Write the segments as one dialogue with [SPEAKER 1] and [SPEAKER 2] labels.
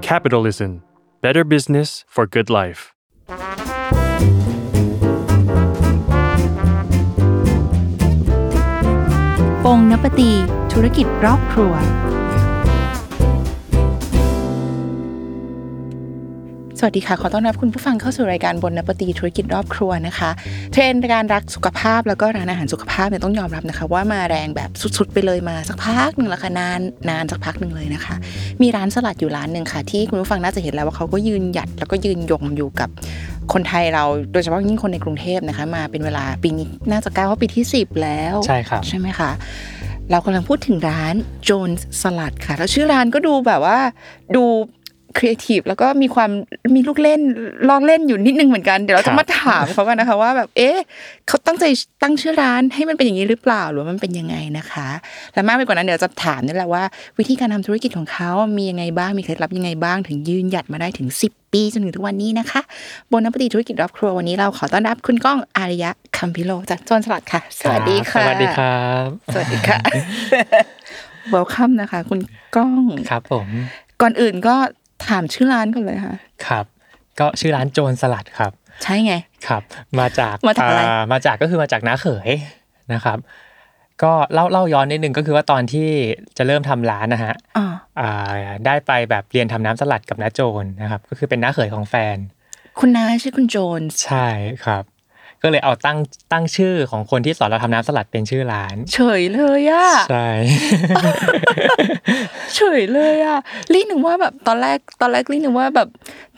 [SPEAKER 1] Capitalism Better Business for Good Life.
[SPEAKER 2] p งนปตีธุรกิจรอบครัว
[SPEAKER 3] สวัสดีค่ะ ขอต้อนรับคุณผู้ฟังเข้าสู่รายการบนนปตีธุรกิจรอบครัวนะคะ เทรนด์การรักสุขภาพแล้วก็ร้านอาหารสุขภาพเนี่ยต้องยอมรับนะคะ ว่ามาแรงแบบสุดๆไปเลยมาสักพักหนึ่งและค่ะนานนานสักพักหนึ่งเลยนะคะ มีร้านสลัดอยู่ร้านหนึ่งค่ะ ที่คุณผู้ฟังน่าจะเห็นแล้วว่าเขาก็ยืนหยัดแล้วก็ยืนยงอยู่กับคนไทยเราโดยเฉพาะยิ่งคนในกรุงเทพนะคะ มาเป็นเวลาปีนี้น่าจะก้าวเข้าปีที่ 10 แล้ว
[SPEAKER 4] ใช่ครับ
[SPEAKER 3] ใช่ไหมคะ เรากำลังพูดถึงร้าน Jones สลัดค่ะ แล้วชื่อร้านก็ดูแบบว่าดูครีเอทีฟแล้วก็มีความมีลูกเล่นล้อเล่นอยู่นิดนึงเหมือนกัน เดี๋ยวเรา
[SPEAKER 4] ครั
[SPEAKER 3] จะ
[SPEAKER 4] บ
[SPEAKER 3] มาถามเขากันนะคะว่าแบบเอ๊ะเขาตั้งใจตั้งชื่อร้านให้มันเป็นอย่างนี้หรือเปล่าหรือว่ามันเป็นยังไงนะคะ และมากไปกว่านั้นเดี๋ยวจะถามนี่แหละว่า วิธีการทำธุรกิจของเขามียังไงบ้างมีเคล็ดลับยังไงบ้าง ถึงยืนหยัดมาได้ถึง 10 ปีจนถึงทุกวันนี้นะคะ บนน้ำปฏิธุรกิจรอบครัววันนี้เราขอต้อนรับคุณก้องอารยะคัมพิโลจากโจนสลัดค่ะ สวัสดีค่ะ
[SPEAKER 4] สวัสดีครับ
[SPEAKER 3] สวัสดี ค่ะ welcome นะคะ คุณก้อง
[SPEAKER 4] ครับผม
[SPEAKER 3] ก่อนอื่นก็ถามชื่อร้านก่อนเลยค่ะ
[SPEAKER 4] ครับ ก็ชื่อร้านโจรสลัดครับ
[SPEAKER 3] ใช่ไง
[SPEAKER 4] ครับ มาจาก
[SPEAKER 3] มาจากอะไร
[SPEAKER 4] อ่มาจากก็คือมาจากน้าเขยนะครับ ก็เล่าเล่าย้อนนิดนึงก็คือว่าตอนที่จะเริ่มทำร้านนะฮะ
[SPEAKER 3] อ๋อ
[SPEAKER 4] อ่าได้ไปแบบเรียนทำน้ำสลัดกับน้าโจรนะครับ ก็คือเป็นน้าเขยของแฟน
[SPEAKER 3] คุณน้าชื่อคุณโจนส์
[SPEAKER 4] ใช่ครับ ก็เลยเอาตั้งตั้งชื่อของคนที่สอนเราทำน้ำสลัดเป็นชื่อร้าน
[SPEAKER 3] เฉยเลยอะ
[SPEAKER 4] ใช่
[SPEAKER 3] เฉยเลยอะลี่นึกว่าแบบตอนแรกตอนแรกลี่นึกว่าแบบ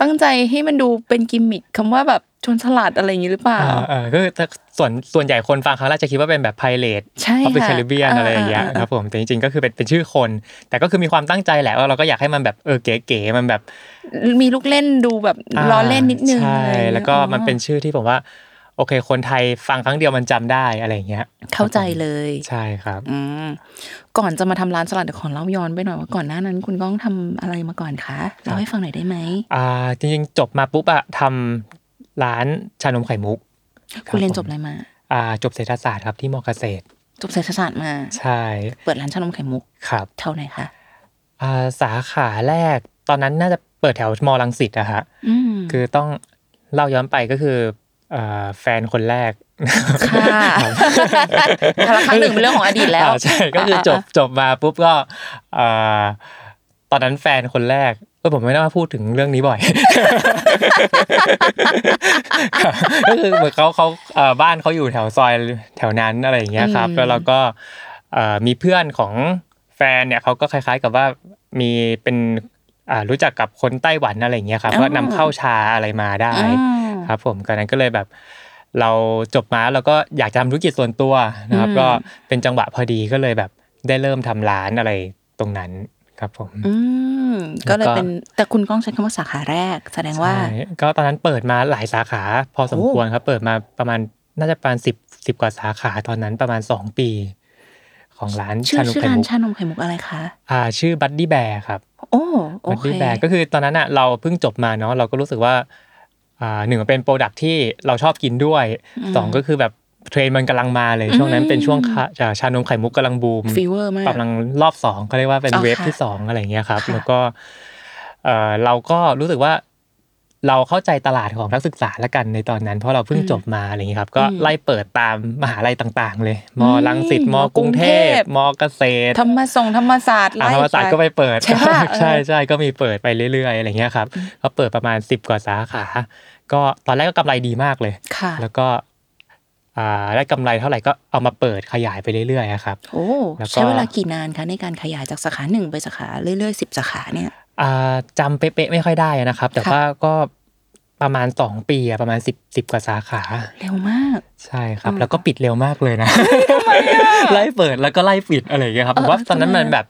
[SPEAKER 3] ตั้งใจให้มันดูเป็นกิมมิคคำว่าแบบโจนสลัดอะไรอย่างนี้หรือเปล่า
[SPEAKER 4] อ่าเออก็คือถ้าส่วนส่วนใหญ่คนฟังครั้งแรกจะคิดว่าเป็นแบบไพเรต
[SPEAKER 3] ใช่
[SPEAKER 4] ออฟเดอะ
[SPEAKER 3] ค่ะ
[SPEAKER 4] แคริเบียนอะไรอย่างเงี้ยครับผมแต่จริงๆก็คือเป็นเป็นชื่อคน แต่ก็คือมีความตั้งใจแหละว่าเราก็อยากให้มันแบบเออเก๋ๆมันแบบ
[SPEAKER 3] มีลูกเล่นดูแบบล้อเล่นนิดนึงอะ
[SPEAKER 4] ใช่
[SPEAKER 3] ไรอย่างเงี้ย
[SPEAKER 4] แล้วก็มันเป็นชื่อที่ผมว่า โอเค คนไทยฟังครั้งเดียวมันจำได้อะไรอย่างเงี้ย
[SPEAKER 3] เข้าใจเลย
[SPEAKER 4] ใช่ครับ
[SPEAKER 3] อืมก่อนจะมาทำร้านสลัดเดี๋ยวขอเล่าย้อนไปหน่อยว่าก่อนหน้านั้นคุณก้องทำอะไรมาก่อนคะเล่าให้ฟังหน่อยได้ไหม
[SPEAKER 4] อ่าจริงๆจบมาปุ๊บอะทำร้านชานมไข่มุก
[SPEAKER 3] คุณเรียนจบ
[SPEAKER 4] อะ
[SPEAKER 3] อะไรมา
[SPEAKER 4] อ่าจบเศรษฐศาสตร์ครับที่มอเกษตร
[SPEAKER 3] จบเศรษฐศาสตร์มา
[SPEAKER 4] ใช่
[SPEAKER 3] เปิดร้านชานมไข่มุก
[SPEAKER 4] ครับ
[SPEAKER 3] เท่าไหร่คะ
[SPEAKER 4] อ่าสาขาแรกตอนนั้นน่าจะเปิดแถวมอลังสิตอะฮะ
[SPEAKER 3] อืม
[SPEAKER 4] คือต้องเล่าย้อนไปก็คือเอ่อแฟนคนแรก
[SPEAKER 3] ค่ะแต่ละครั้งหนึ่งเป็นเรื่องของอดีตแล้ว
[SPEAKER 4] าใช่ก็ คือจบจบมาปุ๊บก็เอ่อตอนนั้นแฟนคนแรกเออผมไม่น่าพูดถึงเรื่องนี้บ่อย ก็คือเหมือนเขาเขาเอ่อบ้านเขาอยู่แถวซอยแถวนั้นอะไรอย่างเงี้ยครับ
[SPEAKER 3] อืม
[SPEAKER 4] แล้วเราก็เอ่อมีเพื่อนของแฟนเนี่ยเขาก็คล้าย ๆ กับว่ามีเป็นอ่ารู้จักกับคนไต้หวันอะไรอย่างเงี้ยครับก็นำเข้าชาอะไรมาได้
[SPEAKER 3] อ่า
[SPEAKER 4] ครับผมก็นั้นก็เลยแบบเราจบมาแล้วเราก็อยากจะทำธุรกิจส่วนตัวนะครับ
[SPEAKER 3] อืม
[SPEAKER 4] ก็เป็นจังหวะพอดีก็เลยแบบได้เริ่มทำร้านอะไรตรงนั้นครับผม
[SPEAKER 3] อืมก็เลย
[SPEAKER 4] แล้วก็
[SPEAKER 3] เป็นแต่คุณก้องใช้คำว่าสาขาแรก แสดงว่า
[SPEAKER 4] ใช่ก็ตอนนั้นเปิดมาหลายสาขาพอสมควรครับ เปิดมาประมาณน่าจะประมาณสิบสิบกว่าสาขาตอนนั้นประมาณสองปี ของร้าน
[SPEAKER 3] ชื่อ
[SPEAKER 4] ชานุ
[SPEAKER 3] ชื่อ
[SPEAKER 4] ไข่
[SPEAKER 3] ร้าน
[SPEAKER 4] มุก
[SPEAKER 3] ชานมไข่มุกอะไรคะ
[SPEAKER 4] อ่าชื่อบัดดี้แบร์ครับ
[SPEAKER 3] โอ้โอ
[SPEAKER 4] บัด
[SPEAKER 3] เค
[SPEAKER 4] ดี้แบกก็คือตอนนั้นอ่ะเราเพิ่งจบมาเนาะเราก็รู้สึกว่าอ่าหนึ่งมันเป็นโปรดักที่เราชอบกินด้วยสองก็คือแบบเทรนด์มันกำลังมาเลยช่วงนั้นเป็นช่วงค่ะอ่าชานมไข่มุกกำลังบูม
[SPEAKER 3] ฟีเวอร์มาก
[SPEAKER 4] กำลังรอบสองก็เรียกว่าเป็น
[SPEAKER 3] อ๋อค่ะ
[SPEAKER 4] เวฟที่สองอะไรอย่างเงี้ยครับ
[SPEAKER 3] ค่ะ
[SPEAKER 4] แล้วก็เอ่อเราก็รู้สึกว่า เราเข้าใจตลาดของนักศึกษาละกันในตอนนั้น เพราะเราเพิ่งจบมาอะไรอย่างเงี้ยครับ ก็ไล่เปิดตามมหาลัยต่างๆ เลยมรังสิตมกรุงเทพมเกษตร
[SPEAKER 3] ธรรมศงธรรมศาสตร์
[SPEAKER 4] อ่า
[SPEAKER 3] ไล่
[SPEAKER 4] ธรรมศาสตร์ก็ไปเปิด
[SPEAKER 3] ใช่ปะ
[SPEAKER 4] ใช่ใช่ก็มีเปิดไปเรื่อยๆอะไรเงี้ยครับก็เปิดประมาณ 10 กว่าสาขา ก็ตอนแรกก็กำไรดีมากเลย
[SPEAKER 3] ค่ะ
[SPEAKER 4] แล้วก็อ่าได้กำไรเท่าไหร่ก็เอามาเปิดขยายไปเรื่อยๆอะครับ
[SPEAKER 3] โอ้
[SPEAKER 4] แล้วก็
[SPEAKER 3] ใช้เวลากี่นานคะในการขยายจากสาขาหนึ่งไปสาขาเรื่อยๆสิบสาขาเนี่ย
[SPEAKER 4] อ่าจำเป๊ะๆไม่ค่อยได้นะครับ แต่
[SPEAKER 3] ค่ะ
[SPEAKER 4] ว่าก็ประมาณ 2 ปีอะประมาณ 10 10 กว่าสาขา
[SPEAKER 3] เร็วมาก
[SPEAKER 4] ใช่ครับ แล้วก็ปิดเร็วมากเลยนะไล่เปิดแล้วก็ไล่ปิดอะไรอย่างเงี้ยครับ
[SPEAKER 3] เอ
[SPEAKER 4] ผ
[SPEAKER 3] อ
[SPEAKER 4] มว่าตอนนั้น
[SPEAKER 3] ทำไม
[SPEAKER 4] มันแบบ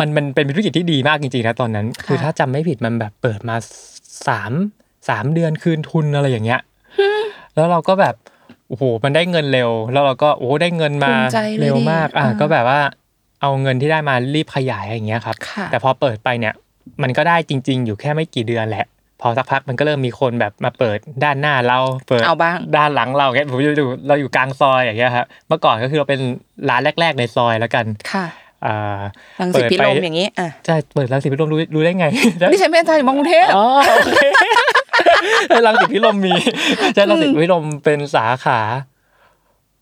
[SPEAKER 4] มันมันเป็นธุรกิจที่ดีมากจริงๆนะตอนนั้น
[SPEAKER 3] ค่ะ
[SPEAKER 4] คือถ้าจำไม่ผิดมันแบบเปิดมาสามสามเดือนคืนทุนอะไรอย่างเงี้ยแล้วเราก็แบบโอ้โหมันได้เงินเร็ว แล้วเราก็โอ้โหได้เงินมา
[SPEAKER 3] ภูมิใจเลย
[SPEAKER 4] เร็วมาก
[SPEAKER 3] ดิ
[SPEAKER 4] อ่ะ
[SPEAKER 3] อ่า
[SPEAKER 4] ก็แบบว่า เอาเงินที่ได้มารีบขยายอย่างเงี้ยครับ
[SPEAKER 3] ค่ะ
[SPEAKER 4] แต่พอเปิดไปเนี่ย มันก็ได้จริง ๆ อยู่แค่ไม่กี่เดือนแหละ พอสักพักมันก็เริ่มมีคนแบบมาเปิดด้านหน้าเราเปิด
[SPEAKER 3] เอาบ้าง
[SPEAKER 4] ด้านหลังเราอย่างเงี้ยผมอยู่เราอยู่กลางซอยอย่างเงี้ยครับเมื่อก่อนก็คือเราเป็นร้านแรก ๆ ในซอยแล้วกัน
[SPEAKER 3] ค่ะ
[SPEAKER 4] อ่า
[SPEAKER 5] รังสิตพิลม
[SPEAKER 4] เปิดไป
[SPEAKER 5] อย่างนี้อ่ะ
[SPEAKER 4] จะเปิดรังสิตพิรมรู้รู้ได้ไง
[SPEAKER 5] นี่ฉันเป็นอาจารย์อยู่มอกรุงเทพ
[SPEAKER 4] อ๋อโอเค รังสิตพิรมมีใช่รังสิตพิรมเป็นสาขา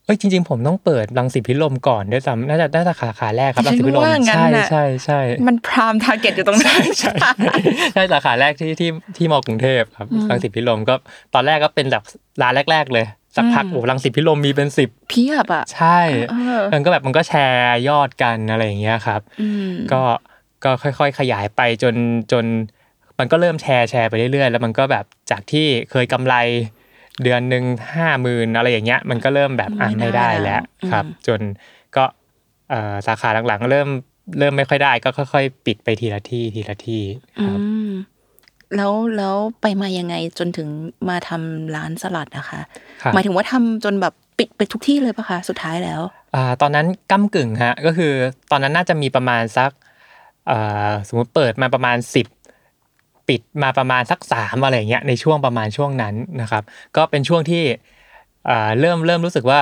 [SPEAKER 4] เอ้ยจริง ๆ ผมต้องเปิดรังสิตพิรมก่อนด้วยซ้ำน่าจะน่าจะสาขาแรกครับรังสิตพิร
[SPEAKER 5] ฉั
[SPEAKER 4] ม
[SPEAKER 5] นว่างั้น
[SPEAKER 4] ใช่
[SPEAKER 5] น่ะ
[SPEAKER 4] ใช่ใช่
[SPEAKER 5] มันพรามทาร์เก็ตอยู่ตรงนั้น
[SPEAKER 4] ใช่ ใช่สาขาแรกที่ที่ที่มอกรุงเทพครับรังสิตพิรมก็ตอนแรกก็เป็นแบบร้านแรก ๆ เลย สักพักโอ้รังสิตพิรมมีเป็นสิบ
[SPEAKER 5] เพียบอ่ะ
[SPEAKER 4] ใช่
[SPEAKER 5] เออ
[SPEAKER 4] มันก็แบบมันก็แชร์ยอดกันอะไรอย่างเงี้ยครับ
[SPEAKER 5] อืม
[SPEAKER 4] ก็ก็ค่อยๆ ขยายไปจนจน มันก็เริ่มแชร์แชร์ไปเรื่อยๆ แล้วมันก็แบบจากที่เคยกำไรเดือนหนึ่งห้าหมื่นอะไรอย่างเงี้ย มันก็เริ่มแบบอ่าน
[SPEAKER 5] ไม่
[SPEAKER 4] ไม่
[SPEAKER 5] ได้
[SPEAKER 4] ได้
[SPEAKER 5] แล้
[SPEAKER 4] แล้ววครับ
[SPEAKER 5] อืม
[SPEAKER 4] จนก็เอ่อสาขาหลังๆ เริ่มเริ่มไม่ค่อยได้ก็ค่อย ๆ ปิดไปทีละที่ทีละที่
[SPEAKER 5] อื
[SPEAKER 4] ครับ
[SPEAKER 5] มแล้วแล้วไปมายังไงจนถึงมาทำร้านสลัดนะคะ
[SPEAKER 4] ครับ
[SPEAKER 5] หมายถึงว่าทำจนแบบปิดไปทุกที่เลยปะคะสุดท้ายแล้ว
[SPEAKER 4] อ่าตอนนั้นก้ากึ่งฮะก็คือตอนนั้นน่าจะมีประมาณสักเอ่อสมมติเปิดมาประมาณ 10 ปิดมาประมาณสักสามอะไรอย่างเงี้ยในช่วงประมาณช่วงนั้นนะครับ ก็เป็นช่วงที่อ่าเริ่มเริ่มรู้สึกว่า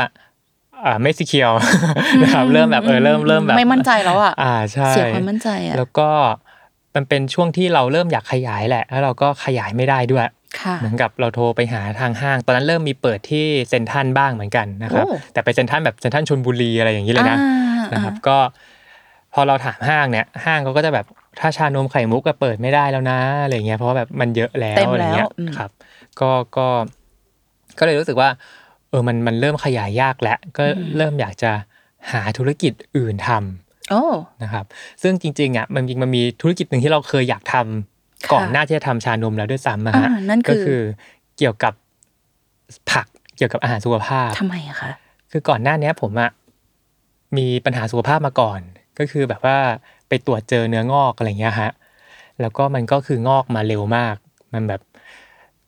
[SPEAKER 4] อ่าไม่ซีเคียว นะครับเริ่มแบบเออเริ่มเริ่มแบบ
[SPEAKER 5] ไม่มั่นใจแล้วอะ
[SPEAKER 4] อ่าใช่
[SPEAKER 5] เสียความมั่นใจอะ
[SPEAKER 4] แล้วก็มันเป็นช่วงที่เราเริ่มอยากขยายแหละแล้วเราก็ขยายไม่ได้ด้วย
[SPEAKER 5] ค่ะ
[SPEAKER 4] เหมือนกับเราโทรไปหาทางห้าง ตอนนั้นเริ่มมีเปิดที่เซ็นทรัลบ้างเหมือนกันนะครับ
[SPEAKER 5] โอ้
[SPEAKER 4] แต่ไปเซ็นทรัลแบบเซ็นทรัลชนบุรีอะไรอย่างนี้เลยนะ
[SPEAKER 5] อ่า
[SPEAKER 4] นะครับ ก็พอเราถามห้างเนี่ย ห้างเขาก็จะแบบถ้าชานมไข่มุกก็เปิดไม่ได้แล้วนะอะไรเงี้ยเพราะว่าแบบมันเยอะแล้ว
[SPEAKER 5] เต็ม
[SPEAKER 4] อะไรเงี้
[SPEAKER 5] แล้
[SPEAKER 4] ย
[SPEAKER 5] วอืม
[SPEAKER 4] ครับ ก็ก็ก็เลยรู้สึกว่า เออมันมันเริ่มขยายยากแล้วก็เริ่มอยากจะหาธุรกิจอื่นทำ
[SPEAKER 5] โอ้
[SPEAKER 4] นะครับซึ่งจริงๆอ่ะมันจริงมันมีธุรกิจหนึ่งที่เราเคยอยากทำ
[SPEAKER 5] ค่ะ
[SPEAKER 4] ก่อนหน้าที่จะทำชานมแล้วด้วยซ้ำนะฮะ
[SPEAKER 5] อ่านั่นคือ
[SPEAKER 4] ก็คือเกี่ยวกับผักเกี่ยวกับอาหารสุขภาพ
[SPEAKER 5] ทำไมอะคะ
[SPEAKER 4] คือก่อนหน้าเนี้ยผมอ่ะมีปัญหาสุขภาพมาก่อน ก็คือแบบว่าไปตรวจเจอเนื้องอกอะไรเงี้ยฮะแล้วก็มันก็คืองอกมาเร็วมาก มันแบบ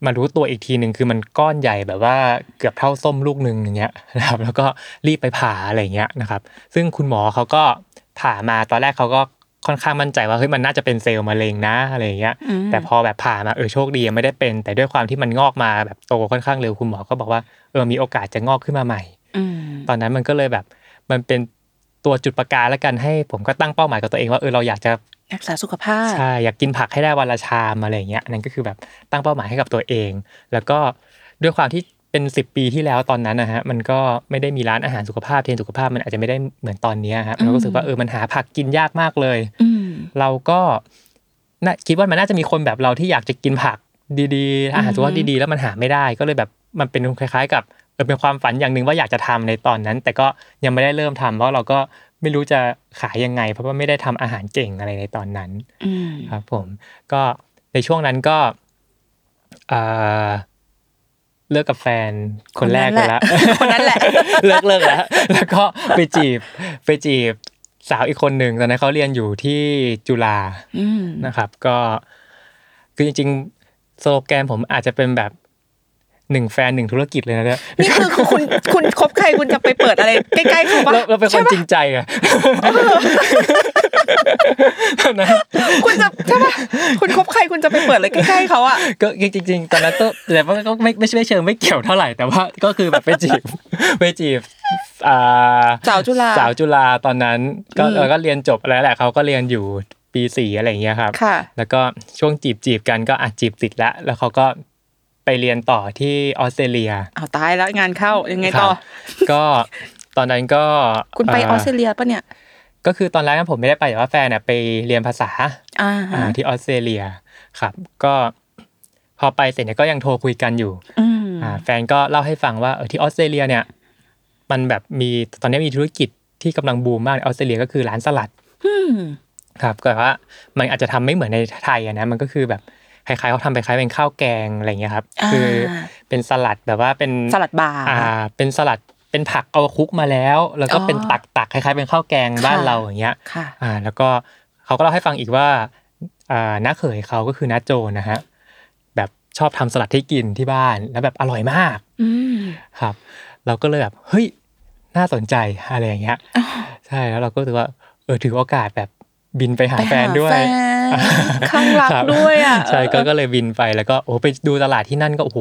[SPEAKER 4] มารู้ตัวอีกทีหนึ่งคือมันก้อนใหญ่แบบว่าเกือบเท่าส้มลูกหนึ่งอย่างเงี้ย นะครับ แล้วก็รีบไปผ่าอะไรเงี้ยนะครับ ซึ่งคุณหมอเขาก็ผ่ามาตอนแรกเขาก็ค่อนข้างมั่นใจว่าเฮ้ยมันน่าจะเป็นเซลล์มะเร็งนะอะไรเงี้ย
[SPEAKER 5] อืม
[SPEAKER 4] แต่พอแบบผ่ามาเออโชคดียังไม่ได้เป็น แต่ด้วยความที่มันงอกมาแบบโตค่อนข้างเร็วคุณหมอก็บอกว่าเออมีโอกาสจะงอกขึ้นมาใหม่
[SPEAKER 5] อืม
[SPEAKER 4] ตอนนั้นมันก็เลยแบบมันเป็นตัวจุดประกายแล้วกันให้ผมก็ตั้งเป้าหมายกับตัวเองว่าเออเราอยากจะ
[SPEAKER 5] รักษาสุขภาพ
[SPEAKER 4] ใช่อยากกินผักให้ได้วันละชามอะไรอย่างเงี้ยนั่นก็คือแบบตั้งเป้าหมายให้กับตัวเอง แล้วก็ด้วยความที่เป็น 10 ปีที่แล้วตอนนั้นนะฮะมันก็ไม่ได้มีร้านอาหารสุขภาพเทรนด์สุขภาพมันอาจจะไม่ได้เหมือนตอนเนี้ยฮะมันก็รู้สึกว่าเออมันหาผักกินยากมากเลย
[SPEAKER 5] อืม
[SPEAKER 4] เราก็น่าคิดว่ามันน่าจะมีคนแบบเราที่อยากจะกินผักดีๆ อาหารสุขภาพดีๆ แล้วมันหาไม่ได้ก็เลยแบบมันเป็นคล้ายๆ กับเออเป็นความฝันอย่างหนึ่งว่าอยากจะทำในตอนนั้น แต่ก็ยังไม่ได้เริ่มทำเพราะเราก็ไม่รู้จะขายยังไง เพราะว่าไม่ได้ทำอาหารเก่งอะไรในตอนนั้น
[SPEAKER 5] อืม
[SPEAKER 4] ครับผมก็ในช่วงนั้นก็เอ่อเลิกกับแฟนคนแรกไปแล้ว
[SPEAKER 5] คนนั้นแหละ
[SPEAKER 4] เลิ กเลิกแล้วแล้วก็ไปจีบไปจีบสาวอีกคนหนึ่งตอนนั้นเขาเรียนอยู่ที่จุฬา
[SPEAKER 5] อืม
[SPEAKER 4] นะครับก็คือจริงๆสโลแกนผมอาจจะเป็นแบบหนึ่งแฟนหนึ่งธุรกิจเลยนะเนี่ย
[SPEAKER 5] นี่คือ คือคุณคุณคบใครคุณจะไปเปิดอะไรใกล้ๆเขาปะ
[SPEAKER 4] เราเราเป็นค
[SPEAKER 5] ใช่
[SPEAKER 4] น
[SPEAKER 5] ปะ
[SPEAKER 4] จริงใจอะ
[SPEAKER 5] คุณจะใช่ปะคุณคบใครคุณจะไปเปิดอะไรใกล้ๆเขาอะ
[SPEAKER 4] ก็จริงๆตอนนั้นก็แต่ว่าก็ไม่ไม่ใช่เชิงไม่เกี่ยวเท่าไหร่แต่ว่าก็คือแบบไปจีบ ไปจีบอ่า
[SPEAKER 5] สาวจุฬา
[SPEAKER 4] สาวจุฬาตอนนั้นก็
[SPEAKER 5] อืม
[SPEAKER 4] เราก็เรียนจบแล้วแหละเขาก็เรียนอยู่ปีสี่อะไรอย่างเงี้ยครับ
[SPEAKER 5] ค่ะ
[SPEAKER 4] แล้วก็ช่วงจีบจีบกันก็อาจจีบติดแล้ว แล้วเขาก็ไปเรียนต่อที่ออสเตรเลีย
[SPEAKER 5] เอาตายแล้วงานเข้ายังไงต่อ
[SPEAKER 4] ครับก็ตอนนั้นก็
[SPEAKER 5] คุณไปออสเตรเลียปะเนี่ย
[SPEAKER 4] ก็คือตอนแรกนั้นผมไม่ได้ไปแต่ว่าแฟนน่ะไปเรียนภาษา
[SPEAKER 5] อ่า
[SPEAKER 4] อ่าที่ออสเตรเลียครับ ก็พอไปเสร็จเนี่ยก็ยังโทรคุยกันอยู่
[SPEAKER 5] อืม
[SPEAKER 4] อ่าแฟนก็เล่าให้ฟังว่าเออที่ออสเตรเลียเนี่ยมันแบบมีตอนนี้มีธุรกิจที่กำลังบูมมากในออสเตรเลียก็คือร้านสลัด
[SPEAKER 5] อืม
[SPEAKER 4] ครับแต่ว่ามันอาจจะทำไม่เหมือนในไทยอะนะมันก็คือแบบคล้ายๆเขาทำไปคล้ายเป็นข้าวแกงอะไรอย่างเงี้ยครับ
[SPEAKER 5] า
[SPEAKER 4] คือเป็นสลัดแบบว่าเป็น
[SPEAKER 5] สลัดบาร์
[SPEAKER 4] อ่าเป็นสลัดเป็นผักเอาคลุกมาแล้ว แล้วก็เป็น
[SPEAKER 5] อ๋อ
[SPEAKER 4] ตักๆคล้ายๆเป็นข้าวแกงบ้าน
[SPEAKER 5] ค่ะ
[SPEAKER 4] เราอย่างเงี้ย
[SPEAKER 5] ค่ะ
[SPEAKER 4] อ่าแล้วก็เขาก็เล่าให้ฟังอีกว่าอ่าน้าเขยเขาก็คือน้าโจนะฮะแบบชอบทำสลัดให้กินที่บ้านแล้วแบบอร่อยมาก
[SPEAKER 5] อืม
[SPEAKER 4] ครับ เราก็เลยแบบเฮ้ยน่าสนใจอะไรอย่างเงี้ย
[SPEAKER 5] อ้าว
[SPEAKER 4] ใช่แล้วเราก็ถือว่าเออถือโอกาสแบบบินไปหา
[SPEAKER 5] ไป
[SPEAKER 4] แฟ
[SPEAKER 5] หาน
[SPEAKER 4] ด้วย
[SPEAKER 5] แฟนข้างรัก
[SPEAKER 4] คบ
[SPEAKER 5] ด้วยอ่ะ
[SPEAKER 4] ใช่ก็ก็เลยบินไปแล้วก็โอ้ไปดูตลาดที่นั่นก็โอ้โห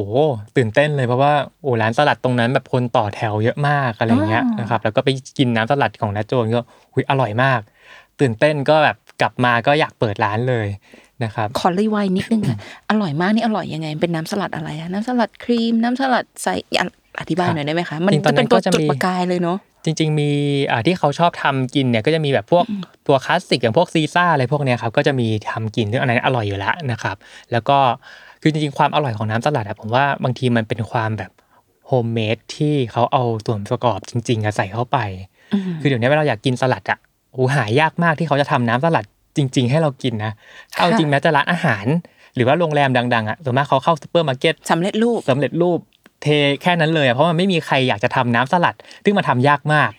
[SPEAKER 4] ตื่นเต้นเลยเพราะว่าโอ้ร้านสลัดตรงนั้นแบบคนต่อแถวเยอะมากอะไรอย่างเงี้ยนะครับแล้วก็ไปกินน้ำสลัดของน้าโจนก็หุยอร่อยมาก ตื่นเต้นก็แบบกลับมาก็อยากเปิดร้านเลยนะครับ
[SPEAKER 3] ขอรีไวน์นิดนึงอ่ะ อร่อยมากนี่อร่อยยังไง เป็นน้ำสลัดอะไรอะน้ำสลัดครีม น้ำสลัดใส่อ่ะอธิบายหน่อยได้ไหมคะ มัน
[SPEAKER 4] จริงๆตอน
[SPEAKER 3] จะเป็น นตัว
[SPEAKER 4] นั้ก็จะ
[SPEAKER 3] จุด
[SPEAKER 4] มี
[SPEAKER 3] ประกายเลยเนาะ
[SPEAKER 4] จริง ๆ มีอ่าที่เขาชอบทำกินเนี่ยก็จะมีแบบพวกตัวคลาสสิกอย่างพวกซีซ่าอะไรพวกเนี้ยครับก็จะมีทำกินซึ่งอันนั้นอร่อยอยู่แล้วนะครับ แล้วก็คือจริง ๆ ความอร่อยของน้ำสลัดอะผมว่าบางทีมันเป็นความแบบโฮมเมดที่เขาเอาส่วนประกอบจริงๆอะใส่เข้าไป คือเดี๋ยวนี้เวลาอยากกินสลัดอะโอ้หายากมากที่เขาจะทำน้ำสลัดจริง ๆ ให้เรากินนะเอาจริงแม้จะร้านอาหาร หรือว่าโรงแรมดังๆอะส่วนมากเขาเข้าซูเปอร์มาร์เก็ต
[SPEAKER 3] สำเร็จรูป
[SPEAKER 4] สำเร็จรูปเทแค่นั้นเลยอะเพราะมันไม่มีใครอยากจะทำน้ำสลัด ซึ่งมันทำยากมาก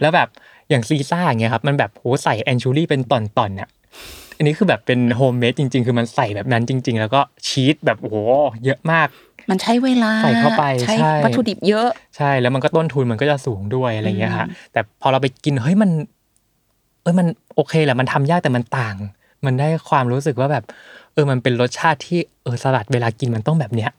[SPEAKER 4] แล้วแบบอย่างซีซ่าอย่างเงี้ยครับมันแบบโหใส่แอนชูรี่เป็นตอนๆเนี่ยอันนี้คือแบบเป็นโฮมเมดจริง ๆ คือมันใส่แบบนั้นจริง ๆ แล้วก็ชีสแบบโอ้โหเยอะมาก
[SPEAKER 3] มันใช้เวลา
[SPEAKER 4] ใส่เข้าไป
[SPEAKER 3] ใช้
[SPEAKER 4] ใช่
[SPEAKER 3] วัตถุดิบเยอะ
[SPEAKER 4] ใช่แล้วมันก็ต้นทุนมันก็จะสูงด้วยอะไรเงี้ยฮะแต่พอเราไปกินเฮ้ยมันเอ้ยมันโอเคแหละมันทำยากแต่มันต่าง มันได้ความรู้สึกว่าแบบ เออมันเป็นรสชาติที่เออสลัดเวลากินมันต้องแบบเนี้ย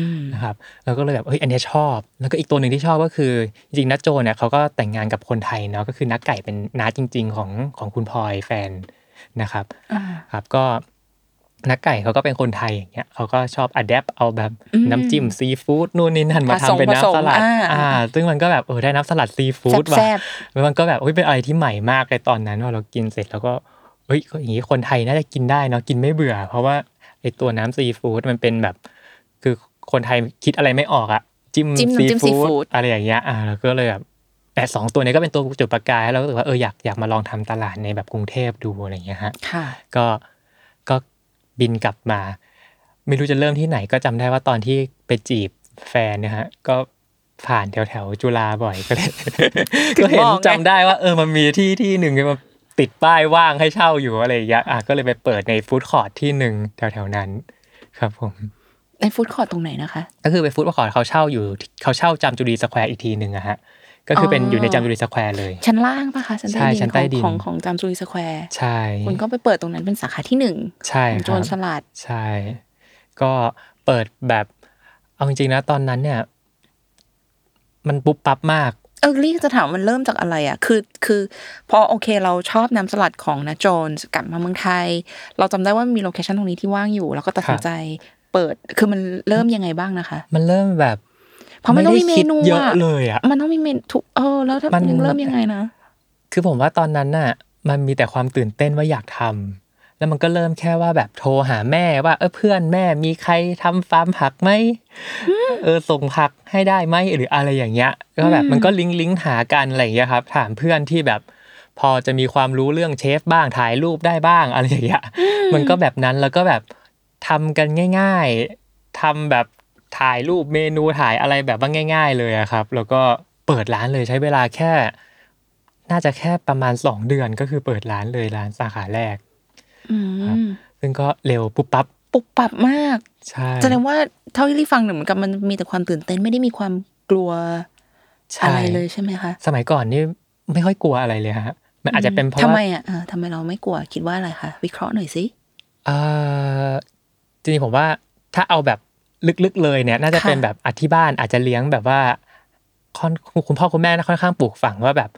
[SPEAKER 3] อืม
[SPEAKER 4] นะครับแล้วก็เลยแบบเฮ้ยอันเนี้ยชอบ แล้วก็อีกตัวหนึ่งที่ชอบก็คือ จริงๆนัทโจเนี่ยเขาก็แต่งงานกับคนไทยเนาะก็คือนักไก่เป็นน้าจริง ๆ ของของคุณพลอยแฟนนะครับ
[SPEAKER 3] อ่า
[SPEAKER 4] ครับก็นักไก่เขาก็เป็นคนไทยอย่างเงี้ยเขาก็ชอบอัดแอปเอาแบบ
[SPEAKER 3] อืม
[SPEAKER 4] น้ำจิ้มซีฟู้ดนู่นนี่นั่นมา
[SPEAKER 3] ผสม
[SPEAKER 4] ทำเป็น
[SPEAKER 3] ผสม
[SPEAKER 4] น้ำสลัด
[SPEAKER 3] อ่า
[SPEAKER 4] อ่าซึ่งมันก็แบบเออได้น้ำสลัดซีฟู้ดว่ะ
[SPEAKER 3] แซ่บ
[SPEAKER 4] แล้วมันก็แบบเฮ้ยเป็นอะไรที่ใหม่มากเลยตอนนั้นว่าเรากินเสร็จแล้วก็เฮ้ยก็อย่างงี้คนไทยน่าจะกินได้เนาะกินไม่เบื่อ เพราะว่าไอตัวน้ำซีฟู้ดมันเป็นแบบ คือคนไทยคิดอะไรไม่ออกอะจิ้ม
[SPEAKER 3] จิ้มน้ำจิ้มซีฟู้ด
[SPEAKER 4] อะไรอย่างเงี้ยอ่าแล้วก็เลยแบบแต่สองตัวเนี้ยก็เป็นตัวจุดประกายแล้วเราก็รู้สึกว่าเอออยากอยากมาลองทำตลาดในแบบกรุงเทพดูอะไรอย่างเงี้ยฮะ
[SPEAKER 3] ๆค่ะ
[SPEAKER 4] ก็ก็บินกลับมา ไม่รู้จะเริ่มที่ไหนก็จำได้ว่าตอนที่ไปจีบแฟนเนะฮะก็ผ่านแถวแถวๆจุฬาบ่อยก็ เลย
[SPEAKER 3] ถึง
[SPEAKER 4] ก็เห็
[SPEAKER 3] บ
[SPEAKER 4] น
[SPEAKER 3] อกไง
[SPEAKER 4] จำได้ว่า เออมันมีที่ที่หนึ่งมันติดป้ายว่างให้เช่าอยู่อะไรอย่างเงี้ยอ่ะก็เลยไปเปิดในฟู้ดคอร์ทที่หนึ่งแถวแถวๆนั้นครับผม
[SPEAKER 3] ในฟู้ดคอร์ตตรงไหนนะคะ
[SPEAKER 4] ก็คือไปฟู้ดคอร์ทเขาเช่าอยู่ที่เขาเช่าจามจุรีสแควร์อีกทีหนึ่งอะฮะก็คืออ
[SPEAKER 3] อ
[SPEAKER 4] เป็นอยู่ในจามจุรีสแควร์เลย
[SPEAKER 3] ชั้นล่างปะคะชั้น
[SPEAKER 4] ใช่
[SPEAKER 3] ใต้ดิน
[SPEAKER 4] ชั้นใต้ดิน
[SPEAKER 3] ของของจามจุรีสแควร์
[SPEAKER 4] ใช่
[SPEAKER 3] คุณก็ไปเปิดตรงนั้นเป็นสาขาที่หนึ่ง
[SPEAKER 4] ใช่
[SPEAKER 3] ของ
[SPEAKER 4] ค
[SPEAKER 3] โจ
[SPEAKER 4] รั
[SPEAKER 3] ร
[SPEAKER 4] บ
[SPEAKER 3] สลัด
[SPEAKER 4] ใช่ ก็เปิดแบบเอาจริงๆนะตอนนั้นเนี่ย มันปุ๊บปั๊บมาก
[SPEAKER 3] เออลี่จะถามมันเริ่มจากอะไรอ่ะ คือ คือ พอโอเคเราชอบน้ำสลัดของนะโจนกลับมาเมืองไทย เราจำได้ว่ามีโลเคชันตรงนี้ที่ว่างอยู่ แล้วก็ตัดสิน
[SPEAKER 4] ครับ
[SPEAKER 3] ใจเปิด คือมันเริ่มยังไงบ้างนะคะ
[SPEAKER 4] มันเริ่มแบบ
[SPEAKER 3] เพราะมันต้องมีเม
[SPEAKER 4] ไได้คิด
[SPEAKER 3] นู
[SPEAKER 4] เยอะ
[SPEAKER 3] อะ
[SPEAKER 4] เลยอะ
[SPEAKER 3] มันต้องมีเมนูทุกเออ แล้วถ้า
[SPEAKER 4] มัน
[SPEAKER 3] เริ่มยังไงนะ
[SPEAKER 4] คือผมว่าตอนนั้นน่ะ มันมีแต่ความตื่นเต้นว่าอยากทำแล้วมันก็เริ่มแค่ว่าแบบโทรหาแม่ว่าเออเพื่อนแม่มีใครทำฟาร์มผักไหมเออส่งผักให้ได้ไหมหรืออะไรอย่างเงี้ยก็แบบมันก็ลิงก์ลิงก์หากันอะไรอย่างเงี้ยครับ ถามเพื่อนที่แบบ พอจะมีความรู้เรื่องเชฟบ้างถ่ายรูปได้บ้างอะไรอย่างเงี้ยมันก็แบบนั้นแล้วก็แบบทำกันง่าย ๆทำแบบถ่ายรูปเมนูถ่ายอะไรแบบว่าง่าย ๆ เลยอะครับ แล้วก็เปิดร้านเลยใช้เวลาแค่ น่าจะแค่ประมาณ 2 เดือนก็คือเปิดร้านเลยร้านสาขาแรก
[SPEAKER 3] อื
[SPEAKER 4] ครับ
[SPEAKER 3] ม
[SPEAKER 4] ซึ่งก็เร็วปุ๊บปั๊บ
[SPEAKER 3] ปุบปับมาก
[SPEAKER 4] ใช่
[SPEAKER 3] แสดงว่าเท่าที่ลี่ฟังเนี่ยเหมือนกับมันมีแต่ความตื่นเต้นไม่ได้มีความกลัว
[SPEAKER 4] ใช่
[SPEAKER 3] อะไรเลยใช่ไหมคะ
[SPEAKER 4] สมัยก่อนนี่ไม่ค่อยกลัวอะไรเลยฮะมันอาจจะเป็นเพราะ
[SPEAKER 3] ทำไม
[SPEAKER 4] ว่า
[SPEAKER 3] อ่ะเออทำไมเราไม่กลัวคิดว่าอะไรคะวิเคราะห์หน่อยสิ
[SPEAKER 4] เอ่อจริงๆผมว่าถ้าเอาแบบลึกๆเลยเนี่ย น่าจะ
[SPEAKER 3] ค่ะ
[SPEAKER 4] เป็นแบบอะที่บ้านอาจจะเลี้ยงแบบว่าค่อนคุณพ่อคุณแม่น่ะค่อนข้างปลูกฝังว่าแบบ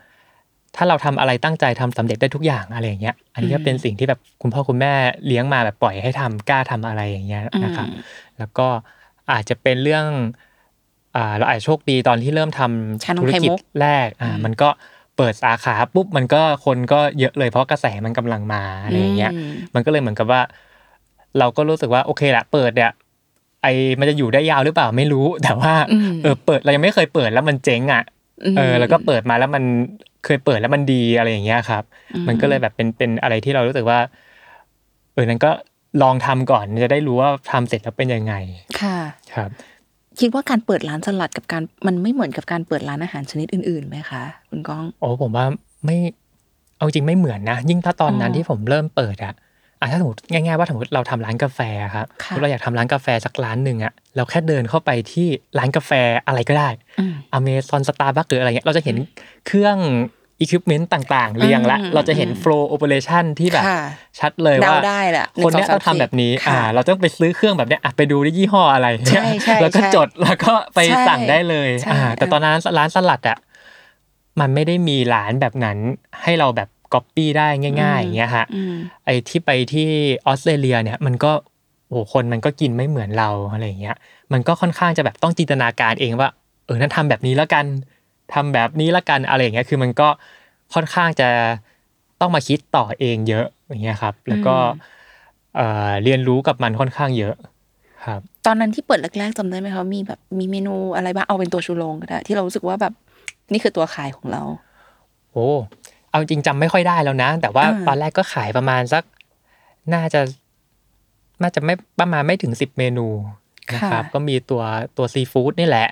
[SPEAKER 4] ถ้าเราทำอะไรตั้งใจทำสำเร็จได้ทุกอย่างอะไรอย่างเงี้ยอันนี้ก็เป็นสิ่งที่แบบคุณพ่อคุณแม่เลี้ยงมาแบบปล่อยให้ทำกล้าทำอะไรอย่างเงี้ย
[SPEAKER 3] อืม
[SPEAKER 4] นะครับ แล้วก็อาจจะเป็นเรื่องอ่าเราอาจจะโชคดีตอนที่เริ่มท
[SPEAKER 3] ชาน
[SPEAKER 4] ำ
[SPEAKER 3] ม
[SPEAKER 4] ธุร
[SPEAKER 3] ไข่
[SPEAKER 4] กิจ
[SPEAKER 3] มุก
[SPEAKER 4] แรกอ่า
[SPEAKER 3] อืม
[SPEAKER 4] มันก็เปิดสาขาปุ๊บมันก็คนก็เยอะเลยเพราะกระแสมันกำลังมาอะไรอย่างเงี้ย
[SPEAKER 3] ม
[SPEAKER 4] มันก็เลยเหมือนกับว่า เราก็รู้สึกว่าโอเคละเปิดเนี่ยไอมันจะอยู่ได้ยาวหรือเปล่าไม่รู้ แต่ว่า
[SPEAKER 3] อืม
[SPEAKER 4] เออเปิดเรายังไม่เคยเปิดแล้วมันเจ๊งอ่ะ
[SPEAKER 3] ม
[SPEAKER 4] เออแล้วก็เปิดมาแล้วมันเคยเปิดแล้วมันดีอะไรอย่างเงี้ยครับ
[SPEAKER 3] อืม
[SPEAKER 4] มันก็เลยแบบเป็นเป็นอะไรที่เรารู้สึกว่าเออนั้นก็ลองทำก่อนจะได้รู้ว่าทำเสร็จแล้วเป็นยังไง
[SPEAKER 3] ค่ะ
[SPEAKER 4] ครับ
[SPEAKER 3] คิดว่าการเปิดร้านสลัดกับการมันไม่เหมือนกับการเปิดร้านอาหารชนิดอื่นๆไหมคะคุณก้อง
[SPEAKER 4] โอ้ผมว่าไม่เอาจริงไม่เหมือนนะ ยิ่งถ้าตอนนั้น
[SPEAKER 3] อ๋อ
[SPEAKER 4] ที่ผมเริ่มเปิดอะอ่ะถ้าสมมติง่ายๆว่าสมมติเราทำร้านกาแฟครับ
[SPEAKER 3] ค่ะ
[SPEAKER 4] เราอยากทำร้านกาแฟสักร้านหนึ่งอะเราแค่เดินเข้าไปที่ร้านกาแฟอะไรก็ได้
[SPEAKER 3] อืม
[SPEAKER 4] อเมซอนสตาร์บัคหรืออะไรเงี้ยเราจะเห็นเครื่องอุปกรณ์ต่าง ๆ เรียงละ
[SPEAKER 3] อืม
[SPEAKER 4] เราจะเห็น
[SPEAKER 3] อืม
[SPEAKER 4] โฟล์โอเปอเรชันที่แบบ
[SPEAKER 3] ค่ะ
[SPEAKER 4] ชัดเลย
[SPEAKER 3] เดา
[SPEAKER 4] ว่า
[SPEAKER 3] ได้แหละห
[SPEAKER 4] คน
[SPEAKER 3] ง
[SPEAKER 4] เนี้ย
[SPEAKER 3] ส
[SPEAKER 4] ต้อง
[SPEAKER 3] สม
[SPEAKER 4] ทำแบบนี้
[SPEAKER 3] สี่
[SPEAKER 4] อ่า
[SPEAKER 3] ค่ะ
[SPEAKER 4] เราต้องไปซื้อเครื่องแบบเนี้ยอ่ะไปดูได้ยี่ห้ออะไร
[SPEAKER 3] ใช่ใช่
[SPEAKER 4] แล้วก็
[SPEAKER 3] ใช่
[SPEAKER 4] จดแล้วก็ไป
[SPEAKER 3] ใช่
[SPEAKER 4] สั่งได้เลย
[SPEAKER 3] ใช่
[SPEAKER 4] อ่าแต่
[SPEAKER 3] เออ
[SPEAKER 4] ตอนนั้นร้านสลัดอ่ะมันไม่ได้มีร้านแบบนั้นให้เราแบบ ก๊อปปี้ได้ง่ายๆอย่างเงี้ยฮะ
[SPEAKER 3] อืม
[SPEAKER 4] ไอ้ที่ไปที่ออสเตรเลียเนี่ยมันก็โอ้โหคนมันก็กินไม่เหมือนเราอะไรอย่างเงี้ยมันก็ค่อนข้างจะแบบต้องจินตนาการเองว่า เออนั่นทำแบบนี้แล้วกันทำแบบนี้แล้วกันอะไรอย่างเงี้ยคือมันก็ค่อนข้างจะต้องมาคิดต่อเองเยอะอย่างเงี้ยครับ แล้วก็
[SPEAKER 3] อืม
[SPEAKER 4] เอ่อเรียนรู้กับมันค่อนข้างเยอะครับ
[SPEAKER 3] ตอนนั้นที่เปิดแรกๆจำได้ไหมคะมีแบบมีเมนูอะไรบ้างเอาเป็นตัวชูโรงก็ได้ที่เรารู้สึกว่าแบบนี่คือตัวขายของเรา
[SPEAKER 4] โอ้เอาจริงจำไม่ค่อยได้แล้วนะ แต่ว่า
[SPEAKER 3] อ่า
[SPEAKER 4] ตอนแรกก็ขายประมาณสัก น่าจะ น่าจะไม่ประมาณไม่ถึงสิบเมนูนะครับ ก็มีตัวตัวซีฟู้ดนี่แหละ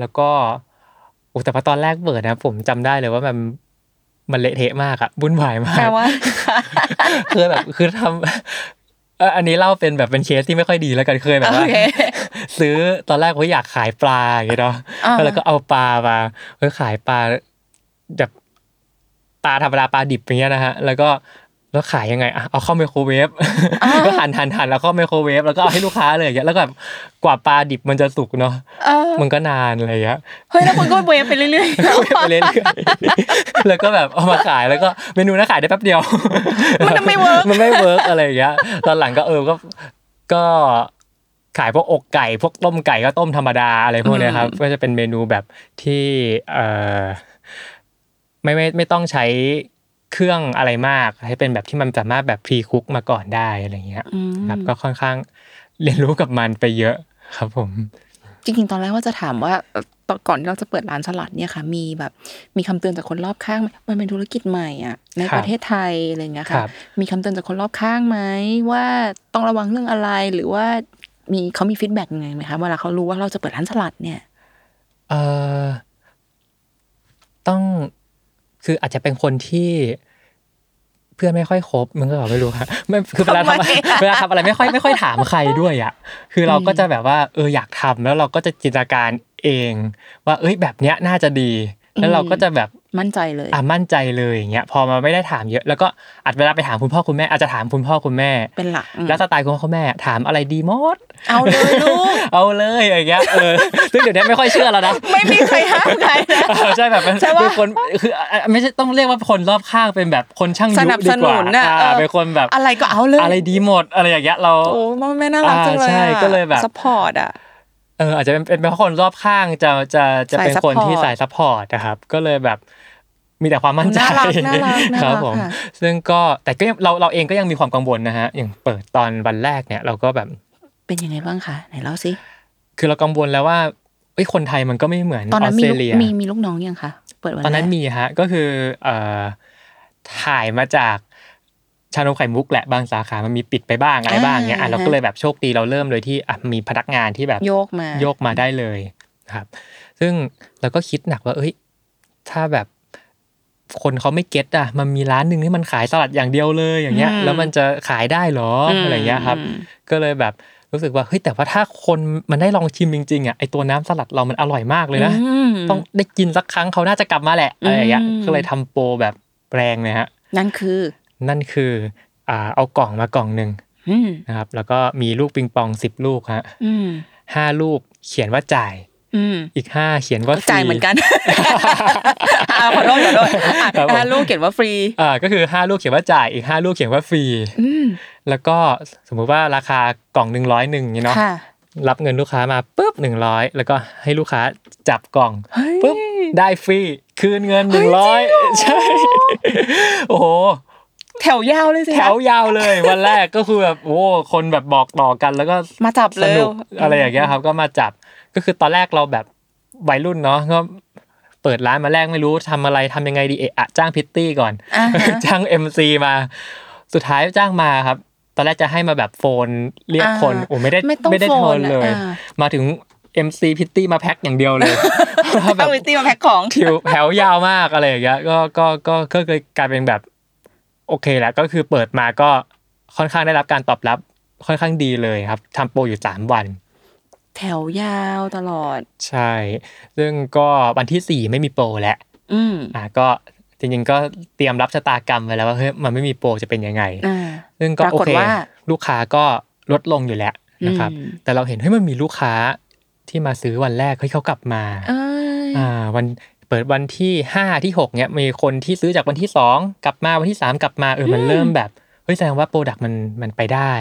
[SPEAKER 4] แล้วก็โอ้แต่พอตอนแรกเปิดนะ ผมจำได้เลยว่ามันมันเละเทะมากอะวุ่นวายมาก
[SPEAKER 3] แปลว่า
[SPEAKER 4] คือแบบคือทำเอ่ออันนี้เล่าเป็นแบบเป็นเคสที่ไม่ค่อยดีแล้วกันเคยแบบว่า
[SPEAKER 3] โอเค
[SPEAKER 4] ซื้อตอนแรกผมอยากขายปลาอย่างเงี้ยเนาะ
[SPEAKER 3] อ่า
[SPEAKER 4] แล้วก็เอาปลามาเออขายปลาแบบปลาธรรมดาปลาดิบอย่างเงี้ยนะฮะ แล้วก็แล้วขายยังไงอ่ะเอาเข้าไมโครเวฟ ก็หั่นหั่นหั่นแล้วเข้าไมโครเวฟแล้วก็เอาให้ลูกค้าเลยอย่างเงี้ยแล้วก็แบบกว่าปลาดิบมันจะสุกเนาะ
[SPEAKER 3] เออ
[SPEAKER 4] มันก็นานอะไรอย่างเงี้ย
[SPEAKER 3] เฮ้ยแล้วคนก็เวฟไปเรื่อย
[SPEAKER 4] ก็เว็บไปเล่นแล้วก็แบบเอามาขายแล้วก็เมนูน่าขายได้แป๊บเดียว มันไม่เวิ ร์กมันไม่เวิร์กอะไรอย่างเงี้ยตอนหลังก็เออก็ก็ขายพวกอกไก่ พวกต้มไก่ก็ต้มธรรมดาอะไรพวกเนี้ยครับ ก็จะเป็นเมนูแบบที่เออไม่ไม่ไม่ต้องใช้เครื่องอะไรมาก ให้เป็นแบบที่มันสามารถแบบพรีคุกมาก่อนได้อะไรอย่างเงี้ย
[SPEAKER 3] ๆอืม
[SPEAKER 4] ครับก็ค่อนข้างเรียนรู้กับมันไปเยอะครับผม
[SPEAKER 3] จริงๆ ตอนแรกว่าจะถามว่าเอ่อตอนก่อนที่เราจะเปิดร้านสลัดเนี่ยค่ะ มีแบบมีคำเตือนจากคนรอบข้างไหมมันเป็นธุรกิจใหม่อ่ะใน
[SPEAKER 4] ครับ
[SPEAKER 3] ประเทศไทยอะไรอย่างเงี้ย
[SPEAKER 4] ครั
[SPEAKER 3] ค่ะ
[SPEAKER 4] บ
[SPEAKER 3] มีคำเตือนจากคนรอบข้างไหมว่าต้องระวังเรื่องอะไรหรือว่ามีเขามีฟีดแบ็กยังไงไหมคะเวลาเขารู้ว่าเราจะเปิดร้านสลัดเนี่ย
[SPEAKER 4] เอ่อต้องคืออาจจะเป็นคนที่เพื่อนไม่ค่อยคบมึงก็ไม่รู้ครับ ไม่คือเวลา
[SPEAKER 3] ทำไม
[SPEAKER 4] ทำเวลาทำอะไรไม่ค่อยไม่ค่อยถามใครด้วยอ่ะคือเราก็จะแบบว่า เอออยากทำแล้วเราก็จะจินตนาการเอง ว่า เอ้ยแบบเนี้ยน่าจะดี แล้วเรา
[SPEAKER 3] อืม
[SPEAKER 4] ก็จะแบบ
[SPEAKER 3] มั่นใจเลย
[SPEAKER 4] อ่ะมั่นใจเลยอย่างเงี้ยพอมาไม่ได้ถามเยอะ แล้วก็อาจเวลาไปถามคุณพ่อคุณแม่อาจจะถามคุณพ่อคุณแม่
[SPEAKER 3] เป็นหลักอืม
[SPEAKER 4] แล้วสไตล์คุณพ่อคุณแม่ ถามอะไรดีมด
[SPEAKER 3] เอาเลยลูก
[SPEAKER 4] เอาเลยอย่างเงี้ยเอ อซึ่งเดี๋ยวนี้ไม่ค่อยเชื่อแล้วนะ
[SPEAKER 3] ไม่มีใครห้ามใครนะ
[SPEAKER 4] เอ อใช่แบบเป็น
[SPEAKER 3] ใช่ปะ
[SPEAKER 4] เป็นคนคืออ่ะไม่ใช่ต้องเรียกว่าคนรอบข้างเป็นแบบคนช่างยุ
[SPEAKER 3] สนับ
[SPEAKER 4] ดี
[SPEAKER 3] ส
[SPEAKER 4] ก
[SPEAKER 3] นุ
[SPEAKER 4] ว่าน
[SPEAKER 3] น่ะ
[SPEAKER 4] อ่า
[SPEAKER 3] เออ
[SPEAKER 4] เป็นคนแบบ
[SPEAKER 3] อะไรก็เอาเลย
[SPEAKER 4] อะไรดีหมดอะไรอย่างเงี้ยเรา
[SPEAKER 3] โอ้มันแม่น่ารักจังเลย
[SPEAKER 4] อ่าใช่ก็เลยแบบ
[SPEAKER 3] สปอร์ตอ่ะ
[SPEAKER 4] เอออาจจะเป็นเป็นเพราะคนรอบข้างจะจะจะ
[SPEAKER 3] สาย
[SPEAKER 4] เป็นคน
[SPEAKER 3] support
[SPEAKER 4] ที่สายซัพพอร์ตนะครับ ก็เลยแบบมีแต่ความมั่นใจ
[SPEAKER 3] น่ารักน่ารักน่ารัก
[SPEAKER 4] ครับผม
[SPEAKER 3] ค่ะ
[SPEAKER 4] ซึ่งก็แต่ก็ยังเราเราเองก็ยังมีความกังวลนะฮะอย่างเปิดตอนวันแรกเนี่ยเราก็แบบ
[SPEAKER 3] เป็นยังไงบ้างคะไหนเล่าสิ
[SPEAKER 4] คือเรากังวลแล้วว่าเอ้ยคนไทยมันก็ไม่เหมือน
[SPEAKER 3] ตอน
[SPEAKER 4] ออ
[SPEAKER 3] นั้น
[SPEAKER 4] ส
[SPEAKER 3] มี
[SPEAKER 4] เตร
[SPEAKER 3] ลูก
[SPEAKER 4] เลีย
[SPEAKER 3] มีมีลูกน้องยังคะ เปิดวัน
[SPEAKER 4] ตอนนั้น
[SPEAKER 3] แรก
[SPEAKER 4] มีฮะก็คือเอ่อถ่ายมาจากชานมไข่มุกแหละบางสาขา มันมีปิดไปบ้างอะไรบ้างเงี้ยอ่ะเราก็เลยแบบโชคดีเราเริ่มเลยที่อ่ะมีพนักงานที่แบบ
[SPEAKER 3] โยกมา
[SPEAKER 4] โยกมาได้เลยครับ ซึ่งเราก็คิดหนักว่า เอ้ย ถ้าแบบคนเขาไม่เก็ตอ่ะ มันมีร้านหนึ่งที่มันขายสลัดอย่างเดียวเลยอย่างเงี้ย แล้วมันจะขายได้เหรอ
[SPEAKER 3] ม
[SPEAKER 4] อะไรเงี้ยครับ
[SPEAKER 3] อืม
[SPEAKER 4] ก็เลยแบบรู้สึกว่าเฮ้ยแต่ว่าถ้าคนมันได้ลองชิมจริงๆอ่ะไอตัวน้ำสลัดเรามันอร่อยมากเลยนะ
[SPEAKER 3] ม
[SPEAKER 4] ต้องได้กินสักครั้งเขาน่าจะกลับมาแหละอะไรอย่างเงี้ย
[SPEAKER 3] อืม
[SPEAKER 4] ก็เลยทำโปรแบบแรงเลยฮะ
[SPEAKER 3] นั่นคือ
[SPEAKER 4] นั่นคืออ่าเอากล่องมากล่องหนึ่ง
[SPEAKER 3] อืม
[SPEAKER 4] นะครับ แล้วก็มีลูกปิงปองสิบลูกฮะ
[SPEAKER 3] อืม
[SPEAKER 4] ห้าลูกเขียนว่าจ่าย
[SPEAKER 3] อืม
[SPEAKER 4] อีกห้าเขียนว่าฟรี
[SPEAKER 3] จ่ายเหมือน กัน อ่าขอโทษขอโทษอ่ะ
[SPEAKER 4] ครับผม
[SPEAKER 3] อ่าลูกเขียนว่าฟรี
[SPEAKER 4] อ่าก็คือห้าลูกเขียนว่าจ่ายอีกห้าลูกเขียนว่าฟรี
[SPEAKER 3] อืม
[SPEAKER 4] แล้วก็สมมุติว่าราคากล่องหนึ่งร้อยหนึ่งเนาะ
[SPEAKER 3] ค่ะ
[SPEAKER 4] รับเงินลูกค้ามาปุ๊บหนึ่งร้อยแล้วก็ให้ลูกค้าจับกล่อง
[SPEAKER 3] เฮ้ย
[SPEAKER 4] ปุ๊บได้ฟรีคืนเงินหนึ่งร้อยใช่โอ้โห
[SPEAKER 3] แถวยาวเลยสิ
[SPEAKER 4] แถ
[SPEAKER 3] คะ
[SPEAKER 4] วยาวเลย วันแรกก็คือแบบโอ้คนแบบบอกต่อกันแล้วก็
[SPEAKER 3] มาจับ
[SPEAKER 4] ส
[SPEAKER 3] เลย
[SPEAKER 4] นุกอะไรอย่างเงี้ยครับก็มาจับก็คือตอนแรกเราแบบวัยรุ่นเนาะก็เปิดร้านมาแรกไม่รู้ทำอะไรทำยังไงดีเอะอะจ้างพิตตี้ก่อน
[SPEAKER 3] อ่าฮะ
[SPEAKER 4] จ้าง MC มา สุดท้ายจ้างมาครับ ตอนแรกจะให้มาแบบโฟนเรียกคน
[SPEAKER 3] อ่า
[SPEAKER 4] โอ้ไม่ได้
[SPEAKER 3] ไม่ต้อง
[SPEAKER 4] ไม่ได้
[SPEAKER 3] โฟ
[SPEAKER 4] โท
[SPEAKER 3] น
[SPEAKER 4] น
[SPEAKER 3] อะ
[SPEAKER 4] เลย
[SPEAKER 3] อ่า
[SPEAKER 4] มาถึง MC พิตตี้มาแพ็คอย่างเดียวเลยว่าแบ
[SPEAKER 3] เอา
[SPEAKER 4] บ
[SPEAKER 3] ไป ตีมาแพ็คของ
[SPEAKER 4] ทิวแถวยาวมากอะไรอย่างเงี้ยก็ก็ก็ก็เลยกลายเป็นแบบโอเคแหละก็คือเปิดมาก็ค่อนข้างได้รับการตอบรับค่อนข้างดีเลยครับทำโปรอยู่สามวัน
[SPEAKER 3] แถวยาวตลอด
[SPEAKER 4] ใช่ ซึ่งก็วันที่สี่ไม่มีโปรแล้ว
[SPEAKER 3] อืม
[SPEAKER 4] อ่ะก็จริงๆก็เตรียมรับชะตากรรมไว้แล้วว่าเฮ้ยมันไม่มีโปรจะเป็นยังไง
[SPEAKER 3] อ่า
[SPEAKER 4] ซึ่งก็
[SPEAKER 3] ปรา
[SPEAKER 4] โอก
[SPEAKER 3] ฏ
[SPEAKER 4] เค
[SPEAKER 3] ว่า
[SPEAKER 4] ลูกค้าก็ลดลงอยู่แล้วนะครับ
[SPEAKER 3] อืม
[SPEAKER 4] แต่เราเห็นเฮ้ยมันมีลูกค้าที่มาซื้อวันแรกเฮ้ยเขากลับมา
[SPEAKER 3] เอ้ย
[SPEAKER 4] อ่าวัน เปิดวันที่ 5 ที่6เนี่ยมีคนที่ซื้อจากวันที่ 2 กลับมาวันที่ 3 กลับมาเออมันเริ่มแบบเฮ้ยแสดงว่าโปรดักต์มันมันไปได้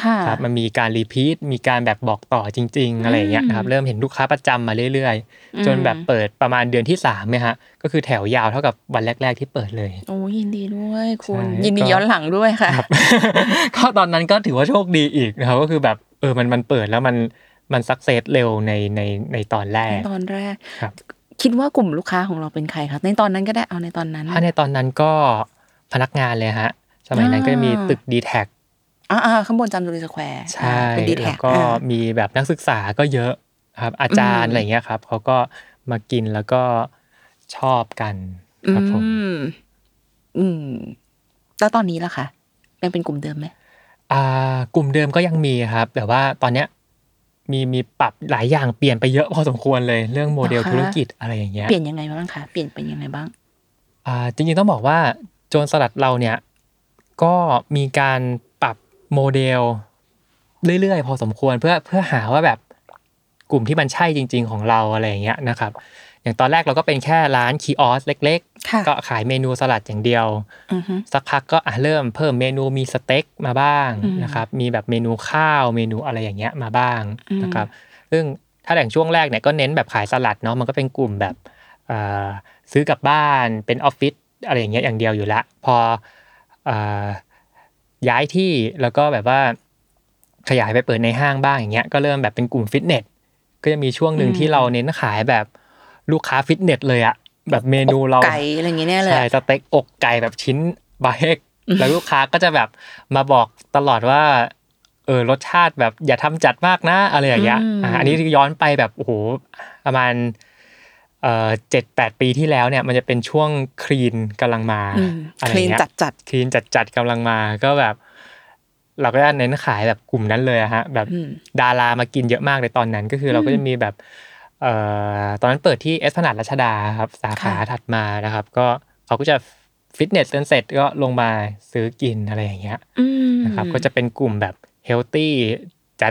[SPEAKER 5] ค่ะ
[SPEAKER 4] ครับมันมีการรีพีทมีการแบบบอกต่อจริง ๆ อะไรอย่างเงี้ยนะครับเริ่มเห็นลูกค้าประจำมาเรื่อยๆ จนแบบเปิดประมาณเดือนที่3เนี่ยฮะก็คือแถวยาวเท่ากับวันแรก ๆ ที่เปิดเลย
[SPEAKER 5] โอ้ยินดีด้วยคุณ
[SPEAKER 4] ใช่
[SPEAKER 5] ยินดี
[SPEAKER 4] ก็
[SPEAKER 5] ย้อนหลังด้วยค่ะ
[SPEAKER 4] ครับ ก็ตอนนั้นก็ถือว่าโชคดีอีกนะครับก็คือแบบเออมันมันเปิดแล้วมันมันสักเซสเร็วในในในตอนแรก
[SPEAKER 5] ตอนแรก
[SPEAKER 4] ครับ
[SPEAKER 5] คิดว่ากลุ่มลูกค้าของเราเป็นใครครับในตอนนั้นก็ได้เอาในตอนนั้น
[SPEAKER 4] ถ้าในตอนนั้นก็พนักงานเลยฮะ สมัยนั้นก็จะมี
[SPEAKER 5] อ่า
[SPEAKER 4] ตึกดีแท็
[SPEAKER 5] อ่าๆข้างบนจำจุลีสแควร์
[SPEAKER 4] ใช่
[SPEAKER 5] เป็นดี
[SPEAKER 4] แล้
[SPEAKER 5] แท็ก
[SPEAKER 4] วก็มีแบบนักศึกษาก็เยอะครับอาจาร
[SPEAKER 5] อื
[SPEAKER 4] ย์
[SPEAKER 5] ม
[SPEAKER 4] อะไรเงี้ยครับเขาก็มากินแล้วก็ชอบกันครับผม
[SPEAKER 5] อืมอืมแล้วตอนนี้ล่ะคะยังเป็นกลุ่มเดิมไหม
[SPEAKER 4] อ่ากลุ่มเดิมก็ยังมีครับ แต่ว่าตอนเนี้ยมีมีปรับหลายอย่างเปลี่ยนไปเยอะพอสมควรเลยเรื่องโมเดล
[SPEAKER 5] เหรอคะ
[SPEAKER 4] ธุรกิจอะไรอย่างเงี้ย
[SPEAKER 5] เปลี่ยนยังไงบ้างคะเปลี่ยนเป็นยังไงบ้าง
[SPEAKER 4] อ่าจริงๆต้องบอกว่าโจรสลัดเราเนี่ยก็มีการปรับโมเดลเรื่อยๆ พอสมควรเพื่อเพื่อหาว่าแบบกลุ่มที่มันใช่จริง ๆ ของเราอะไรอย่างเงี้ยนะครับ อย่างตอนแรกเราก็เป็นแค่ร้านคีออสเล็ก
[SPEAKER 5] ค่ะ
[SPEAKER 4] ๆ ก็ขายเมนูสลัดอย่างเดียว
[SPEAKER 5] อือฮึ
[SPEAKER 4] สักพักก็อ่ะเริ่มเพิ่มเมนูมีสเต็กมาบ้าง
[SPEAKER 5] อืม
[SPEAKER 4] นะครับ มีแบบเมนูข้าวเมนูอะไรอย่างเงี้ยมาบ้าง
[SPEAKER 5] อืม
[SPEAKER 4] นะครับ ซึ่งถ้าแต่งช่วงแรกเนี่ยก็เน้นแบบขายสลัดเนาะมันก็เป็นกลุ่มแบบเอ่อซื้อกลับบ้านเป็นออฟฟิศอะไรอย่างเงี้ยอย่างเดียวอยู่ละ พอเอ่อย้ายที่แล้วก็แบบว่าขยายไปเปิดในห้างบ้างอย่างเงี้ยก็เริ่มแบบเป็นกลุ่มฟิตเนสก็จะมีช่วงหนึ่งที่เราเน้นขายแบบลูกค้าฟิตเนสเลยอะแบบเมนูเรา
[SPEAKER 5] ไก่อะไรอย่างเงี้ยเนี่ยเลย
[SPEAKER 4] ใช่สเต็กอกไก่แบบชิ้นบาเฮกแล้วลูกค้าก็จะแบบมาบอกตลอดว่าเออรสชาติแบบอย่าทำจัดมากนะ อะไรอย่างเงี้ยอ่ะอันนี้ย้อนไปแบบโอ้โหประมาณเอ่อเจ็ดแปดปีที่แล้วเนี่ยมันจะเป็นช่วงคลีนกำลังมา
[SPEAKER 5] อืม
[SPEAKER 4] อะไร
[SPEAKER 5] คลีน
[SPEAKER 4] เงี้ย
[SPEAKER 5] จัดจัด
[SPEAKER 4] คลีนจัดจัดๆกำลังมาก็แบบ เราก็จะเน้นขายแบบกลุ่มนั้นเลยอะฮะแบบ
[SPEAKER 5] ๆอืม
[SPEAKER 4] ดารามากินเยอะมากในตอนนั้นก็คือเราก็จะมีแบบเอ่อตอนนั้นเปิดที่เอสพนาดรัชดาครับสาขา
[SPEAKER 5] ค่ะ
[SPEAKER 4] ถัดมานะครับ ก็เขาก็จะฟิตเนสเสร็จก็ลงมาซื้อกินอะไรอย่างเงี้ย
[SPEAKER 5] อืม
[SPEAKER 4] นะครับก็จะเป็นกลุ่มแบบเฮลตี้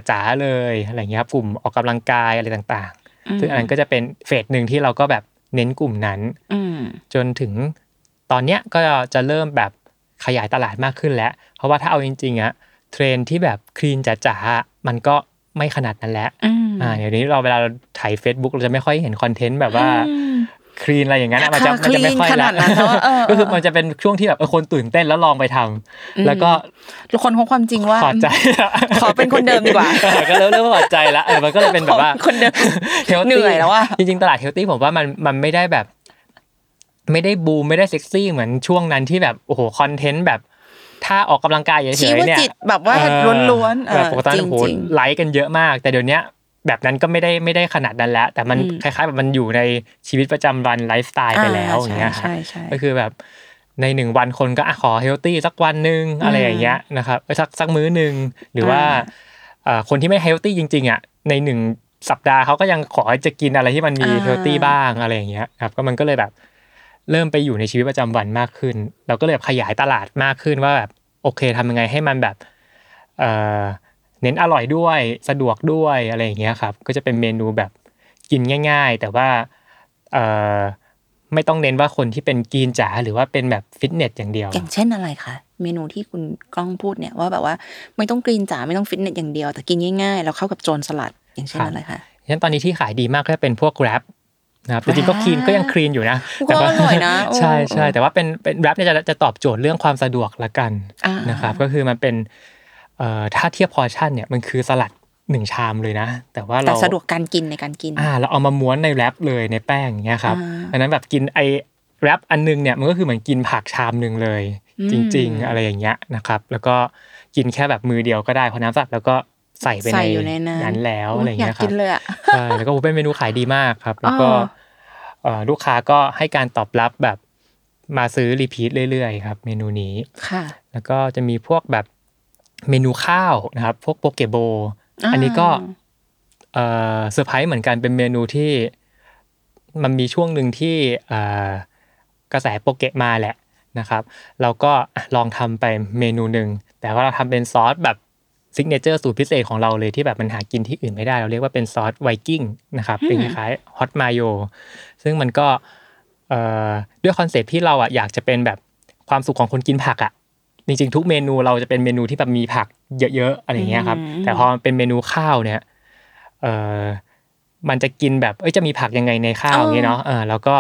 [SPEAKER 4] จ๋าๆเลยอะไรอย่างเงี้ยครับกลุ่มออกกำลังกายอะไรต่างๆ ซึ่งอันนั้นก็จะเป็นเฟสหนึ่งที่เราก็แบบเน้นกลุ่มนั้น
[SPEAKER 5] อืม
[SPEAKER 4] จนถึงตอนเนี้ยก็จะเริ่มแบบขยายตลาดมากขึ้นแล้ว เพราะว่าถ้าเอาจริงๆอะเทรนด์ที่แบบคลีนจ๋าๆอะมันก็ไม่ขนาดนั้นแล้ว
[SPEAKER 5] อืม
[SPEAKER 4] อ่าเดี๋ยวนี้เราเวลาเราถ่าย Facebook เราจะไม่ค่อยเห็นคอนเทนต์แบบว่า
[SPEAKER 5] อืม
[SPEAKER 4] คลีนอะไรอย่างนั้นอะมันจะ
[SPEAKER 5] ค่ะ
[SPEAKER 4] มันจะไม่ค่อย
[SPEAKER 5] clean ข
[SPEAKER 4] ละ
[SPEAKER 5] นาดนั้นเนอะเออเออ
[SPEAKER 4] ก็คือมันจะเป็นช่วงที่แบบเออคนตื่นเต้นแล้วลองไปทำแล้วก็
[SPEAKER 5] ทุกคนของความจริงว่า
[SPEAKER 4] พอใจ
[SPEAKER 5] ขอเป็นคนเดิมดีกว่า
[SPEAKER 4] เออก็เริ่มเริ่มพอใจละเออมันก็เลยเป็นแบบว่า
[SPEAKER 5] ขอคนเดิม
[SPEAKER 4] เฮลตี้
[SPEAKER 5] เหนื่อยแล้วอะ
[SPEAKER 4] จริงๆ ตลาดเฮลตี้ผมว่ามันมันไม่ได้แบบ ไม่ได้บูมไม่ได้เซ็กซี่เหมือนช่วงนั้นที่แบบโอ้โหคอนเทนต์แบบ ถ้าออกกำลังกายเฉยๆ
[SPEAKER 5] ชีว
[SPEAKER 4] เนี่ย
[SPEAKER 5] จิตแบบว่า
[SPEAKER 4] เออ
[SPEAKER 5] ล้วนๆเอ
[SPEAKER 4] แบ
[SPEAKER 5] อบ
[SPEAKER 4] ปก
[SPEAKER 5] จ
[SPEAKER 4] ติ
[SPEAKER 5] ริ
[SPEAKER 4] โอ้
[SPEAKER 5] ง
[SPEAKER 4] โห
[SPEAKER 5] จริง
[SPEAKER 4] ไลค์กันเยอะมาก แต่เดี๋ยวเนี้ยแบบนั้นก็ไม่ได้ไม่ได้ขนาดนั้นแล้ว แต่มัน
[SPEAKER 5] อืม
[SPEAKER 4] คล้ายๆแบบมันอยู่ในชีวิตประจำวันไลฟ์สไตล์ไปแล้วอย่างเงี้ยฮะ
[SPEAKER 5] ใช่ใช่
[SPEAKER 4] ก็
[SPEAKER 5] ใช่
[SPEAKER 4] คือแบบในหนึ่งวันคนก็อ่ะขอเฮลตี้สักวันหนึ่งอะไรอย่างเงี้ยนะครับเอ้ยสักสักมื้อหนึ่งหรือว่า
[SPEAKER 5] อ่า
[SPEAKER 4] เอ่อคนที่ไม่เฮลตี้จริง ๆอ่ะในหนึ่งสัปดาห์เขาก็ยังขอจะกินอะไรที่มันมีเฮลตี้บ้างอะไรอย่างเงี้ยครับก็มันก็เลยแบบเริ่มไปอยู่ในชีวิตประจำวันมากขึ้น เราก็เลยขยายตลาดมากขึ้นว่าแบบโอเคทำยังไงให้มันแบบเอ่อเน้นอร่อยด้วยสะดวกด้วยอะไรอย่างเงี้ยครับก็จะเป็นเมนูแบบกินง่าย ๆ แต่ว่า เอ่อไม่ต้องเน้นว่าคนที่เป็นกรีนจ๋าหรือว่าเป็นแบบฟิตเนสอย่างเดียว
[SPEAKER 5] อย่างเช่นอะไรคะเมนูที่คุณกล้องพูดเนี่ยว่าแบบว่าไม่ต้องกรีนจ๋าไม่ต้องฟิตเนสอย่างเดียว แต่กินง่ายๆ แล้วเข้ากับโจรสลัดอย่างเช่น
[SPEAKER 4] ครับ
[SPEAKER 5] อะไรคะ
[SPEAKER 4] ฉะนั้นตอนนี้ที่ขายดีมากก็จะเป็นพวกแรปนะครับจริงๆก็
[SPEAKER 5] อ่า
[SPEAKER 4] คลีนก็ยังคลีนอยู่นะ
[SPEAKER 5] ก็
[SPEAKER 4] แต่ว่า
[SPEAKER 5] อร่อยนะโอ้
[SPEAKER 4] ใช่ใช่แต่ว่าเป็นเป็นแรปเนี่ยจะจะตอบโจทย์เรื่องความสะดวกละกัน
[SPEAKER 5] อ่าน
[SPEAKER 4] นะครับก็คือมันเป็นเอ่อถ้าเทียบพอร์ชั่นเนี่ยมันคือสลัดหนึ่งชามเลยนะ แต่ว่า
[SPEAKER 5] แต่
[SPEAKER 4] เรา
[SPEAKER 5] สะดวกการกินในการกิน
[SPEAKER 4] อ่าเราเอามาม้วนในแรปเลยในแป้งอย่างเงี้ยครับ
[SPEAKER 5] อ่า
[SPEAKER 4] อันนั้นแบบกินไอแรปอันนึงเนี่ยมันก็คือเหมือนกินผักชามหนึ่งเลย
[SPEAKER 5] อืม
[SPEAKER 4] จริง ๆ อะไรอย่างเงี้ยนะครับ แล้วก็กินแค่แบบมือเดียวก็ได้เพราะน้ำสลัดแล้วก็ใส่ไป
[SPEAKER 5] ใส่อยู่ในนั้น
[SPEAKER 4] นั้นแล้วอะไรอย่างเงี้
[SPEAKER 5] อ
[SPEAKER 4] ยค
[SPEAKER 5] ยาก
[SPEAKER 4] รั
[SPEAKER 5] กิ
[SPEAKER 4] บ
[SPEAKER 5] นเลยอ่ะ
[SPEAKER 4] ใช่แล้วก็โอ้เป็นเมนูขายดีมากครับ แล้วก็
[SPEAKER 5] อ่า
[SPEAKER 4] เอ่อลูกค้าก็ให้การตอบรับแบบมาซื้อรีพีทเรื่อยๆครับเมนูนี้
[SPEAKER 5] ค่ะ
[SPEAKER 4] แล้วก็จะมีพวกแบบเมนูข้าวนะครับ พวกโปเกโบ
[SPEAKER 5] อ่า
[SPEAKER 4] อันนี้ก็เอ่อเซอร์ไพรส์เหมือนกันเป็นเมนูที่มันมีช่วงหนึ่งที่เอ่อกระแสโปเกะมาแหละนะครับ เราก็อ่ะลองทำไปเมนูหนึ่ง แต่ว่าเราทำเป็นซอสแบบซิกเนเจอร์สูตรพิเศษของเราเลยที่แบบมันหากินที่อื่นไม่ได้ เราเรียกว่าเป็นซอสไวกิ้งนะครับ เป็นคล้ายๆฮอตมายโยซึ่งมันก็ เอ่อด้วยคอนเซปต์ที่เราอ่ะอยากจะเป็นแบบความสุขของคนกินผักอ่ะจริงๆ ทุกเมนูเราจะเป็นเมนูที่แบบมีผักเยอะๆอะไรอย่างเงี้ยครับ
[SPEAKER 3] อืม
[SPEAKER 4] แต่พอมันเป็นเมนูข้าวเนี่ยเอ่อมันจะกินแบบเอ้ยจะมีผักยังไงในข้าวอย่างเงี้ยเนาะเออแล้วก็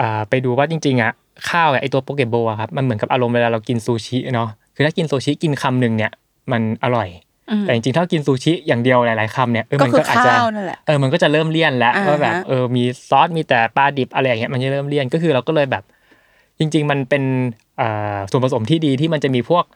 [SPEAKER 4] อ่าไปดูว่าจริงๆอ่ะข้าวเนี่ยไอตัวโปเกโบอะครับมันเหมือนกับอารมณ์เวลาเรากินซูชิเนาะคือถ้ากินซูชิกินคำหนึ่งเนี่ยมันอร่อย
[SPEAKER 3] อืม
[SPEAKER 4] แต่จริงๆถ้ากินซูชิอย่างเดียวหลายๆคำเนี่ยเออ
[SPEAKER 3] ก็
[SPEAKER 4] มัน
[SPEAKER 3] คือ
[SPEAKER 4] ก็อาจจะ
[SPEAKER 3] ข้าวนั่นแหละ
[SPEAKER 4] เออ มันก็จะเริ่มเลี่ยนแล้ว
[SPEAKER 3] อ่าฮะ
[SPEAKER 4] ว่าแบบเออ มีซอส มีแต่ปลาดิบอะไรอย่างเงี้ย มันจะเริ่มเลี่ยน ก็คือเราก็เลยแบบ จริง ๆ มันเป็นเอ่อส่วนผสมที่ดีที่มันจะมีพวก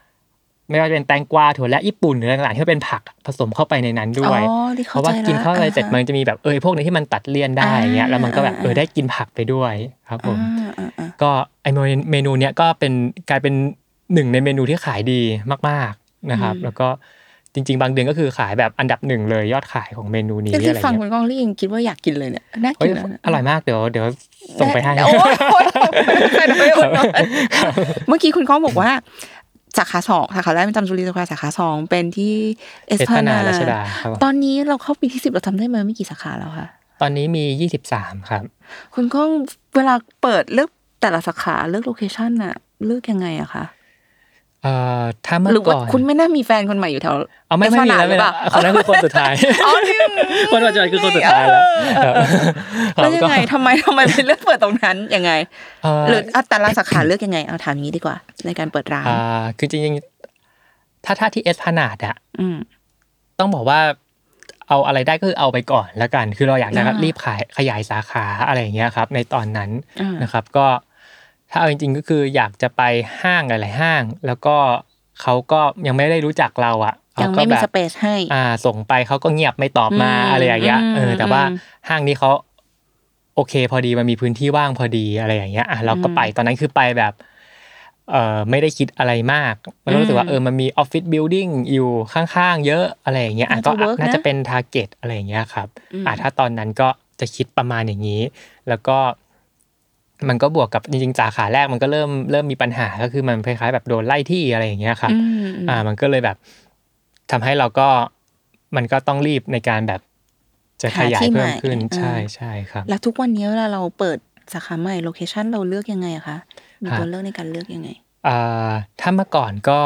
[SPEAKER 4] ไม่ว่าจะเป็นแตงกวาถั่วและญี่ปุ่นหรืออะไรต่างๆที่เป็นผักผสมเข้าไปในนั้นด้วย
[SPEAKER 3] อ๋อที่
[SPEAKER 4] เพ
[SPEAKER 3] เข้าใจ
[SPEAKER 4] ราะว่ากิน
[SPEAKER 3] ละ
[SPEAKER 4] เข้าไปเสร็จ
[SPEAKER 3] อ่
[SPEAKER 4] มันจะมีแบบเออพวกนี้ที่มันตัดเลี่ยนได้อย่างเงี้ย แล้วมันก็แบบเออได้กินผักไปด้วยครับผม
[SPEAKER 3] อ่าอ่าอ่า
[SPEAKER 4] ก็ไอเมนูเมนูเนี้ยก็เป็นกลายเป็นหนึ่งในเมนูที่ขายดีมากๆนะครับ
[SPEAKER 3] อืม
[SPEAKER 4] แล้วก็จริง ๆ บางเดือนก็คือขายแบบอันดับหนึ่งเลยยอดขายของเมนูนี้
[SPEAKER 3] ก็
[SPEAKER 4] อะไร
[SPEAKER 3] คือ
[SPEAKER 4] เงี้
[SPEAKER 3] ฟังคุณ
[SPEAKER 4] ย
[SPEAKER 3] กองลี่ยังคิดว่าอยากกินเลยเนี่ยน่า
[SPEAKER 4] เอ้
[SPEAKER 3] กิ
[SPEAKER 4] ย
[SPEAKER 3] นนะ
[SPEAKER 4] อร่อยมากเดี๋ยวเดี๋ยวส่งไปให้
[SPEAKER 3] โอ้ยโอ๊ยโอ๊ยโอ๊ยโอ๊ยโอ๊ยเมื่อกี้คุณก้องบอกว่าสาขาสองสาขาแรกเป็นจำจุรีสาขาสาขาสองเป็นที่เอส
[SPEAKER 4] เอส
[SPEAKER 3] พา
[SPEAKER 4] พา
[SPEAKER 3] นา
[SPEAKER 4] นารัชดาครับผม
[SPEAKER 3] ตอนนี้เราเข้าปีที่สิบเราทำได้มาไม่กี่สาขาแล้วค่ะ
[SPEAKER 4] ตอนนี้มี 23 ครับ
[SPEAKER 3] คุณก้องเวลาเปิดเลือกแต่ละสาขาเลือกโลเคชันน่ะเลือกยังไงอะคะ
[SPEAKER 4] เอ่อถ้าเมื่อ
[SPEAKER 3] หรือว่า
[SPEAKER 4] ก่อน
[SPEAKER 3] คุณไม่น่ามีแฟนคนใหม่อยู่แถว
[SPEAKER 4] เอาไม่ไม่มีแล้ว
[SPEAKER 3] เอสพานาหรือเปล่า
[SPEAKER 4] คนนั้นคือคนสุดท้าย
[SPEAKER 3] อ๋อนี่
[SPEAKER 4] คนปัจจุบันคือคนสุ ดท้ายแล้วครับ
[SPEAKER 3] แล้วยังไง
[SPEAKER 4] ครับก็
[SPEAKER 3] ทำไมทำไมเป็นเลือกเปิดตรงนั้นยังไง
[SPEAKER 4] เอ่อ
[SPEAKER 3] หรืออ่ะแต่ละสาขาเลือกยังไงเอาถามงี้ดีกว่า ในการเปิดร้าน
[SPEAKER 4] อ่าคือจริงๆ ถ้าถ้าที่เอสพนาดอะ
[SPEAKER 3] อืม
[SPEAKER 4] ต้องบอกว่าเอาอะไรได้ก็คือเอาไปก่อนละกัน คือเราอยากจะ
[SPEAKER 3] อ่า
[SPEAKER 4] รีบขายขยายสาขาอะไรอย่างเงี้ยครับ ในตอนนั้น
[SPEAKER 3] อ่าน
[SPEAKER 4] นะครับ ก็ ถ้าเอาจริง ๆ ก็คืออยากจะไปห้างหลายๆห้าง แล้วก็เขาก็ยังไม่ได้รู้จักเราอะ
[SPEAKER 3] ยัง
[SPEAKER 4] เขาก็
[SPEAKER 3] ไม่มี
[SPEAKER 4] แบบ
[SPEAKER 3] สเปซให้
[SPEAKER 4] อ่าส่งไปเขาก็เงียบไม่ตอบมา
[SPEAKER 3] อืม
[SPEAKER 4] อะไรอย่างเงี้ย
[SPEAKER 3] อืม
[SPEAKER 4] เออแต่ว่า
[SPEAKER 3] อืม
[SPEAKER 4] ห้างนี้เขาโอเคพอดีมันมีพื้นที่ว่างพอดีอะไรอย่างเงี้ยอ่ะเราก็ไปตอนนั้นคือไปแบบเออไม่ได้คิดอะไรมากมันก็รู้สึกว่า
[SPEAKER 3] อืม
[SPEAKER 4] เออมันมีออฟฟิศบิลดิ่งอยู่ข้างๆ เยอะอะไรอย่างเงี้ยอ่ะก็
[SPEAKER 3] น่าจะ work
[SPEAKER 4] น่าจะ
[SPEAKER 3] นะ
[SPEAKER 4] เป็นทาร์เก็ตอะไรอย่างเงี้ยครับ
[SPEAKER 3] อืม
[SPEAKER 4] อ่ะถ้าตอนนั้นก็จะคิดประมาณอย่างนี้ แล้วก็มันก็บวกกับจริงๆสาขาแรกมันก็เริ่มเริ่มมีปัญหาก็คือมันคล้ายๆแบบโดนไล่ที่อะไรอย่างเงี้ยครับ
[SPEAKER 3] อืม
[SPEAKER 4] อ่ามันก็เลยแบบทำให้เราก็มันก็ต้องรีบในการแบบจะขยายเพิ่มขึ้นใช่ใช่ครับ
[SPEAKER 3] แล้วทุกวันนี้เวลาเราเปิดสาขาใหม่โลเคชันเราเลือกยังไงอะคะมี
[SPEAKER 4] ฮะ
[SPEAKER 3] ตัวเลือกในการเลือกยังไง
[SPEAKER 4] อ่าถ้าเมื่อก่อนก็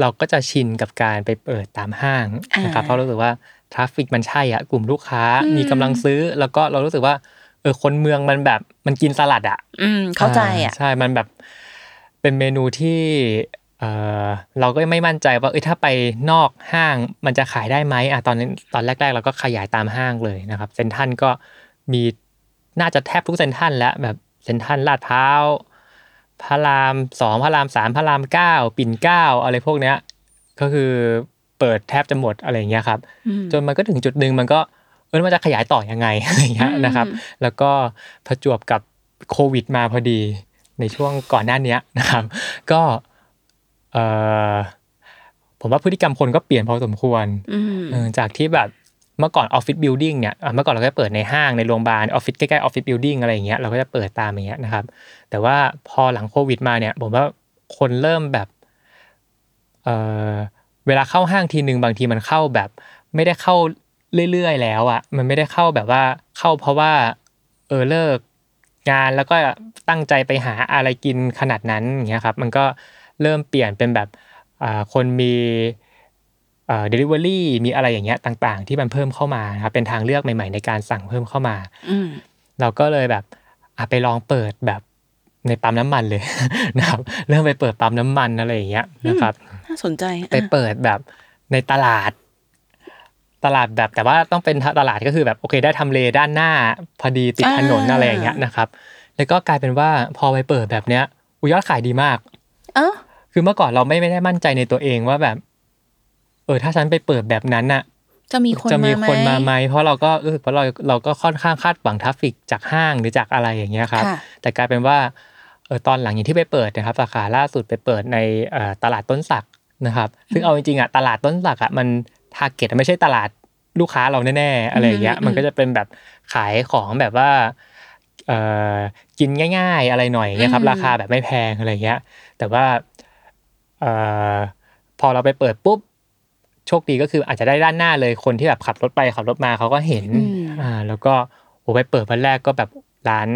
[SPEAKER 4] เราก็จะชินกับการไปเปิดตามห้างนะครับ
[SPEAKER 3] อ่า
[SPEAKER 4] เพราะรู้สึกว่าทราฟฟิกมันใช่อะกลุ่มลูกค้า
[SPEAKER 3] อืม
[SPEAKER 4] มีกำลังซื้อ แล้วก็เรารู้สึกว่าเออคนเมืองมันแบบมันกินสลัดอะ
[SPEAKER 3] อืม เข้าใจอ่ะ
[SPEAKER 4] ใช่ มันแบบเป็นเมนูที่เอ่อเราก็ไม่มั่นใจว่าเอ้ยถ้าไปนอกห้างมันจะขายได้ไหมอ่ะตอนนั้นตอนแรก ๆ เราก็ขยายตามห้างเลยนะครับเซนทรันก็มีน่าจะแทบทุกเซนทรันแล้วแบบเซนทรันลาดพร้าวพระรามสองพระรามสามพระรามเก้าปิ่นเกล้าอะไรพวกเนี้ยก็คือเปิดแทบจะหมดอะไรอย่างเงี้ยครับ
[SPEAKER 3] อืม
[SPEAKER 4] จนมันก็ถึงจุดหนึ่งมันก็เออมันจะขยายต่อยัง ไง อะไรอย่างเงี้ยนะครับ
[SPEAKER 3] อืม
[SPEAKER 4] แล้วก็ประจวบกับโควิดมาพอดีในช่วงก่อนหน้าเนี้ยนะครับ ก็เออผมว่าพฤติกรรมคนก็เปลี่ยนพอสมควร
[SPEAKER 3] อืม
[SPEAKER 4] เออจากที่แบบเมื่อก่อนออฟฟิศบิลดิ่งเนี่ยอ่ะเมื่อก่อนเราก็เปิดในห้างในโรงพยาบาลออฟฟิศใกล้ๆออฟฟิศบิลดิ่งอะไรอย่างเงี้ยเราก็จะเปิดตามอย่างเงี้ยนะครับ แต่ว่าพอหลังโควิดมาเนี่ย ผมว่าคนเริ่มแบบเออเวลาเข้าห้างทีหนึ่งบางทีมันเข้าแบบ ไม่ได้เข้าเรื่อยๆแล้วอะ่ะ มันไม่ได้เข้าแบบว่าเข้าเพราะว่าเออเลิกงานแล้วก็ตั้งใจไปหาอะไรกินขนาดนั้นอย่างเงี้ยครับ มันก็เริ่มเปลี่ยนเป็นแบบอ่าคนมีเดลิเวอรี่อ delivery มีอะไรอย่างเงี้ยต่างๆ ที่มันเพิ่มเข้ามานะครับเป็นทางเลือกใหม่ๆ ในการสั่งเพิ่มเข้ามา
[SPEAKER 3] อืม
[SPEAKER 4] เราก็เลยแบบอ่ะไปลองเปิดแบบในปั๊มน้ำมันเลย นะครับ เริ่มไปเปิดปั๊มน้ำมันอะไรอย่างเงี้ยนะครับ
[SPEAKER 3] น่าสนใจอ่ะ
[SPEAKER 4] ไปเปิดแบบในตลาด ตลาดแบบแต่ว่าต้องเป็นตลาดก็คือแบบโอเค ได้ทำเลด้านหน้าพอดีติดถนนอะไรอย่างเงี้ยนะครับ แล้วก็กลายเป็นว่าพอไปเปิดแบบเนี้ยอุยยอดขายดีมาก
[SPEAKER 3] เอ้า
[SPEAKER 4] คือเมื่อก่อนเราไม่ไม่ได้มั่นใจในตัวเองว่าแบบ เออถ้าฉันไปเปิดแบบนั้นน่ะ
[SPEAKER 3] จะมีคน
[SPEAKER 4] จะมีคน
[SPEAKER 3] มา
[SPEAKER 4] มา
[SPEAKER 3] ไห
[SPEAKER 4] ไห
[SPEAKER 3] ม
[SPEAKER 4] มเพราะเราก็เออเพราะเราเราก็ค่อนข้างคาดหวังทราฟฟิกจากห้างหรือจากอะไรอย่างเงี้ยครับ
[SPEAKER 3] ค่ะ
[SPEAKER 4] แต่กลายเป็นว่าเออตอนหลังอย่างที่ไปเปิดนะครับสาขาล่าสุดไปเปิดในเอ่อตลาดต้นสักนะครับ ซึ่งเอาจริงๆอ่ะตลาดต้นสักอ่ะมันทาร์เก็ตไม่ใช่ตลาดลูกค้าเราแน่ๆอะไรอย่างเงี้ย
[SPEAKER 3] อืมอืม
[SPEAKER 4] มันก็จะเป็นแบบขายของแบบว่าเออกินง่าย ๆ อะไรหน่อยอย่างเงี้ยครับราคาแบบไม่แพงอะไรอย่างเงี้ย แต่ว่าเอ่อพอเราไปเปิดปุ๊บ โชคดีก็คืออาจจะได้ด้านหน้าเลยคนที่แบบขับรถไปขับรถมาเขาก็เห็น
[SPEAKER 3] อืม
[SPEAKER 4] อ่าแล้วก็โอ้ไปเปิดวันแรกก็แบบ ร้าน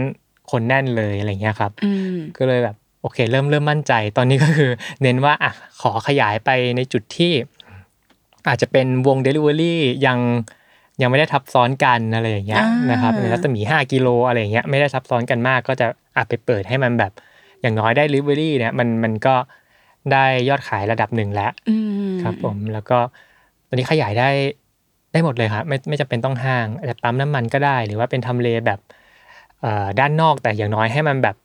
[SPEAKER 4] คนแน่นเลยอะไรเงี้ยครับ
[SPEAKER 3] อืม
[SPEAKER 4] ก็เลยแบบโอเค เริ่มเริ่มมั่นใจ ตอนนี้ก็คือ เน้นว่าอ่ะขอขยายไปในจุดที่ อาจจะเป็นวง Delivery ยังยังไม่ได้ทับซ้อนกันอะไรอย่างเงี้ย
[SPEAKER 3] อ่าน
[SPEAKER 4] นะครับในรัศมี 5 กิโลอะไรอย่างเงี้ยไม่ได้ทับซ้อนกันมาก ก็จะอาจไปเปิดให้มันแบบอย่างน้อยได้ Delivery เนี่ยมันมันก็ได้ยอดขายระดับหนึ่งแล้ว
[SPEAKER 3] อืม
[SPEAKER 4] ครับผมแล้วก็ตอนนี้ขยายได้ได้หมดเลยครับไม่ไม่จำเป็นต้องห้างอาจจะปั๊มน้ำมันก็ได้ หรือว่าเป็นทำเลแบบเอ่อด้านนอกแต่อย่างน้อยให้มันแบบ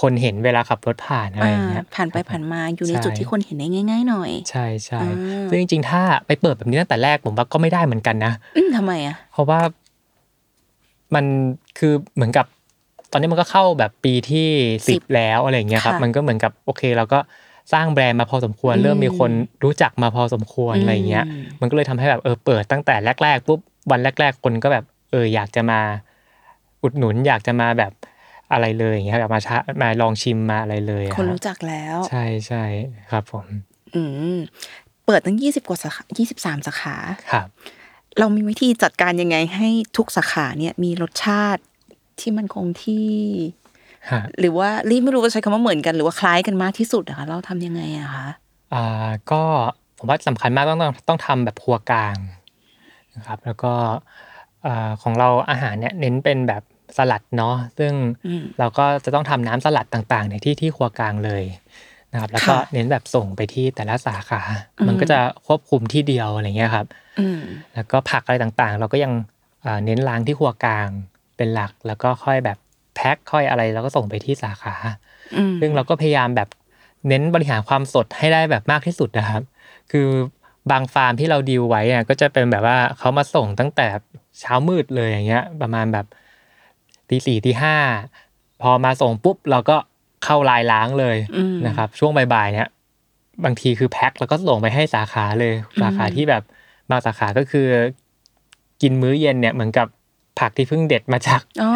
[SPEAKER 4] คนเห็นเวลาขับรถผ่านอะไรอย่างเงี้ย
[SPEAKER 3] อ่าผ่านไปผ่านมาอยู่ใน
[SPEAKER 4] ใช่
[SPEAKER 3] จุดที่คนเห็นได้ง่าย ๆ หน่อย
[SPEAKER 4] ใช่ใช่
[SPEAKER 3] อ่า
[SPEAKER 4] ซึ่งจริงๆ ถ้าไปเปิดแบบนี้ตั้งแต่แรกผมว่าก็ไม่ได้เหมือนกันนะ
[SPEAKER 3] อืมทำไมอ่ะ
[SPEAKER 4] เพราะว่ามันคือเหมือนกับ ตอนนี้มันก็เข้าแบบปีที่สิบแล้วอะไรอย่างเงี้ยครับ
[SPEAKER 3] ค่ะ
[SPEAKER 4] มันก็เหมือนกับโอเคเราก็สร้างแบรนด์มาพอสมควร
[SPEAKER 3] อืม
[SPEAKER 4] เริ่มมีคนรู้จักมาพอสมควร
[SPEAKER 3] อืม
[SPEAKER 4] อะไรอย่างเงี้ย มันก็เลยทำให้แบบเออเปิดตั้งแต่แรกๆปุ๊บวันแรก ๆ คนก็แบบเอออยากจะมาอุดหนุน อยากจะมาแบบอะไรเลยอย่างเงี้ยแบบมาชะมาลองชิมมาอะไรเลยอะ
[SPEAKER 3] คนรู้จักแล้ว
[SPEAKER 4] ใช่ใช่ครับผม
[SPEAKER 3] อืมเปิดตั้งยี่สิบกว่าสาขายี่สิบสามสาขา
[SPEAKER 4] ครับ
[SPEAKER 3] เรามีวิธีจัดการยังไงให้ทุกสาขาเนี่ยมีรสชาติที่มันคงที่
[SPEAKER 4] ฮะ
[SPEAKER 3] หรือว่ารีบไม่รู้ว่าใช้คำว่าเหมือนกันหรือว่าคล้ายกันมากที่สุดอะคะเราทำยังไงอะคะ
[SPEAKER 4] อ่าก็ผมว่าสำคัญมากต้องต้องต้องทำแบบครัวกลางนะครับแล้วก็อ่าของเราอาหารเนี่ยเน้นเป็นแบบสลัดเนาะซึ่ง
[SPEAKER 3] อืม
[SPEAKER 4] เราก็จะต้องทำน้ำสลัดต่างๆในที่ที่ครัวกลางเลยนะครับแล้วก็
[SPEAKER 3] ค่ะ
[SPEAKER 4] เน้นแบบส่งไปที่แต่ละสาขา
[SPEAKER 3] อืม
[SPEAKER 4] มันก็จะควบคุมที่เดียวอะไรเงี้ยครับ
[SPEAKER 3] อืม
[SPEAKER 4] แล้วก็ผักอะไรต่างๆ เราก็ยังเอ่อเน้นล้างที่ครัวกลางเป็นหลัก แล้วก็ค่อยแบบแพ็คค่อยอะไรแล้วก็ส่งไปที่สาขา
[SPEAKER 3] อืม
[SPEAKER 4] ซึ่งเราก็พยายามแบบเน้นบริหารความสดให้ได้แบบมากที่สุดนะครับ คือบางฟาร์มที่เราดีลไว้เนี่ยก็จะเป็นแบบว่าเขามาส่งตั้งแต่เช้ามืดเลยอย่างเงี้ย ประมาณแบบตีสี่ตีห้าพอมาส่งปุ๊บเราก็เข้าลายล้างเลย
[SPEAKER 3] อืม
[SPEAKER 4] นะครับ ช่วงบ่ายๆเนี่ยบางทีคือแพ็คแล้วก็ส่งไปให้สาขาเลยสาขาที่แบบบางสาขาก็คือ กินมื้อเย็นเนี่ยเหมือนกับผักที่เพิ่งเด็ดมาจาก
[SPEAKER 3] อ๋อ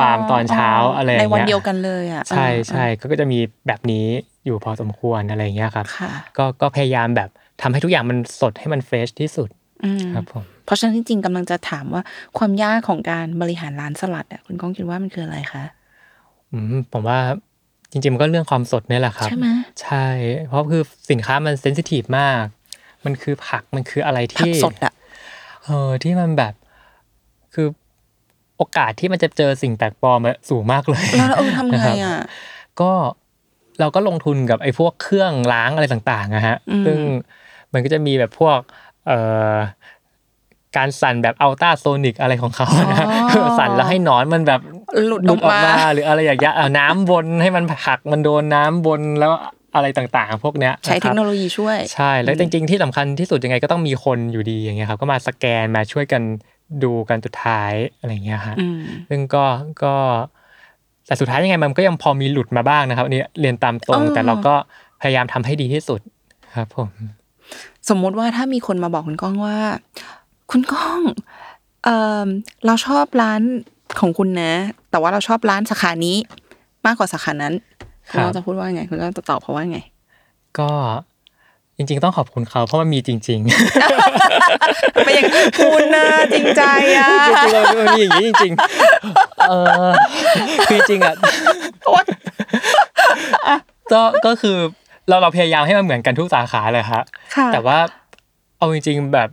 [SPEAKER 4] ฟาร์มตอนเช้าอะไรอย่างเงี้
[SPEAKER 3] ใน
[SPEAKER 4] ย
[SPEAKER 3] วันเดียวกันเลยอ่ะ
[SPEAKER 4] ใช่
[SPEAKER 3] อ่า
[SPEAKER 4] ใช่ก็ก็จะมีแบบนี้อยู่พอสมควรอะไรอย่างเงี้ยครับ
[SPEAKER 3] ค่ะ
[SPEAKER 4] ก็ก็พยายามแบบทำให้ทุกอย่างมันสดให้มันเฟรชที่สุด
[SPEAKER 3] อืม
[SPEAKER 4] ครับผม
[SPEAKER 3] เพราะฉะนั้นจริงๆกำลังจะถามว่าความยากของการบริหารร้านสลัดอ่ะคุณก้องคิดว่ามันคืออะไรคะ
[SPEAKER 4] อืมผมว่าจริงๆมันก็เรื่องความสดเนี่ยแหละครับ
[SPEAKER 3] ใช่ไหม
[SPEAKER 4] ใช่ เพราะคือสินค้ามันเซนซิทีฟมาก มันคือผักมันคืออะไร
[SPEAKER 3] ผัก
[SPEAKER 4] ที่
[SPEAKER 3] สดอ่ะ
[SPEAKER 4] เออที่มันแบบคือโอกาสที่มันจะเจอสิ่งแปลกปลอมอะสูงมากเลย
[SPEAKER 3] แล้วเราเออทำไงอะ
[SPEAKER 4] นะครับก็เราก็ลงทุนกับไอ้พวกเครื่องล้างอะไรต่างๆนะฮะ
[SPEAKER 3] อืม
[SPEAKER 4] ซึ่งมันก็จะมีแบบพวกเอ่อการสั่นแบบอัลตราโซนิกอะไรของเขานะฮะสั่นแล้วให้หนอนมันแบบ
[SPEAKER 3] หลุด
[SPEAKER 4] ห
[SPEAKER 3] อ
[SPEAKER 4] ลุ
[SPEAKER 3] อ
[SPEAKER 4] ด
[SPEAKER 3] ก
[SPEAKER 4] ออก
[SPEAKER 3] มา
[SPEAKER 4] มาหรืออะไรอย่างเงี้ยเอาน้ำวนให้มันหักมันโดนน้ำวนแล้วอะไรต่างๆ พวกเนี้ย
[SPEAKER 3] ใช้
[SPEAKER 4] นะ
[SPEAKER 3] เทค
[SPEAKER 4] ค
[SPEAKER 3] รับ โนโลยีช่วย
[SPEAKER 4] ใช่แล้ว
[SPEAKER 3] อื
[SPEAKER 4] จ
[SPEAKER 3] ม
[SPEAKER 4] ริงๆที่สำคัญที่สุดยังไงก็ต้องมีคนอยู่ดีอย่างเงี้ยครับ ก็มาสแกนมาช่วยกันดูกันสุดท้ายอะไรอย่างเงี้ยฮะ
[SPEAKER 3] อืม
[SPEAKER 4] ซึ่งก็ก็แต่สุดท้ายยังไงมันก็ยังพอมีหลุดมาบ้างนะครับอันนี้เรียนตามตรงแต่เราก็พยายามทำให้ดีที่สุดครับผม
[SPEAKER 3] สมมุติว่าถ้ามีคนมาบอกคุณก้องว่า คุณก้องเออเราชอบร้านของคุณนะ แต่ว่าเราชอบร้านสาขานี้ มากกว่าสาขานั้น
[SPEAKER 4] ครับ
[SPEAKER 3] เราจะพูดว่าไงคุณก้องจะตอบเขาว่าไง
[SPEAKER 4] ก็จริง ๆ ต้องขอบคุณเขาเพราะมันมีจริง ๆ
[SPEAKER 3] ไปอย่างคุณนะจริงใจอ่ะ
[SPEAKER 4] จริงๆเรามันมีอย่างนี้จริงๆเออคือจริงๆอ่ะก็ก็คือเราเราพยายามให้มันเหมือนกันทุกสาขาเลยครับ
[SPEAKER 3] ค่ะ
[SPEAKER 4] แต่ว่าเอาจริง ๆ แบบ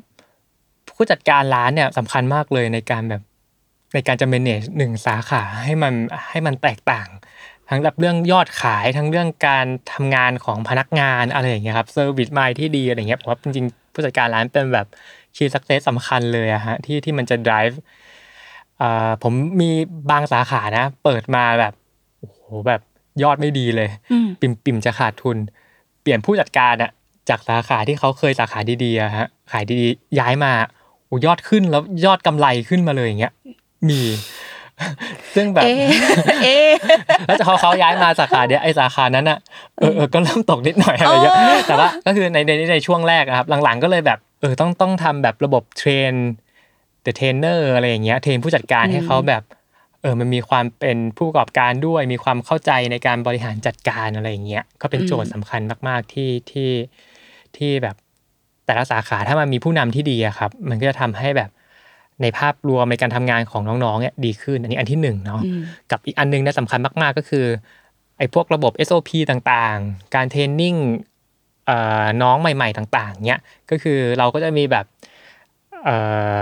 [SPEAKER 4] ผู้จัดการร้านเนี่ยสำคัญมากเลยในการแบบในการจะ manage หนึ่งสาขาให้มันให้มันแตกต่าง ทั้งแบบเรื่องยอดขายทั้งเรื่องการทำงานของพนักงานอะไรอย่างเงี้ยครับเซอร์วิสไมที่ดีอะไรเงี้ยผมว่าจริงๆ ผู้จัดการร้านเป็นแบบ คีย์สักเซสสำคัญเลยอะฮะที่ที่มันจะ drive อ่าผมมีบางสาขานะ เปิดมาแบบโอ้โหแบบยอดไม่ดีเลย
[SPEAKER 3] อืม
[SPEAKER 4] ปิ่มปิ่มจะขาดทุน เปลี่ยนผู้จัดการอะจากสาขาที่เขาเคยสาขาดีๆอะฮะขายดีๆ ย้ายมาโอ้ยอดขึ้นแล้วยอดกำไรขึ้นมาเลยอย่างเงี้ยมี ซึ่งแบบ
[SPEAKER 3] เอ๊ะเอ๊ะ
[SPEAKER 4] แล้วจะเขาเขาย้ายมาสาขาเดียวไอสาขานั้นอ่ะเออเออก็เริ่มตกนิดหน่อยอะไรเงี้ยแต่ว่าก็คือในในในช่วงแรกอะครับ หลังๆก็เลยแบบเออต้องต้องทำแบบระบบเทรนเดอะเทรนเนอร์อะไรอย่างเงี้ยเทรนผู้จัดการให้เขาแบบเออมันมีความเป็นผู้ประกอบการด้วย มีความเข้าใจในการบริหารจัดการอะไรอย่างเงี้ยก็เป็นโจทย์สำคัญมาก ๆที่ที่ที่แบบแต่ละสาขาถ้ามันมีผู้นำที่ดีอะครับ มันก็จะทำให้แบบ ในภาพรวมในการทำงานของน้องๆเนี่ยดีขึ้น อันนี้อันที่หนึ่งเนาะกับอีกอันหนึงนะสำคัญมาก ๆ ก็คือไอ้พวกระบบ SOP ต่างๆ การเทรนนิ่งเอ่อน้องใหม่ ๆ ต่าง ๆเนี่ยก็คือเราก็จะมีแบบเอ่อ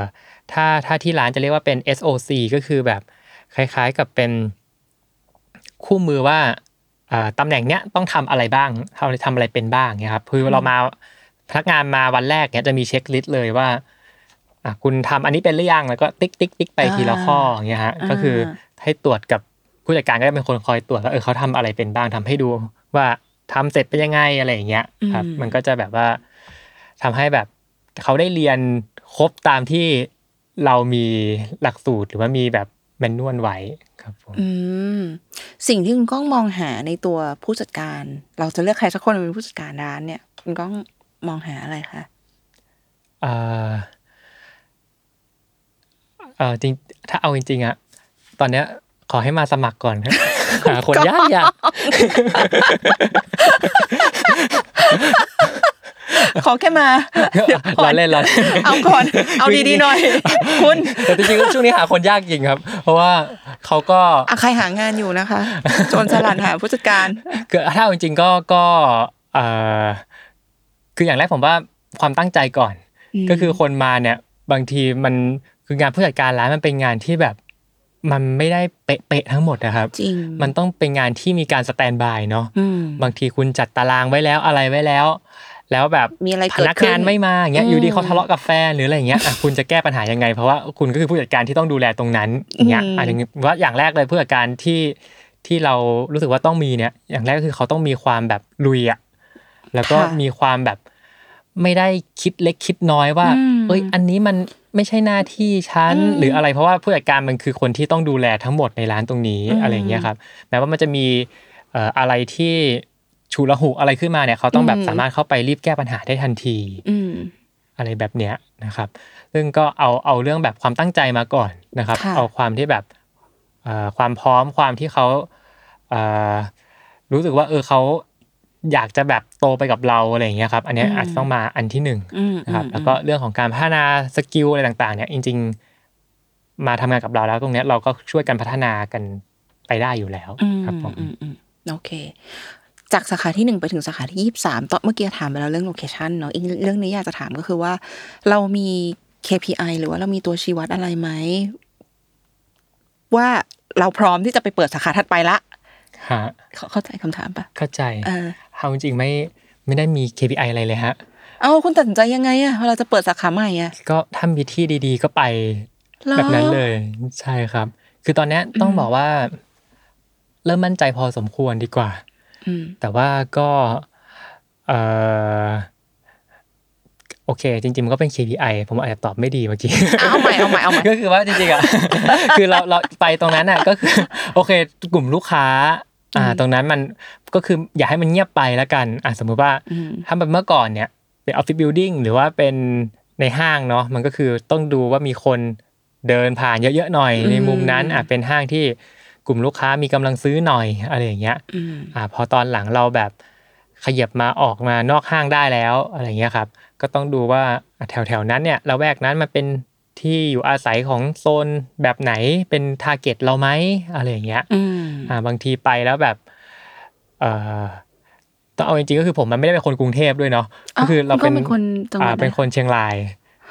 [SPEAKER 4] ถ้าถ้าที่ร้านจะเรียกว่าเป็น SOC ก็คือแบบคล้ายๆกับเป็นคู่มือว่า อ่าตำแหน่งเนี้ยต้องทำอะไรบ้างทำทำอะไรเป็นบ้างเนี่ยครับคือเรามาพนักงานมาวันแรกเนี่ยจะมีเช็คลิสต์เลยว่าอ่ะคุณทำอันนี้เป็นหรือยังแล้วก็ติ๊กติ๊กติ๊กไปทีละข้ออย่างเงี้ยฮะก็คือให้ตรวจกับผู้จัดการก็จะเป็นคนคอยตรวจว่าเออเขาทำอะไรเป็นบ้างทำให้ดูว่าทำเสร็จเป็นยังไงอะไรอย่างเงี้ยครับ มันก็จะแบบว่าทำให้แบบเขาได้เรียนครบตามที่เรามีหลักสูตรหรือว่ามีแบบแมนนวลไว้ครับผม
[SPEAKER 3] อืมสิ่งที่คุณก้องมองหาในตัวผู้จัดการ เราจะเลือกใครสักคนมาเป็นผู้จัดการร้านเนี่ยคุณก้องมองหาอะไรคะ
[SPEAKER 4] เอ่อเออจริง ถ้าเอาจริงๆอะตอนเนี้ย ขอให้มาสมัครก่อน ครับ หาคนยากยาก
[SPEAKER 3] ขอแค่มา
[SPEAKER 4] เรา เล่นเราเล่น
[SPEAKER 3] เอาก่อน เอาดีๆหน่อย คุณ
[SPEAKER 4] แต่จริงๆช่วงนี้หาคนยากจริงครับ เพราะว่าเขาก็
[SPEAKER 3] อะใครหางานอยู่นะคะ โจรสลัดหาผู้จัดการ
[SPEAKER 4] คือถ้าเอาจริงๆก็ก็เอ่อคืออย่างแรกผมว่าความตั้งใจก่อน ก็คือคนมาเนี่ย บางทีมันคืองานผู้จัดการร้านมันเป็นงานที่แบบ มันไม่ได้เป๊ะๆทั้งหมดนะครับ
[SPEAKER 3] จริง
[SPEAKER 4] มันต้องเป็นงานที่มีการสแตนบายเนาะ
[SPEAKER 3] อืม
[SPEAKER 4] บางทีคุณจัดตารางไว้แล้วอะไรไว้แล้ว แล้วแบบ
[SPEAKER 3] มีอะไร
[SPEAKER 4] พ
[SPEAKER 3] เกิดขึ้น
[SPEAKER 4] นักงานไม่มาอย่างเงี้ยอยู่ดี
[SPEAKER 3] อืม
[SPEAKER 4] เขาทะเลาะกับแฟนหรืออะไรอย่างเงี้ยอ่ะคุณจะแก้ปัญหายังไง เพราะว่าคุณก็คือผู้จัดการที่ต้องดูแลตรงนั้นอย่างเงี้ย
[SPEAKER 3] อืม
[SPEAKER 4] อันนี้ว่าอย่างแรกเลยผู้จัดการที่ที่เรารู้สึกว่าต้องมีเนี่ย อย่างแรกก็คือเขาต้องมีความแบบลุยอะแล้วก็
[SPEAKER 3] ค่ะ
[SPEAKER 4] มีความแบบไม่ได้คิดเล็กคิดน้อยว่า เอ้ยอันนี้มันไม่ใช่หน้าที่ฉันหรืออะไรเพราะว่าผู้จัดการมันคือคนที่ต้องดูแลทั้งหมดในร้านตรงนี้อะไรอย่างเงี้ยครับ แม้ว่ามันจะมีเอ่ออะไรที่ชูละหุอะไรขึ้นมาเนี่ยเขาต้องแบบสามารถเข้าไปรีบแก้ปัญหาได้ทันที
[SPEAKER 3] อืม
[SPEAKER 4] อะไรแบบเนี้ยนะครับ ซึ่งก็เอาเอาเรื่องแบบความตั้งใจมาก่อนนะครับ
[SPEAKER 3] ค่ะ
[SPEAKER 4] เอาความที่แบบเอ่อความพร้อมความที่เขาเอ่อรู้สึกว่าเออเขาอยากจะแบบโตไปกับเราอะไรอย่างเงี้ยครับ อันเนี้ยอาจจะต้องมาอันที่หนึ่ง
[SPEAKER 3] อืม
[SPEAKER 4] นะครับแล้วก็เรื่องของการพัฒนาสกิลอะไรต่างๆเนี่ยจริง ๆ มาทำงานกับเราแล้วตรงเนี้ยเราก็ช่วยกันพัฒนากันไปได้อยู่แล้ว
[SPEAKER 3] อืม
[SPEAKER 4] ครับผม
[SPEAKER 3] อืมอืมโอเค จากสาขาที่หนึ่งไปถึงสาขาที่ยี่สามตอนเมื่อกี้ถามไปแล้วเรื่องโลเคชันเนาะอีกเรื่องนี้อยากจะถามก็คือว่า เรามี KPI หรือว่าเรามีตัวชี้วัดอะไรไหม ว่าเราพร้อมที่จะไปเปิดสาขาถัดไปละ
[SPEAKER 4] ฮะ
[SPEAKER 3] เข้าเข้าใจคำถามปะ
[SPEAKER 4] เข้าใจ
[SPEAKER 3] เออ
[SPEAKER 4] เอาจริงๆไม่ไม่ได้มี KPI อะไรเลยฮะ
[SPEAKER 3] เอาคุณตัดสินใจยังไงอะเวลาจะเปิดสาขาใหม่อะ
[SPEAKER 4] ก็ถ้ามีที่ดีๆ ก็ไป
[SPEAKER 3] หรอ
[SPEAKER 4] แบบนั้น เลยใช่ครับ คือตอนเนี้ยต้องบอกว่า เริ่มมั่นใจพอสมควรดีกว่า
[SPEAKER 3] อืม
[SPEAKER 4] แต่ว่าก็เออโอเค จริงๆ มันก็เป็น KPI ผมอาจจะตอบไม่ดีเมื่อกี้
[SPEAKER 3] เอาใหม่เอาใหม่เอาใหม่
[SPEAKER 4] ก็คือว่าจริงๆอ่ะ คือเราเราไปตรงนั้นอ่ะก็คือ โอเค กลุ่มลูกค้า อ่า ตรงนั้นมันก็คืออย่าให้มันเงียบไปแล้วกันอ่ะสมมุติว่า
[SPEAKER 3] อืม
[SPEAKER 4] ถ้าเป็นเมื่อก่อนเนี่ยเป็นออฟฟิศบิลดิ่งหรือว่าเป็นในห้างเนาะมันก็คือต้องดูว่ามีคนเดินผ่านเยอะๆหน่อย ในมุมนั้นอ่ะเป็นห้างที่กลุ่มลูกค้ามีกำลังซื้อหน่อยอะไรอย่างเงี้ย
[SPEAKER 3] อืม
[SPEAKER 4] อ่าพอตอนหลังเราแบบขยับมาออกมานอกห้างได้แล้วอะไรเงี้ยครับ ก็ต้องดูว่าแถวแถวๆนั้นเนี่ยละแวกนั้นมันเป็นที่อยู่อาศัยของโซนแบบไหนเป็นทาร์เก็ตเราไหมอะไรอย่างเงี้ย
[SPEAKER 3] อืม
[SPEAKER 4] อ่าบางทีไปแล้วแบบเอ่อต้องเอาจริงๆก็คือผมมันไม่ได้เป็นคนกรุงเทพด้วยเนาะก็คือเราเป็น
[SPEAKER 3] ก็เป็นคนจังหวัด
[SPEAKER 4] อ่าเป็นคนเชียงราย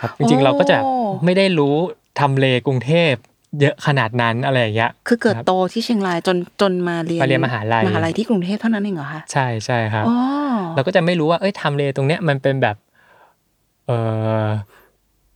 [SPEAKER 4] ครับจริงๆ เราก็จะ
[SPEAKER 3] โอ้
[SPEAKER 4] ไม่ได้รู้ทำเลกรุงเทพเยอะขนาดนั้นอะไรอย่างเงี้ย
[SPEAKER 3] คือเกิด
[SPEAKER 4] ครับ
[SPEAKER 3] โตที่เชียงรายจนจนมาเรียน
[SPEAKER 4] มาเรียนมหาลัย
[SPEAKER 3] มหาลัยที่กรุงเทพเท่านั้นเองเหรอคะ
[SPEAKER 4] ใช่ใช่ครับ
[SPEAKER 3] อ๋อ
[SPEAKER 4] เราก็จะไม่รู้ว่า เอ้ยไทำเลตรงเนี้ยมันเป็นแบบ เออ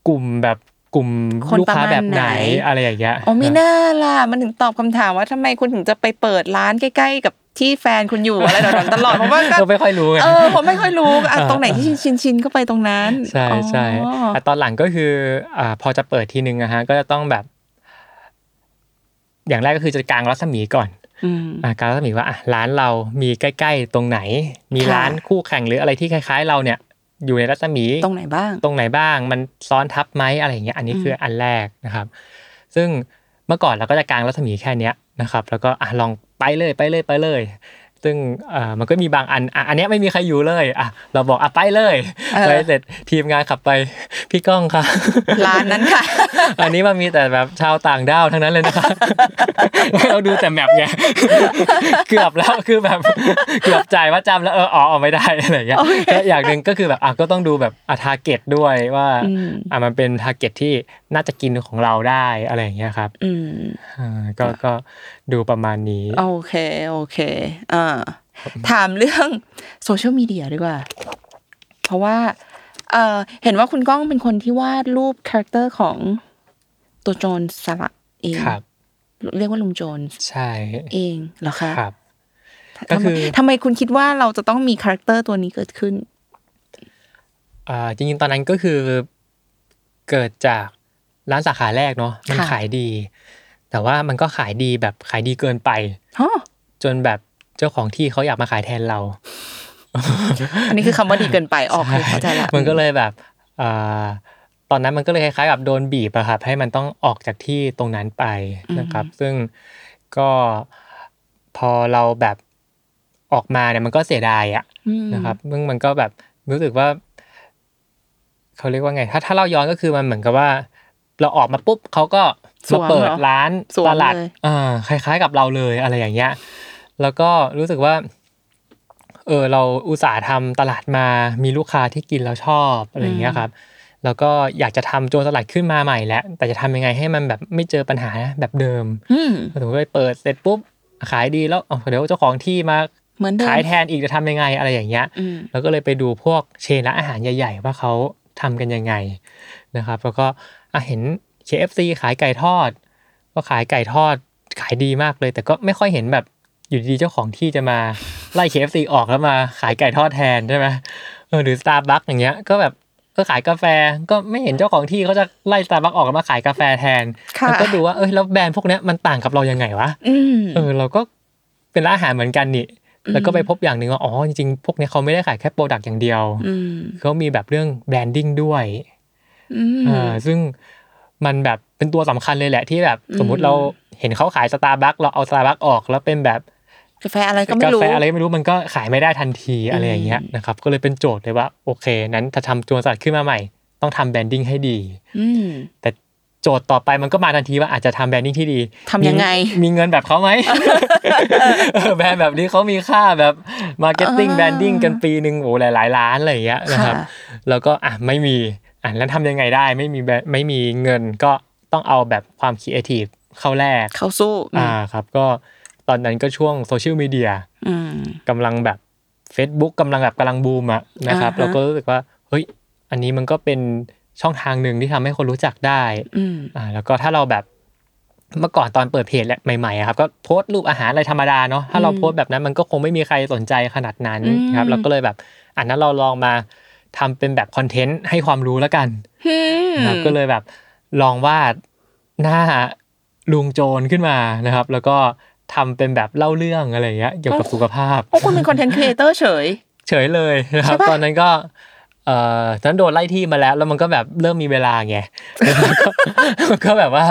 [SPEAKER 4] กลุ่มแบบกลุ่ม
[SPEAKER 3] คน
[SPEAKER 4] ลูก
[SPEAKER 3] ประ
[SPEAKER 4] ค้า
[SPEAKER 3] มาณ
[SPEAKER 4] แบบไห
[SPEAKER 3] ไห
[SPEAKER 4] น
[SPEAKER 3] น
[SPEAKER 4] อะไรอย่างเงี้ย
[SPEAKER 3] อ๋อ มีหน้าล่ะ มันถึงตอบคำถามว่าทำไมคุณถึงจะไปเปิดร้านใกล้ ๆ กับที่แฟนคุณอยู่ อะไรแบบนั้นตลอดเพราะว่าก็
[SPEAKER 4] ก็ไม่ค่อยรู้ไง
[SPEAKER 3] เออผมไม่ค่อยรู้อ่ะตรงไหนที่ชินชินชินก็ไปตรงนั้น
[SPEAKER 4] ใช่ใช่
[SPEAKER 3] อ๋อ
[SPEAKER 4] แต่ตอนหลังก็คืออ่าพอจะเปิดทีนึงนะฮะ ก็จะต้องแบบ อย่างแรกก็คือจะกางรัศมีก่อน
[SPEAKER 3] อืม
[SPEAKER 4] อ่ากางรัศมีว่าอ่ะร้านเรามีใกล้ ๆ ตรงไหน มี
[SPEAKER 3] ค่ะ
[SPEAKER 4] ร้านคู่แข่งหรืออะไรที่คล้าย ๆ เราเนี่ย อยู่ในรัศมี
[SPEAKER 3] ตรงไหนบ้าง
[SPEAKER 4] ตรงไหนบ้างมันซ้อนทับไหมอะไรอย่างเงี้ยอันนี้คืออันแรกนะครับ ซึ่งเมื่อก่อนเราก็จะกางรัศมีแค่เนี้ยนะครับ แล้วก็อ่ะลองไปเลยไปเลยไปเลย ซึ่งอ่ามันก็มีบางอันอ่ะอันเนี้ยไม่มีใครอยู่เลยอ่ะเราบอกอ่ะไปเลย
[SPEAKER 3] เออ
[SPEAKER 4] ไปเสร็จทีมงานขับไป พี่ก้องค่ะ
[SPEAKER 3] ร้านนั้นค่ะ
[SPEAKER 4] อันนี้มันมีแต่แบบชาวต่างด้าวทั้งนั้นเลยนะคะ เราดูแต่แมปไง เกือบแล้วคือแบบ เกือบจ่ายว่าจำแล้วเอออ๋อเอาไม่ได้ อะไรอย่างเงี้ยก็อย่างหนึ่งก็คือแบบอ่ะก็ต้องดูแบบอ่ะทาร์เก็ตด้วยว่า
[SPEAKER 3] อืม
[SPEAKER 4] อ่ะมันเป็นทาร์เก็ตที่น่าจะกินของเราได้อะไรอย่างเงี้ยครับ
[SPEAKER 3] อืม
[SPEAKER 4] อ่าก็ก็ดูประมาณนี้
[SPEAKER 3] โอเค โอเคอ่าถามเรื่องโซเชียลมีเดียดีกว่า เพราะว่าเออเห็นว่าคุณก้องเป็นคนที่วาดรูปคาแรคเตอร์ของตัวโจรสละเอง
[SPEAKER 4] ครับ
[SPEAKER 3] เรียกว่าลุงโจร
[SPEAKER 4] ใช่
[SPEAKER 3] เองเหรอคะ
[SPEAKER 4] ครับ
[SPEAKER 3] ทำ
[SPEAKER 4] ก็
[SPEAKER 3] ไม
[SPEAKER 4] คือ
[SPEAKER 3] ทำไมคุณคิดว่าเราจะต้องมีคาแรคเตอร์ตัวนี้เกิดขึ้น
[SPEAKER 4] อ่าจริงๆ ตอนนั้นก็คือเกิดจากร้านสาขาแรกเนาะมัน
[SPEAKER 3] ค่ะ
[SPEAKER 4] ขายดี แต่ว่ามันก็ขายดีแบบขายดีเกินไป
[SPEAKER 3] ฮะ
[SPEAKER 4] จนแบบเจ้าของที่เขาอยากมาขายแทนเรา
[SPEAKER 3] อันนี้คือคำว่าดีเกินไปออก
[SPEAKER 4] ช่
[SPEAKER 3] เข้าใจละ
[SPEAKER 4] มันก็เลยแบบอ่าตอนนั้นมันก็เลยคล้ายๆกับโดนบีบอะครับให้มันต้องออกจากที่ตรงนั้นไปนะครับ ซึ่งก็พอเราแบบออกมาเนี่ยมันก็เสียดายอะ
[SPEAKER 3] อืม
[SPEAKER 4] นะครับซึ่งมันก็แบบรู้สึกว่าเขาเรียกว่าไง ถ้าถ้าเราย้อนก็คือมันเหมือนกับว่า เราออกมาปุ๊บเขาก็
[SPEAKER 3] สว
[SPEAKER 4] มาม
[SPEAKER 3] เหรอ
[SPEAKER 4] เปิดร้าน
[SPEAKER 3] สวม
[SPEAKER 4] ตลาด
[SPEAKER 3] เลย
[SPEAKER 4] อ่าคล้าย ๆ กับเราเลยอะไรอย่างเงี้ย แล้วก็รู้สึกว่า เออเราอุตส่าห์ทำตลาดมามีลูกค้าที่กินแล้วชอบอะไรอย่างเงี้ย
[SPEAKER 3] อืม
[SPEAKER 4] ครับ แล้วก็อยากจะทำโจรสลัดขึ้นมาใหม่แล้วแต่จะทำยังไงให้มันแบบไม่เจอปัญหาแบบเดิม
[SPEAKER 3] อืม
[SPEAKER 4] สมมติว่าเปิดเสร็จปุ๊บขายดีแล้วเอาเดี๋ยวเจ้าของที่มา
[SPEAKER 3] เหมือนเดิม
[SPEAKER 4] ขายแทนอีกจะทำยังไงอะไรอย่างเงี้ย
[SPEAKER 3] อืม
[SPEAKER 4] แล้วก็เลยไปดูพวกเชนร้านอาหารใหญ่ ๆ ว่าเขาทำกันยังไงนะครับ แล้วก็อ่ะเห็น KFC ขายไก่ทอด ก็ขายไก่ทอดขายดีมากเลย แต่ก็ไม่ค่อยเห็นแบบอยู่ดีๆเจ้าของที่จะมาไล่ KFC ออกแล้วมาขายไก่ทอดแทนใช่ไหมเออหรือ Starbucks อย่างเงี้ย ก็แบบก็ขายกาแฟก็ไม่เห็นเจ้าของที่เขาจะไล่ Starbucks ออกแล้วมาขายกาแฟแทน
[SPEAKER 3] ค่ะ
[SPEAKER 4] แล้วก็ดูว่าเอ้ยแล้วแบรนด์พวกเนี้ยมันต่างกับเรายังไงวะ
[SPEAKER 3] อืม
[SPEAKER 4] เออเราก็เป็นร้านอาหารเหมือนกันนี่แล้วก็ไปพบอย่างหนึ่งว่าอ๋อจริงๆพวกเนี้ยเขาไม่ได้ขายแค่โปรดักต์อย่างเดียว
[SPEAKER 3] อืม
[SPEAKER 4] เขามีแบบเรื่องแบรนดิ้งด้วย
[SPEAKER 3] อืม
[SPEAKER 4] เออซึ่งมันแบบเป็นตัวสำคัญเลยแหละที่แบบสมมุติ
[SPEAKER 3] อืม
[SPEAKER 4] เราเห็นเขาขายสตาร์บัคเราเอาสตาร์บัคออกแล้วเป็นแบบ
[SPEAKER 3] กาแฟอะไรก็ไม่
[SPEAKER 4] กา
[SPEAKER 3] รู้
[SPEAKER 4] แฟอะไรไม่รู้มันก็ขายไม่ได้ทันทีอะไรอย่างเงี้ยนะครับก็เลยเป็นโจทย์เลยว่าโอเค นั้นถ้าทำตัวสัตว์ขึ้นมาใหม่ ต้องทำแบรนดิ้งให้ดี
[SPEAKER 3] อืม
[SPEAKER 4] แต่โจทย์ต่อไปมันก็มาทันทีว่าอาจจะทำแบรนดิ้งที่ดี
[SPEAKER 3] ทำยังไง
[SPEAKER 4] มีมีเงินแบบเขาไหม เออแบรนด์แบบนี้เขามีค่าแบบมาร์เก็ตติ้ง
[SPEAKER 3] อ่า
[SPEAKER 4] แบรนดิ้งกันปีหนึ่งโอ้หลายๆล้านอะไรอย่างเงี้ยนะครับ แล้วก็อ่ะไม่มีอ่ะแล้วทำยังไงได้ไม่มีแบรนด์ไม่มีเงินก็ต้องเอาแบบความคิดเอทีฟเข้าแรก
[SPEAKER 3] เขาสู้อื
[SPEAKER 4] อ่าม ครับก็ตอนนั้นก็ช่วงโซเชียลมีเดีย
[SPEAKER 3] อืม
[SPEAKER 4] กำลังแบบ Facebook กำลังแบบกำลังบูมอะนะครับ
[SPEAKER 3] อ่าฮะ
[SPEAKER 4] เราก็รู้สึกว่าเฮ้ยอันนี้มันก็เป็นช่องทางหนึ่งที่ทำให้คนรู้จักได้
[SPEAKER 3] อืม
[SPEAKER 4] อ่าแล้วก็ถ้าเราแบบเมื่อก่อนตอนเปิดเพจแหละใหม่ๆอะครับก็โพสต์รูปอาหารอะไรธรรมดาเนาะถ้าเราโพสต์แบบนั้นมันก็คงไม่มีใครสนใจขนาดนั้น
[SPEAKER 3] อืม
[SPEAKER 4] ครับเราก็เลยแบบอันนั้นเราลองมาทำเป็นแบบคอนเทนต์ให้ความรู้แล้วกันนะครับก็เลยแบบลองวาดหน้าลุงโจรขึ้นมานะครับ แล้วก็ทำเป็นแบบเล่าเรื่องอะไรอย่างเงี้ยเกี่ยวกับสุขภาพ
[SPEAKER 3] โอ้คุณเป็นคอนเทนต์ครีเอเตอร์เฉย
[SPEAKER 4] เฉยเลยนะครับ
[SPEAKER 3] ใช่ปะ
[SPEAKER 4] ตอนนั้นก็เอ่อตอนนั้นโดนไล่ที่มาแล้ว แล้วมันก็แบบเริ่มมีเวลาไง แล้วก็มันก็แบบว่า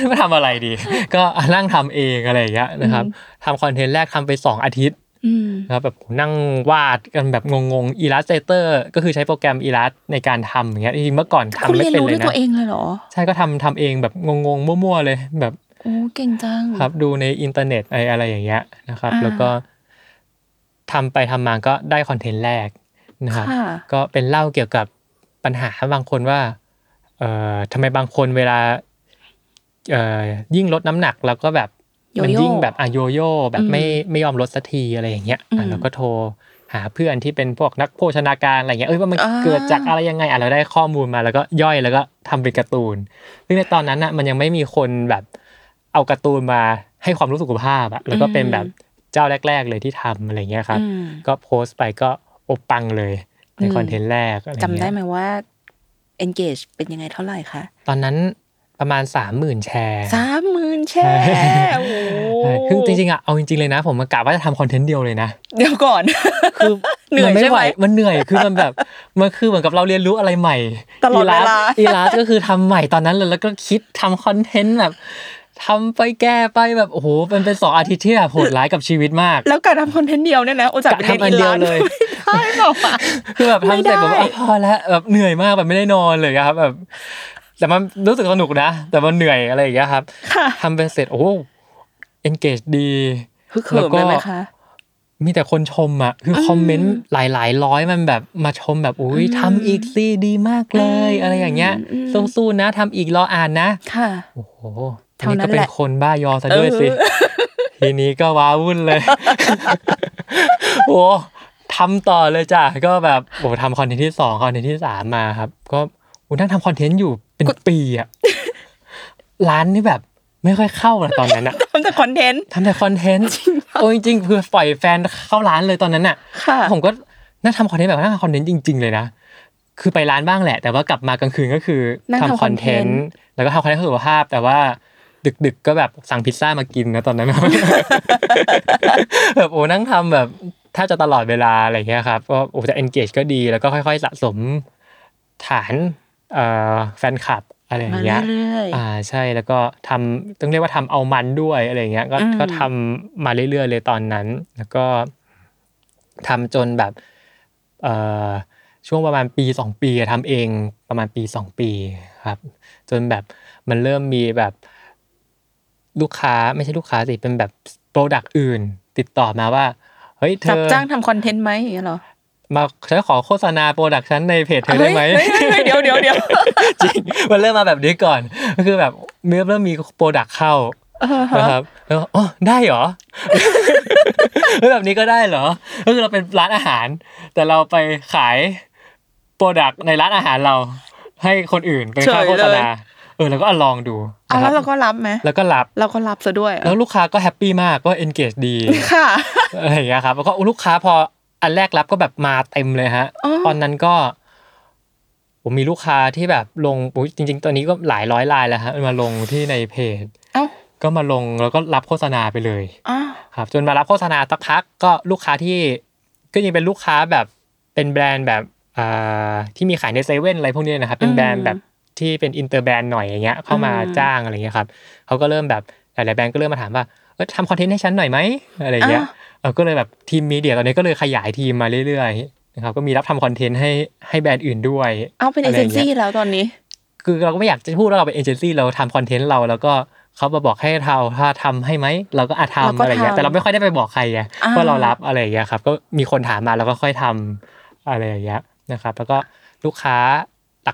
[SPEAKER 4] ไม่ทำอะไรดี ก็นั่งทำเองอะไรอย่างเงี้ยนะครับทำคอนเทนต์แรกทำไป 2 อาทิตย์
[SPEAKER 3] อืม
[SPEAKER 4] นะครับแบบนั่งวาดกันแบบงงๆ Illustrator ก็คือใช้โปรแกรม Illust ในการทำอย่างเงี้ยจริงๆเมื่อก่อนทำ
[SPEAKER 3] คุณ
[SPEAKER 4] ไม่
[SPEAKER 3] เรียน
[SPEAKER 4] เป็น
[SPEAKER 3] รู้
[SPEAKER 4] เล
[SPEAKER 3] ด้วย ยตัว
[SPEAKER 4] นะ
[SPEAKER 3] เองเลยเหรอ
[SPEAKER 4] ใช่ก็ทำทำเองแบบงงๆมั่วๆเลยแบบ
[SPEAKER 3] โอ้เก่งจัง
[SPEAKER 4] ครับดูในอินเทอร์เน็ตไอ้อะไรอย่างเงี้ยนะครับ
[SPEAKER 3] อ่า
[SPEAKER 4] แล้วก็ทำไปทำมาก็ได้คอนเทนต์แรกนะครับ
[SPEAKER 3] ค่ะ
[SPEAKER 4] ก็เป็นเล่าเกี่ยวกับปัญหาบางคนว่าเอ่อทำไมบางคนเวลาเอ่อยิ่งลดน้ำหนักแล้วก็แบบมั
[SPEAKER 3] โยโย่
[SPEAKER 4] ยิ่งแบบอะโยโย่แบบ
[SPEAKER 3] อืม
[SPEAKER 4] ไม่ไม่ยอมลดสักทีอะไรอย่างเงี้ย
[SPEAKER 3] อืม
[SPEAKER 4] อ่ะเราก็โทรหาเพื่อนที่เป็นพวกนักโภชนาการอะไรเงี้ยเอ้ยว่ามัน
[SPEAKER 3] อ่า
[SPEAKER 4] เกิดจากอะไรยังไงอ่ะเราได้ข้อมูลมาแล้วก็ย่อยแล้วก็ทำเป็นการ์ตูนซึ่งในตอนนั้นน่ะมันยังไม่มีคนแบบเอาการ์ตูนมาให้ความรู้สุขภาพอะแล้วก็เป็นแบบเจ้าแรก ๆ เลยที่ทำอะไรเงี้ยครับ
[SPEAKER 3] อืม
[SPEAKER 4] ก็โพสต์ไปก็อบปังเลยในคอนเทนต์แรกอะไรเงี้ย
[SPEAKER 3] จำได้ไหมว่า engage เป็นยังไงเท่าไหร่คะ
[SPEAKER 4] ตอนนั้นประมาณ 3 0,000 แชร์
[SPEAKER 3] สามหมื่นแชร์โอ้โห
[SPEAKER 4] ใช่คือจริงๆอ่ะเอาจริงๆเลยนะ ผมกะว่าจะทำคอนเทนต์เดียวเลยนะ
[SPEAKER 3] เดี๋ยวก่อน
[SPEAKER 4] คือ
[SPEAKER 3] เหนื่อย
[SPEAKER 4] มั
[SPEAKER 3] ใช่
[SPEAKER 4] ไม่
[SPEAKER 3] ไหม
[SPEAKER 4] ไหวมันเหนื่อยคือมันแบบมันคือเหมือนกับเราเรียนรู้อะไรใหม่
[SPEAKER 3] ตลอดเวลา
[SPEAKER 4] อีลาสอีลาสก็คือทำใหม่ตอนนั้นเลยแล้วก็คิดทำคอนเทนต์แบบ ทำไปแก้ไปแบบโอ้โหมันเป็นสองอาทิตย์ที่แบบโหดร้ายกับชีวิตมาก
[SPEAKER 3] แล้วการทำคอนเทนต์เดียวเนี่ยนะโอจาก
[SPEAKER 4] ะทำอันเดียวเลย
[SPEAKER 3] ใช่หรอวะ
[SPEAKER 4] คือแบบ
[SPEAKER 3] ไม่
[SPEAKER 4] ทำเส
[SPEAKER 3] ได้
[SPEAKER 4] ร็จแบบว่าอ่ะพอแล้วแบบเหนื่อยมากแบบไม่ได้นอนเลยครับ แบบ แต่มันรู้สึกสนุกนะ แต่มันเหนื่อยอะไรอย่างเงี้ยครับ
[SPEAKER 3] ค่ะ
[SPEAKER 4] ทำไปเสร็จโอ้โห engage ดี
[SPEAKER 3] ฮึกเหิมเลยไหมคะ
[SPEAKER 4] มีแต่คนชมอ่ะ คืออคอมเมนต์หลายๆ ร้อยมันแบบมาชมแบบอุ้ยทำอีกสิดีมากเลย อะไรอย่างเงี้ย
[SPEAKER 3] อืมอืม
[SPEAKER 4] สู้ๆนะทำอีกรออ่านนะ
[SPEAKER 3] ค่ะ
[SPEAKER 4] โอ้โห
[SPEAKER 3] เท่า
[SPEAKER 4] อัน
[SPEAKER 3] นั้
[SPEAKER 4] นี้ก็
[SPEAKER 3] นแหละ
[SPEAKER 4] เป็นคนบ้ายอซะด้วยสิ ทีนี้ก็ว้าวุ่นเลย โอ้ทำต่อเลยจ้ะ ก็แบบโอ้ทำคอนเทนต์ที่สองคอนเทนต์ที่สามมาครับ ก็อุ้นั่งทำคอนเทนต์อยู่เป็นปีอะ ร้านนี่แบบไม่ค่อยเข้าละตอนนั้นอะ
[SPEAKER 3] ทำแต่คอนเทนต์
[SPEAKER 4] ทำแต่คอนเทนต์โอ้ยจริงๆคือปล่อยแฟนเข้าร้านเลยตอนนั้นน่ะ
[SPEAKER 3] ค่ะ
[SPEAKER 4] ผมก็นั่งทำคอนเทนต์แบบนั่งทำคอนเทนต์จริง ๆ เลยนะ คือไปร้านบ้างแหละ แต่ว่ากลับมากลางคืนก็คือ
[SPEAKER 3] นั่งทำ
[SPEAKER 4] ทำคอนเทน
[SPEAKER 3] content
[SPEAKER 4] ต์ แล้วก็ทำคอนเทนต์เพื่อสุขภาพ แต่ว่าดึกๆก็แบบสั่งพิซซ่ามากินนะตอนนั้น แบบโอ้นั่งทำแบบแทบจะตลอดเวลาอะไรอย่างเงี้ยครับก็โอ้จะ engage ก็ดีแล้วก็ค่อย ๆ สะสมฐานเอ่อแฟนคลับอะไรอย่าม
[SPEAKER 3] าง
[SPEAKER 4] เงี้ย
[SPEAKER 3] เรื่อยๆ
[SPEAKER 4] อ่าใช่แล้วก็ทำต้องเรียกว่าทำเอามันด้วยอะไรอย่างเงี้ยก็
[SPEAKER 3] อืม
[SPEAKER 4] ก็ทำมาเรื่อยๆเลยตอนนั้น แล้วก็ทำจนแบบเอ่อช่วงประมาณปีสองปีอะทำเองประมาณปีสองปีครับ จนแบบมันเริ่มมีแบบลูกค้าไม่ใช่ลูกค้าสิเป็นแบบโปรดักต์อื่น ติดต่อมาว่าเฮ้ยเธ
[SPEAKER 3] จับ
[SPEAKER 4] อ
[SPEAKER 3] จ้างทำคอนเทนต์ไหมอย่างเงี้ยเหรอ
[SPEAKER 4] มาฉันขอโฆษณาโปรดักต์ฉันในเพจเธอได้ไหม
[SPEAKER 3] เฮ้ยเฮ้ยเฮ้ยเดี๋ยวเดี๋ยวเดี๋ยว
[SPEAKER 4] จริงมันเริ่มมาแบบนี้ก่อน ก็คือแบบเริ่มเริ่มมีโปรดักเข้านะครับแล้วก็อ๋อได้เหรอ แล้วแบบนี้ก็ได้เหรอ ก็คือเราเป็นร้านอาหาร แต่เราไปขายโปรดักในร้านอาหารเรา ให้คนอื่นเป็นค่าโฆษณาเออแล้วก็ลองดู
[SPEAKER 3] เอา
[SPEAKER 4] นะค
[SPEAKER 3] แล้
[SPEAKER 4] รับ
[SPEAKER 3] วเราก็รับไหม
[SPEAKER 4] แล้วก็รับ
[SPEAKER 3] เราก็รับซะด้วย
[SPEAKER 4] แล้วลูกค้าก็แฮปปี้มากก็ engage ดี
[SPEAKER 3] ค่ะ
[SPEAKER 4] อะไรอย่างเงี้ยครับแล้วก็ลูกค้าพออันแรกรับก็แบบมาเต็มเลยฮะ
[SPEAKER 3] อ๋อ
[SPEAKER 4] ตอนนั้นก็ ผมมีลูกค้าที่แบบลงอุ๊ยจริง ๆ ตอนนี้ก็หลายร้อยรายแล้วฮะมาลงที่ในเพจ
[SPEAKER 3] เอ้า
[SPEAKER 4] ก็มาลงแล้วก็รับโฆษณาไปเลย
[SPEAKER 3] อ้าว
[SPEAKER 4] ครับ จนมารับโฆษณาสักพักก็ลูกค้าที่ก็ยังเป็นลูกค้าแบบเป็นแบรนด์แบบอ่าที่มีขายในเซเว่นอะไรพวกนี้นะครับ เป็นแบรนด์แบบที่เป็นอินเตอร์แบรนด์หน่อยอย่างเงี้ยเข้ามา
[SPEAKER 3] อืม
[SPEAKER 4] จ้างอะไรเงี้ยครับเขาก็เริ่มแบบหลายๆแบรนด์ก็เริ่มมาถามว่าเออทำคอนเทนต์ให้ฉันหน่อยไหมอะไรเงี้ย เออก็เลยแบบทีมมีเดียตอนนี้ก็เลยขยายทีมมาเรื่อยๆนะครับก็มีรับทำคอนเทนต์ให้ให้แบรนด์อื่นด้วย
[SPEAKER 3] เอาเป็นเอเจนซี่แล้วตอนนี้
[SPEAKER 4] คือเราก็ไม่อยากจะพูดว่าเราเป็นเอเจนซี่เราทำคอนเทนต์เราแล้วก็เขามาบอกให้เราถ้าทำให้ไหมเราก็อาจ
[SPEAKER 3] เราก็
[SPEAKER 4] ทำอะไรเงี้ย
[SPEAKER 3] ทำ
[SPEAKER 4] แต่เราไม่ค่อยได้ไปบอกใครไง
[SPEAKER 3] อ่า
[SPEAKER 4] ว่าเรารับอะไรอย่างเงี้ยครับก็มีคนถามมาเราก็ค่อยทำอะไรอย่างเงี้ยนะครับ แล้วก็ลูกค้า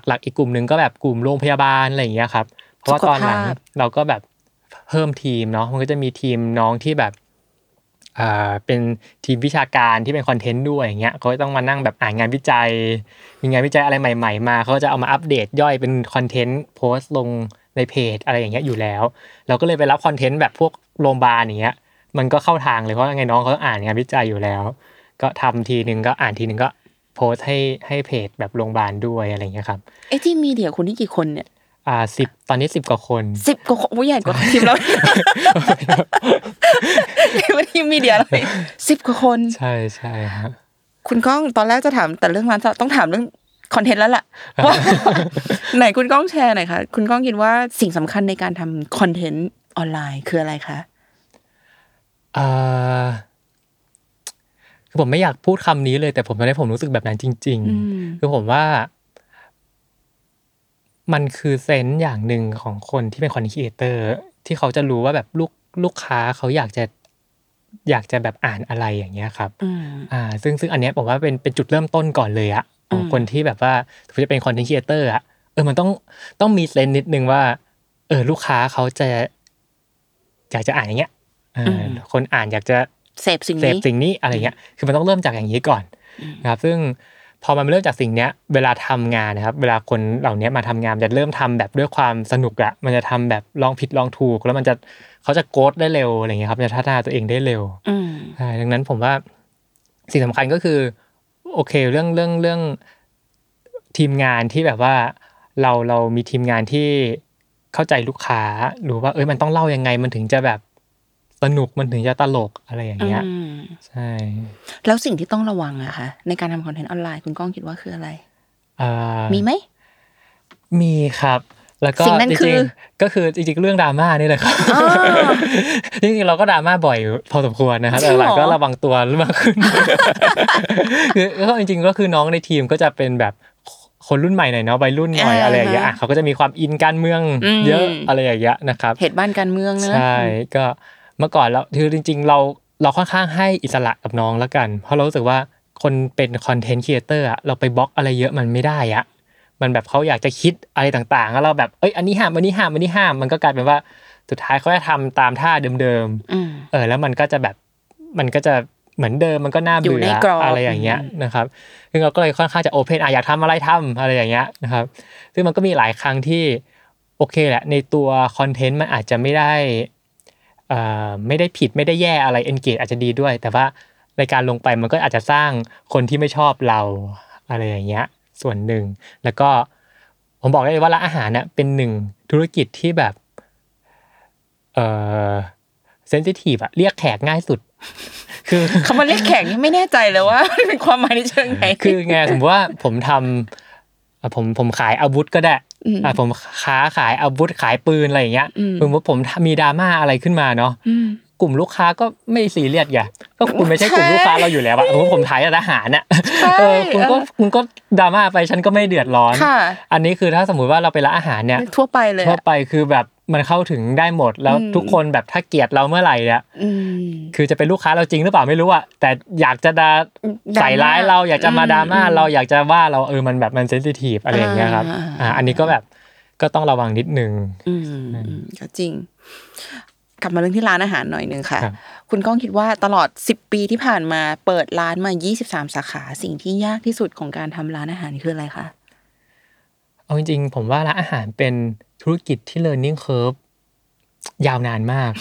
[SPEAKER 4] หลักๆ อีกกลุ่มหนึ่งก็แบบกลุ่มโรงพยาบาลอะไรอย่างเงี้ยครับเพราะว่าตอนหลังเราก็แบบเพิ่มทีมเนาะมันก็จะมีทีมน้องที่แบบอ่าเป็นทีมวิชาการที่เป็นคอนเทนต์ด้วยอย่างเงี้ยเขาก็ต้องมานั่งแบบอ่านงานวิจัย มีงานวิจัยอะไรใหม่ ๆ มาเขาก็จะเอามาอัปเดตย่อยเป็นคอนเทนต์โพสต์ลงในเพจอะไรอย่างเงี้ยอยู่แล้ว เราก็เลยไปรับคอนเทนต์แบบพวกโรงพยาบาลอย่างเงี้ย มันก็เข้าทางเลยเพราะยังไงน้องเขาอ่านงานวิจัยอยู่แล้ว ก็ทำทีนึงก็อ่านทีนึงก็โพสต์ให้ให้เพจแบบโรงพยาบาลด้วยอะไรอย่างเงี้ยครับ
[SPEAKER 3] เอะทีมมีเดียคุณนี่กี่คนเนี่ย
[SPEAKER 4] อ่าสิบตอนนี้สิบกว่าคน
[SPEAKER 3] สิบกว่าคนโอ้ยใหญ่กว่าทีมเราใหญ่กว่าทีมมีเดียเลยสิบกว่าคน
[SPEAKER 4] ใช่ใช่ครับ
[SPEAKER 3] คุณก้องตอนแรกจะถามแต่เรื่องร้านจะต้องถามเรื่องคอนเทนต์แล้วล่ะ ว่า ไหนคุณก้องแชร์หน่อยคะคุณก้องคิดว่าสิ่งสำคัญในการทำคอนเทนต์ออนไลน์คืออะไรคะ
[SPEAKER 4] เอ่อคือผมไม่อยากพูดคำนี้เลย แต่ผมตอนนี้ผมรู้สึกแบบนั้นจริง
[SPEAKER 3] อืม
[SPEAKER 4] ๆ คือผมว่า มันคือเซนส์อย่างหนึ่งของคนที่เป็นคอนเทนต์ครีเอเตอร์ที่เขาจะรู้ว่าแบบลูกลูกค้าเขาอยากจะอยากจะแบบอ่านอะไรอย่างเงี้ยครับ
[SPEAKER 3] อืม
[SPEAKER 4] อ่าซึ่งซึ่งอันเนี้ยผมว่าเป็นเป็นจุดเริ่มต้นก่อนเลยอะของ
[SPEAKER 3] อืม
[SPEAKER 4] คนที่แบบว่าสมมติจะเป็นคอนเทนต์ครีเอเตอร์อะเออมันต้องต้องมีเซนส์นิดนึงว่า เออลูกค้าเขาจะอยากจะอ่านอย่างเงี้ยเอออคนอ่านอยากจะ
[SPEAKER 3] เสพสิ่ง
[SPEAKER 4] เสพ
[SPEAKER 3] นี้
[SPEAKER 4] สิ่งนี้อะไรเงี้ย คือมันต้องเริ่มจากอย่างนี้ก่อนนะครับ ซึ่งพอมันเริ่มจากสิ่งเนี้ย เวลาทำงานนะครับ เวลาคนเหล่านี้มาทำงานมันจะเริ่มทำแบบด้วยความสนุกละมันจะทำแบบลองผิดลองถูก แล้วมันจะเขาจะโกดได้เร็วอะไรเงี้ยครับมันจะพัฒนาตัวเองได้เร็ว
[SPEAKER 3] อืม
[SPEAKER 4] ใช่ดังนั้นผมว่าสิ่งสำคัญก็คือ โอเคเรื่องเรื่องเรื่องทีมงานที่แบบว่าเราเรามีทีมงานที่เข้าใจลูกค้ารู้ว่าเอ้ยมันต้องเล่ายังไงมันถึงจะแบบสนุกมันถึงจะตลกอะไรอย่างเงี้ย
[SPEAKER 3] อืม
[SPEAKER 4] ใช่
[SPEAKER 3] แล้วสิ่งที่ต้องระวังอะคะในการทำคอนเทนต์ออนไลน์คุณก้องคิดว่าคืออะไร
[SPEAKER 4] อ่า
[SPEAKER 3] มีไหม
[SPEAKER 4] มีครับ แล้วก็
[SPEAKER 3] สิ่งนั้น
[SPEAKER 4] จ
[SPEAKER 3] คื
[SPEAKER 4] ริ
[SPEAKER 3] อ
[SPEAKER 4] งๆก็คือจริงๆเรื่องดราม่านี่แหละครับจริงๆเราก็ดราม่าบ่อยพอสมควรนะครับ
[SPEAKER 3] จริงเหรอ
[SPEAKER 4] หลังๆก็ระวังตัวมากขึ้น คือก็จริงๆก็คือน้องในทีมก็จะเป็นแบบคนรุ่นใหม่หน่อยเนาะวัยรุ่นหน่อยอะไรอย่างเงี้ยอ่ะเขาก็จะมีความอินการเมืองเยอะอะไรอย่างเงี้ยนะครับ
[SPEAKER 3] เหตุบ้านการเมืองนะ
[SPEAKER 4] ใช่ ก็เมื่อก่อนเราคือจริง ๆ เราเราค่อนข้างให้อิสระกับน้องแล้วกัน เพราะเรารู้สึกว่าคนเป็นคอนเทนต์ครีเอเตอร์อะเราไปบล็อกอะไรเยอะมันไม่ได้อะมันแบบเขาอยากจะคิดอะไรต่างๆ แล้วเราแบบเอ้ยอันนี้ห้ามอันนี้ห้ามอันนี้ห้ามมันก็กลายเป็นว่าสุดท้ายเขาจะทำตามท่าเดิม
[SPEAKER 3] อืม
[SPEAKER 4] ๆเออแล้วมันก็จะแบบมันก็จะเหมือนเดิมมันก็น่า
[SPEAKER 3] อยู่
[SPEAKER 4] เบื่
[SPEAKER 3] ใน
[SPEAKER 4] อก
[SPEAKER 3] รอบ
[SPEAKER 4] อะไรอย่างเงี้ยนะครับซึ่งเราก็เลยค่อนข้างจะโอเพนอะอยากทำอะไรทำอะไรอย่างเงี้ยนะครับ ซึ่งมันก็มีหลายครั้งที่โอเคแหละ ในตัวคอนเทนต์มันอาจจะไม่ได้เอ่อไม่ได้ผิดไม่ได้แย่อะไร e n g a g e อาจจะดีด้วย แต่ว่าในการลงไปมันก็อาจจะสร้างคนที่ไม่ชอบเราอะไรอย่างเงี้ยส่วนหนึ่ง แล้วก็ผมบอกได้เลยว่าร้านอาหารเนี่ยเป็นหนึ่งธุรกิจที่แบบเออเซนซิทีฟอะเรียกแขกง่ายสุด คือ
[SPEAKER 3] คำว่าเรียกแขกนี่ไม่แน่ใจเลยว่า มันเป็นความหมายในเชิงไหน
[SPEAKER 4] คือไงสมมติว่าผมทำอ่ะผมผมขายอาวุธก็ได้
[SPEAKER 3] อืม
[SPEAKER 4] อ่ะผมค้าขายอาวุธขายปืนอะไรอย่างเงี้ย
[SPEAKER 3] อืม
[SPEAKER 4] สมมติผมมีดราม่าอะไรขึ้นมาเนาะ
[SPEAKER 3] ม
[SPEAKER 4] กลุ่มลูกค้าก็ไม่ซีเรียสไงก็คุณไม่ใช่กลุ่มลูกค้าเราอยู่แล้วอะสมมติผมขายอาหารน่ะเออคุณก็
[SPEAKER 3] เออ
[SPEAKER 4] คุณก็ดราม่าไปฉันก็ไม่เดือดร้อน
[SPEAKER 3] ค่ะ
[SPEAKER 4] อันนี้คือถ้าสมมุติว่าเราไปร้านอาหารเนี่ย
[SPEAKER 3] ทั่วไปเลย
[SPEAKER 4] ทั่ว
[SPEAKER 3] อะ
[SPEAKER 4] ไปคือแบบมันเข้าถึงได้หมดแล้ว
[SPEAKER 3] อืม
[SPEAKER 4] ทุกคนแบบถ้าเกลียดเราเมื่อไหร่เนี่ย
[SPEAKER 3] อืม
[SPEAKER 4] คือจะเป็นลูกค้าเราจริงหรือเปล่าไม่รู้อะแต่อยากจะดา
[SPEAKER 3] ดราม่า
[SPEAKER 4] ใส่ร้ายเราอยากจะมา
[SPEAKER 3] อืม
[SPEAKER 4] ดราม่า
[SPEAKER 3] อืม
[SPEAKER 4] เราอยากจะว่าเราเออมันแบบมันเซนซิทีฟอะไรอย่างเงี้ยครับ
[SPEAKER 3] อ่า
[SPEAKER 4] อ่าอันนี้ก็แบบก็ต้องระวังนิดนึง
[SPEAKER 3] อืมอืมก็จริง กลับมาเรื่องที่ร้านอาหารหน่อยหนึ่งค่ะ
[SPEAKER 4] ครับ
[SPEAKER 3] คุณก้องคิดว่าตลอด 10 ปีที่ผ่านมาเปิดร้านมา 23 สาขา สิ่งที่ยากที่สุดของการทำร้านอาหารคืออะไรคะ
[SPEAKER 4] เอาจริงๆ ผมว่าร้านอาหารเป็นธุรกิจที่ learning curve ยาวนานมาก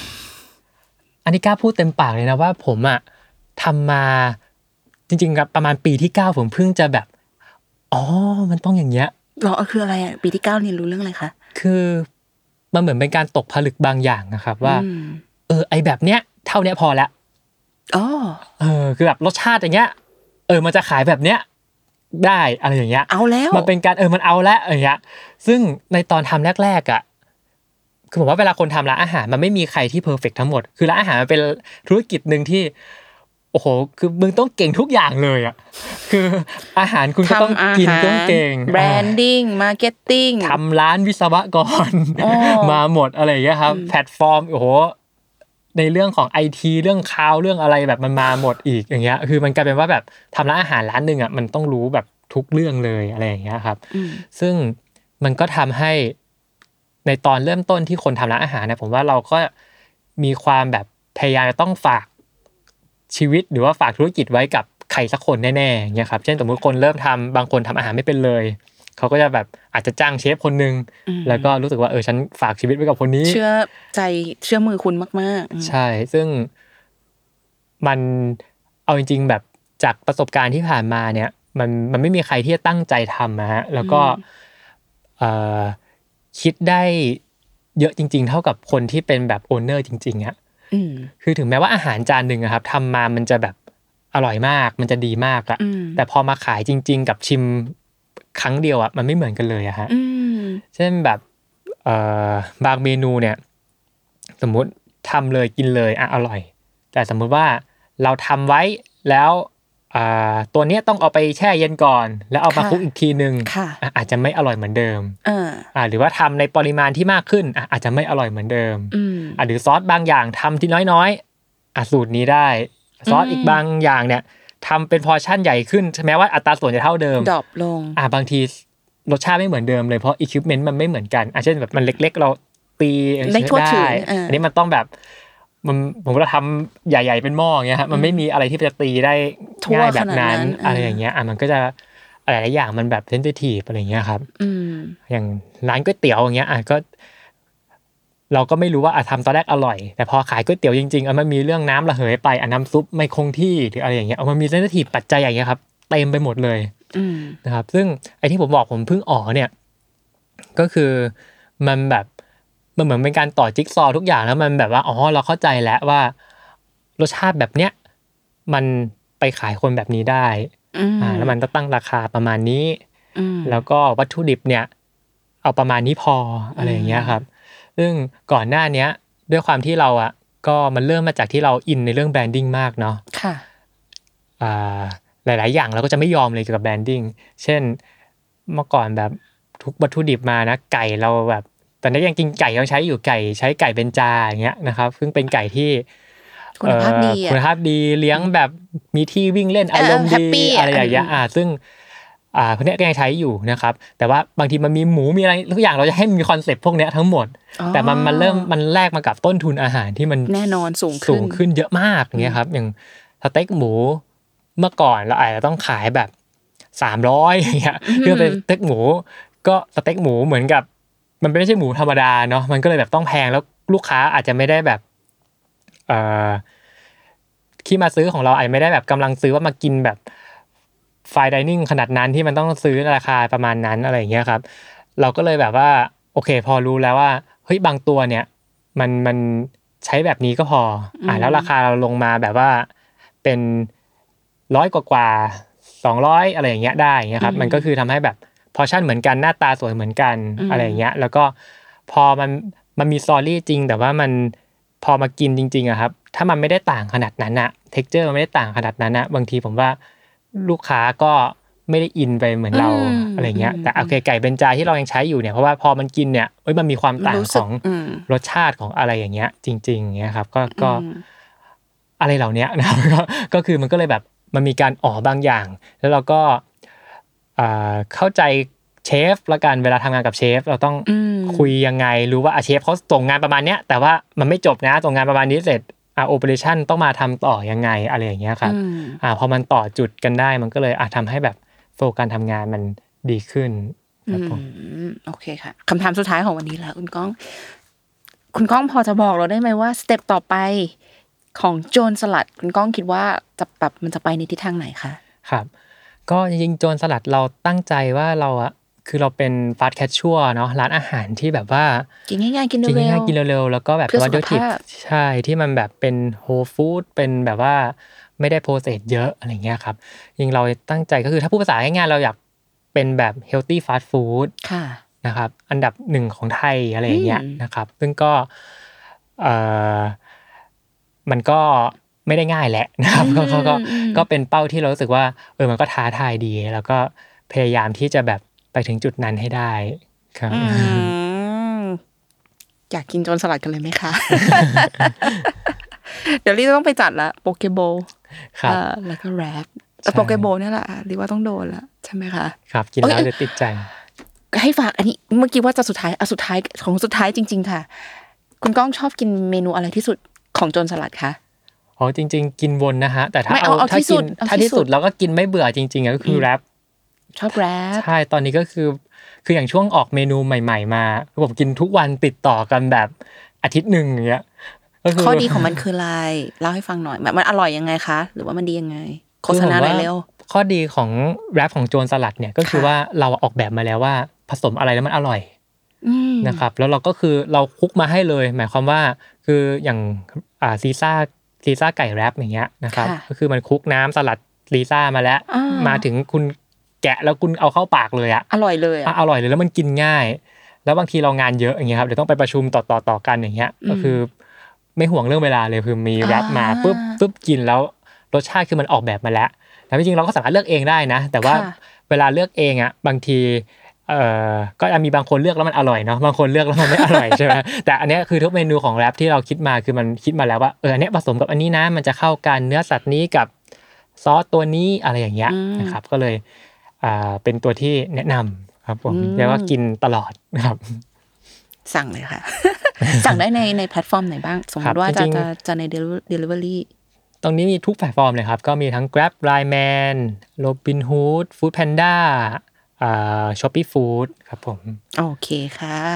[SPEAKER 4] อันนี้กล้าพูดเต็มปากเลยนะว่าผมอะทำมาจริงๆครับประมาณปีที่ 9 ผมเพิ่งจะแบบอ๋อมันต้องอย่างเงี้ย
[SPEAKER 3] เราคืออะไรอะปีที่เก้าเรียนรู้เรื่องอะไรคะ
[SPEAKER 4] คือมันเหมือนเป็นการตกผลึกบางอย่างนะครับว่า
[SPEAKER 3] อืม
[SPEAKER 4] เออไอแบบเนี้ยเท่าเนี้ยพอละ
[SPEAKER 3] อ๋อ
[SPEAKER 4] เออคือแบบรสชาติอย่างเงี้ยเออมันจะขายแบบเนี้ยได้อะไรอย่างเงี้ย
[SPEAKER 3] เอาแล้ว
[SPEAKER 4] มันเป็นการเออมันเอาละอย่างเงี้ยซึ่งในตอนทำแรกๆอ่ะคือผมว่าเวลาคนทำร้านอาหารมันไม่มีใครที่เพอร์เฟกทั้งหมด คือร้านอาหารมันเป็นธุรกิจหนึ่งที่โอ้โหคือมึงต้องเก่งทุกอย่างเลยอ่ะ คืออาหารคุณก็ต้อง
[SPEAKER 3] ทำอา
[SPEAKER 4] กิน
[SPEAKER 3] หาร
[SPEAKER 4] ต้องเก่ง
[SPEAKER 3] แบรนดิ้ง มาร์เก็ตติ้ง
[SPEAKER 4] ทำร้านวิศวกร
[SPEAKER 3] อ๋อ
[SPEAKER 4] มาหมดอะไรอย่างเงี้ยครับ แพลตฟอร์มโอ้โหในเรื่องของไอทีเรื่องคลาวด์เรื่องอะไรแบบมันมาหมดอีกอย่างเงี้ย คือมันกลายเป็นว่าแบบทำร้านอาหารร้านหนึ่งอ่ะมันต้องรู้แบบทุกเรื่องเลยอะไรอย่างเงี้ยครับ ซึ่งมันก็ทำให้ในตอนเริ่มต้นที่คนทำร้านอาหารนะผมว่าเราก็มีความแบบพยายามจะต้องฝากชีวิตหรือว่าฝากธุรกิจไว้กับใครสักคนแน่ๆอย่างเงี้ยครับ เช่นสมมติคนเริ่มทำบางคนทำอาหารไม่เป็นเลย เขาก็จะแบบอาจจะจ้างเชฟคนนึง แล้วก็รู้สึกว่าเออฉันฝากชีวิตไว้กับคนนี้
[SPEAKER 3] เชื่อใจเชื่อมือคุณมาก ๆอืม
[SPEAKER 4] ใช่ ซึ่งมันเอาจริง ๆ แบบจากประสบการณ์ที่ผ่านมาเนี่ย มันมันไม่มีใครที่จะตั้งใจทำนะฮะ แล้วก็เอ่อคิดได้เยอะจริง ๆ เท่ากับคนที่เป็นแบบโอนเนอร์จริงๆอะ
[SPEAKER 3] อืม
[SPEAKER 4] คือถึงแม้ว่าอาหารจานหนึ่งอะครับทำมามันจะแบบอร่อยมาก มันจะดีมากอะ
[SPEAKER 3] อืม
[SPEAKER 4] แต่พอมาขายจริง ๆ กับชิมครั้งเดียวอะมันไม่เหมือนกันเลยอะฮะ
[SPEAKER 3] อืม
[SPEAKER 4] เช่นแบบเอ่อบางเมนูเนี่ย สมมุติทำเลยกินเลยอ่ะอร่อย แต่สมมุติว่าเราทำไว้แล้วอ่าตัวเนี้ยต้องเอาไปแช่เย็นก่อน แล้วเอามา
[SPEAKER 3] ค่ะ
[SPEAKER 4] คลุกอีกทีนึง
[SPEAKER 3] ค่ะ
[SPEAKER 4] อ่อาจจะไม่อร่อยเหมือนเดิม
[SPEAKER 3] เออ
[SPEAKER 4] อ่าหรือว่าทำในปริมาณที่มากขึ้นอ่ะอาจจะไม่อร่อยเหมือนเดิม
[SPEAKER 3] อืม
[SPEAKER 4] อ่ะหรือซอสบางอย่างทำที่น้อยๆอ่ะสูตรนี้ได้ ซอส
[SPEAKER 3] อืม
[SPEAKER 4] อีกบางอย่างเนี่ยทำเป็นพอร์ชั่นใหญ่ขึ้นแม้ว่าอัตราส่วนจะเท่าเดิม
[SPEAKER 3] ดรอปลง
[SPEAKER 4] อ่าบางทีรสชาติไม่เหมือนเดิมเลยเพราะอุปกรณ์มันไม่เหมือนกันอ่ะเช่นแบบมันเล็ก ๆ เราตี
[SPEAKER 3] เล็กทั่วถึง
[SPEAKER 4] ได้
[SPEAKER 3] อ่า
[SPEAKER 4] อันนี้มันต้องแบบมันผมว่าเราทำใหญ่ ๆ เป็นหม้ออย่างเงี้ยฮะมันไม่มีอะไรที่จะตีได้ง่ายแบบนั้นอะไรอย่างเงี้ยอ่ะมันก็จะอะไรหลายอย่างมันแบบเซนซิทีฟอะไรอย่างเงี้ยครับ
[SPEAKER 3] อืม
[SPEAKER 4] อย่างร้านก๋วยเตี๋ยวอย่างเงี้ยอ่ะก็ เราก็ไม่รู้ว่าอ่ะทำตอนแรกอร่อย แต่พอขายก๋วยเตี๋ยวจริงๆอ่ะมันมีเรื่องน้ำระเหยไปอ่ะน้ำซุปไม่คงที่หรืออะไรอย่างเงี้ยอ่ะมันมีเซนซิทีฟปัจจัยอย่างเงี้ยครับเต็มไปหมดเลย
[SPEAKER 3] อืม
[SPEAKER 4] นะครับซึ่งไอ้ที่ผมบอกผมเพิ่งอ๋อเนี่ย ก็คือมันแบบมันเหมือนเป็นการต่อจิ๊กซอว์ทุกอย่างแล้วมันแบบว่าอ๋อเราเข้าใจแล้วว่ารสชาติแบบเนี้ยมันไปขายคนแบบนี้ได้
[SPEAKER 3] อืม
[SPEAKER 4] อ่าแล้วมันต้องตั้งราคาประมาณนี้
[SPEAKER 3] อืม
[SPEAKER 4] แล้วก็วัตถุดิบเนี่ย เอาประมาณนี้พออะไรอย่างเงี้ยครับ ซึ่งก่อนหน้าเนี้ยด้วยความที่เราอ่ะก็มันเริ่มมาจากที่เราอินในเรื่องแบรนดิ้งมากเนาะ
[SPEAKER 3] ค่ะ
[SPEAKER 4] อ่าหลาย ๆ อย่างเราก็จะไม่ยอมเลยเกี่ยวกับแบรนดิ้ง เช่น เมื่อก่อนแบบทุกวัตถุดิบมานะ ไก่เราแบบตอนนี้ยังกินไก่ยังใช้อยู่ไก่ใช้ไก่เบนจาอย่างเงี้ยนะครับ ซึ่งเป็นไก่ที่
[SPEAKER 3] คุณภาพดี
[SPEAKER 4] เอ่อ
[SPEAKER 3] อะ
[SPEAKER 4] คุณภาพดีเลี้ยงแบบมีที่วิ่งเล่นอารมณ์
[SPEAKER 3] เออแฮป
[SPEAKER 4] ดี
[SPEAKER 3] ปี้อะ
[SPEAKER 4] อะไรอย่างเงี้ยอ่าซึ่งอ่าคนเนี้ยก็ยังใช้อยู่นะครับ แต่ว่าบางทีมันมีหมูมีอะไรทุกอย่างเราจะให้มีคอนเซปต์พวกเนี้ยทั้งหมด
[SPEAKER 3] อ๋อ
[SPEAKER 4] แต่มันมันเริ่มมันแลกมากับต้นทุนอาหารที่มัน
[SPEAKER 3] แน่นอนสูง
[SPEAKER 4] สู
[SPEAKER 3] ขึ้น
[SPEAKER 4] งขึ้นเยอะมากอย่างเงี้ยครับ อย่างสเต็กหมูเมื่อก่อนเราอาจจะต้องขายแบบสามร้อยอย่างเงี้ยเพื่อเป็นสเต็กหมู ก็สเต็กหมูเหมือนกับ มันไม่ใช่หมูธรรมดาเนาะมันก็เลยแบบต้องแพงแล้วลูกค้าอาจจะไม่ได้แบบเอ่อที่มาซื้อของเราอาจจะไม่ได้แบบกำลังซื้อว่ามากินแบบไฟดิเนิ่งขนาดนั้นที่มันต้องซื้อราคาประมาณนั้นอะไรอย่างเงี้ยครับ เราก็เลยแบบว่า โอเค พอรู้แล้วว่าเฮ้ยบางตัวเนี่ย มันมันใช้แบบนี้ก็พออ่าแล้วราคาเราลงมาแบบว่าเป็นร้อยกว่ากว่าสองร้อยอะไรอย่างเงี้ยได้อย่างเงี้ยครับมันก็คือทำให้แบบพอชั่นเหมือนกันหน้าตาสวยเหมือนกันอะไรอย่างเงี้ย แล้วก็พอมันมันมีสตอรี่จริง แต่ว่ามันพอมากินจริงๆอะครับ ถ้ามันไม่ได้ต่างขนาดนั้นอะเท็กเจอร์มันไม่ได้ต่างขนาดนั้นอะบางทีผมว่าลูกค้าก็ไม่ได้อินไปเหมือนเรา
[SPEAKER 3] อืม
[SPEAKER 4] อะไรเงี้ย
[SPEAKER 3] อืม
[SPEAKER 4] แต่โอเคไก่เบนจาที่เรายังใช้อยู่เนี่ยเพราะว่าพอมันกินเนี่ยเอ้ยมันมีความต่าง
[SPEAKER 3] รู้
[SPEAKER 4] ข
[SPEAKER 3] สึก
[SPEAKER 4] อง
[SPEAKER 3] อืม
[SPEAKER 4] รสชาติของอะไรอย่างเงี้ย จริง ๆเงี้ยครับก็ก็
[SPEAKER 3] อืม
[SPEAKER 4] อะไรเหล่าเนี้ย นะครับ ก็ก็คือมันก็เลยแบบมันมีการอ๋อบางอย่าง แล้วเราก็อ่าเข้าใจเชฟละกันเวลาทำงานกับเชฟ เราต้อง
[SPEAKER 3] อืม
[SPEAKER 4] คุยยังไงรู้ว่าอาเชฟเขาส่งงานประมาณเนี้ยแต่ว่ามันไม่จบนะส่งงานประมาณนี้เสร็จอ่าโอเปอเรชั่นต้องมาทำต่อยังไงอะไรอย่างเงี้ยครับ
[SPEAKER 3] อืม
[SPEAKER 4] อ่าพอมันต่อจุดกันได้มันก็เลยอ่ะทำให้แบบโฟกัสการทำงานมันดีขึ้นครับผม
[SPEAKER 3] อืมโอเคค่ะคำถามสุดท้ายของวันนี้แล้วคุณก้อง คุณก้องพอจะบอกเราได้ไหมว่าสเต็ปต่อไปของโจรสลัด คุณก้องคิดว่าจะปรับมันจะไปในทิศทางไหนคะ
[SPEAKER 4] ครับก็จริงๆโจรสลัดเราตั้งใจว่าเราอะคือเราเป็นฟาสต์แคชชัวเนาะร้านอาหารที่แบบว่า
[SPEAKER 3] กินง่ายๆกิน
[SPEAKER 4] กิน
[SPEAKER 3] เร็
[SPEAKER 4] ง่า
[SPEAKER 3] วย
[SPEAKER 4] ๆกิน
[SPEAKER 3] ๆ
[SPEAKER 4] เร็วๆ แล้วก็แบบ
[SPEAKER 3] เพื่อสุขภาพ
[SPEAKER 4] ใช่ที่มันแบบเป็นโฮลฟู้ดเป็นแบบว่าไม่ได้โปรเซสเยอะอะไรเงี้ยครับจริงเราตั้งใจก็คือถ้าพูดภาษาง่ายๆเราอยากเป็นแบบเฮลตี้ฟาสต์ฟู้ด
[SPEAKER 3] ค่ะ
[SPEAKER 4] นะครับอันดับหนึ่งของไทยอะไรอย่างเงี้ย
[SPEAKER 3] อืม
[SPEAKER 4] นะครับ ซึ่งก็เอ่อมันก็ไม่ได้ง่ายแหละ นะครับก็ก็ก็ก็เป็นเป้าที่เรารู้สึกว่าเออมันก็ท้าทายดี แล้วก็พยายามที่จะแบบไปถึงจุดนั้นให้ได้ครับ
[SPEAKER 3] อยากกินโจรสลัดกันเลยไหมคะ เดี๋ยวรีต้องไปจัดละโปเกโบ
[SPEAKER 4] ครับ
[SPEAKER 3] แล้วก็แรป
[SPEAKER 4] ใช่
[SPEAKER 3] โปเกโบนี่แหละรีว่าต้องโดนละใช่ไหมคะ
[SPEAKER 4] ครับกิน
[SPEAKER 3] เอ้ย
[SPEAKER 4] แล้วจะติดใจ
[SPEAKER 3] ให้ฝากอันนี้เมื่อกี้ว่าจะสุดท้ายอ่ะสุดท้ายของสุดท้ายจริง ๆ ค่ะ คุณก้องชอบกินเมนูอะไรที่สุดของโจรสลัดคะ
[SPEAKER 4] อ๋อจริง ๆ กินวนนะฮะแต่ถ้า
[SPEAKER 3] ไม่เอาเอา
[SPEAKER 4] ถ้า
[SPEAKER 3] ที่สุ
[SPEAKER 4] กิ
[SPEAKER 3] ด
[SPEAKER 4] น
[SPEAKER 3] เอา
[SPEAKER 4] ถ้า
[SPEAKER 3] ที่
[SPEAKER 4] ที่
[SPEAKER 3] สุ
[SPEAKER 4] สุ
[SPEAKER 3] ด
[SPEAKER 4] ดเราก็กินไม่เบื่อจริงๆอะก็คือแรป
[SPEAKER 3] ชอบแรป
[SPEAKER 4] ใช่ ตอนนี้ก็คือ คืออย่างช่วงออกเมนูใหม่ ๆ มาผมกินทุกวันติดต่อกันแบบอาทิตย์หนึ่งอย่างเงี้ยก็
[SPEAKER 3] ข้อดีของมันคืออะไรเล่าให้ฟังหน่อยแบบมันอร่อยยังไงคะ หรือว่ามันดียังไง โฆ
[SPEAKER 4] คือ
[SPEAKER 3] ษ
[SPEAKER 4] ผม
[SPEAKER 3] ณาหน่อยเร็ว
[SPEAKER 4] ข้อดีของแรปของโจรสลัดเนี่ยก็คือ
[SPEAKER 3] ค่ะ
[SPEAKER 4] ว่าเราออกแบบมาแล้วว่าผสมอะไรแล้วมันอร่อย
[SPEAKER 3] อืม
[SPEAKER 4] นะครับแล้วเราก็คือเราคุกมาให้เลย หมายความว่าคืออย่างอ่าซีซ่าซีซ่าไก่แรปอย่างเงี้ยนะครับ
[SPEAKER 3] ค่ะ
[SPEAKER 4] ก็คือมันคุกน้ำสลัดซีซ่ามาแล้ว
[SPEAKER 3] อ่าม
[SPEAKER 4] มาถึงคุณแกะแล้วคุณเอาเข้าปากเลยอะ
[SPEAKER 3] อร่อยเลย
[SPEAKER 4] อ่ะ
[SPEAKER 3] อะ
[SPEAKER 4] อร่อยเลยแล้วมันกินง่าย แล้วบางทีเรางานเยอะอย่างเงี้ยครับเดี๋ยวต้องไปประชุมต่อต่อต่อกันอย่างเงี้ยก็คือ ไม่ห่วงเรื่องเวลาเลยคือมีแรปมา
[SPEAKER 3] อ่า
[SPEAKER 4] ปุ๊บปุ๊บกินแล้วรสชาติคือมันออกแบบมาแล้วแต่จริงๆเราก็สามารถเลือกเองได้นะ แต่ว่า
[SPEAKER 3] ค่ะ
[SPEAKER 4] เวลาเลือกเองอ่ะบางทีเอ่อก็จะมีบางคนเลือกแล้วมันอร่อยเนาะบางคนเลือกแล้วมันไม่อร่อย ใช่ไหมแต่อันเนี้ยคือทุกเมนูของแรปที่เราคิดมาคือมันคิดมาแล้วว่าเอออันเนี้ยผสมกับอันนี้นะมันจะเข้ากันเนื้อสัตว์นี้กับซอสตัวนี้อะไรอย่างเงี้ยนะครับก็เลย อ่าเป็นตัวที่แนะนำครับผม
[SPEAKER 3] อืม
[SPEAKER 4] เรียกว่ากินตลอด นะครับ
[SPEAKER 3] สั่งเลยค่ะ สั่งได้ในในแพลตฟอร์มไหนบ้าง สมม
[SPEAKER 4] ครับ
[SPEAKER 3] ติว่า
[SPEAKER 4] จ
[SPEAKER 3] จะ
[SPEAKER 4] ริงๆ
[SPEAKER 3] จะจะในเดลิเวอรี่
[SPEAKER 4] ตรงนี้มีทุกแพลตฟอร์มเลยครับ ก็มีทั้ง Grab Line Man Robin Hood Food Panda อ่า Shopee Food ครับผม
[SPEAKER 3] โอเคค่ะ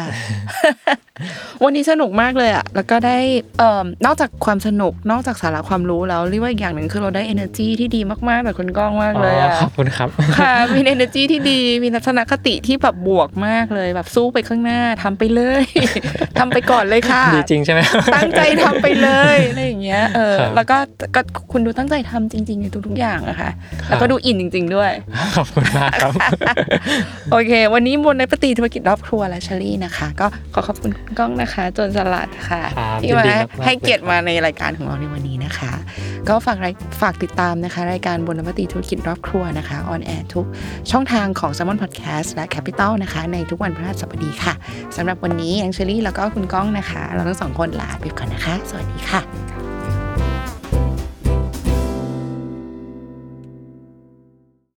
[SPEAKER 3] วันนี้สนุกมากเลยอะแล้วก็ได้เอ่มนอกจากความสนุก นอกจากสาระความรู้แล้วเรียกว่าอีกอย่างหนึ่งคือเราได้ energy ที่ดีมากๆจากคุณก้องมากเลย
[SPEAKER 4] อ๋อ
[SPEAKER 3] อะ
[SPEAKER 4] ขอบคุณครับ
[SPEAKER 3] ค่ะ มี energy ที่ดี มีทัศนคติที่แบบบวกมากเลย แบบสู้ไปข้างหน้าทำไปเลย ทำไปก่อนเลยค่ะ
[SPEAKER 4] ดีจริงใช่ไหม
[SPEAKER 3] ตั้งใจทำไป เลยอะไรอย่างเงี้ย เออ
[SPEAKER 4] ครับ
[SPEAKER 3] แล้วก็ก็คุณดูตั้งใจทำจริง ๆ ในทุกๆอย่างอะค่ะ แล้วก็ดูอินจริง ๆ ด้วย
[SPEAKER 4] ขอบคุณมากครับ
[SPEAKER 3] โอเค วันนี้มนต์ในปฏิธุรกิจรอบครัวและเชอรี่นะคะ ก็ขอขอบคุณคุณก้องนะคะจนสลัดค่ะ
[SPEAKER 4] ครับ
[SPEAKER 3] ที่
[SPEAKER 4] ยิน
[SPEAKER 3] มา
[SPEAKER 4] ดีมากๆ
[SPEAKER 3] ให้เกียรติ
[SPEAKER 4] เลยค
[SPEAKER 3] มา
[SPEAKER 4] รับ
[SPEAKER 3] ในรายการของเราในวันนี้นะคะ ก็ฝากรายฝากติดตามนะคะ รายการบนนปฏิธุรกิจรอบครัวนะคะออนแอร์ทุกช่องทางของ s ซ m o n Podcast และ Capital นะคะ ในทุกวันพฤหัสบดีค่ะสำหรับวันนี้ยังเชอรี่แล้วก็คุณก้องนะคะ เราทั้งสองคนลาไปก่อนนะคะ สวัสดีค่ะ
[SPEAKER 4] ค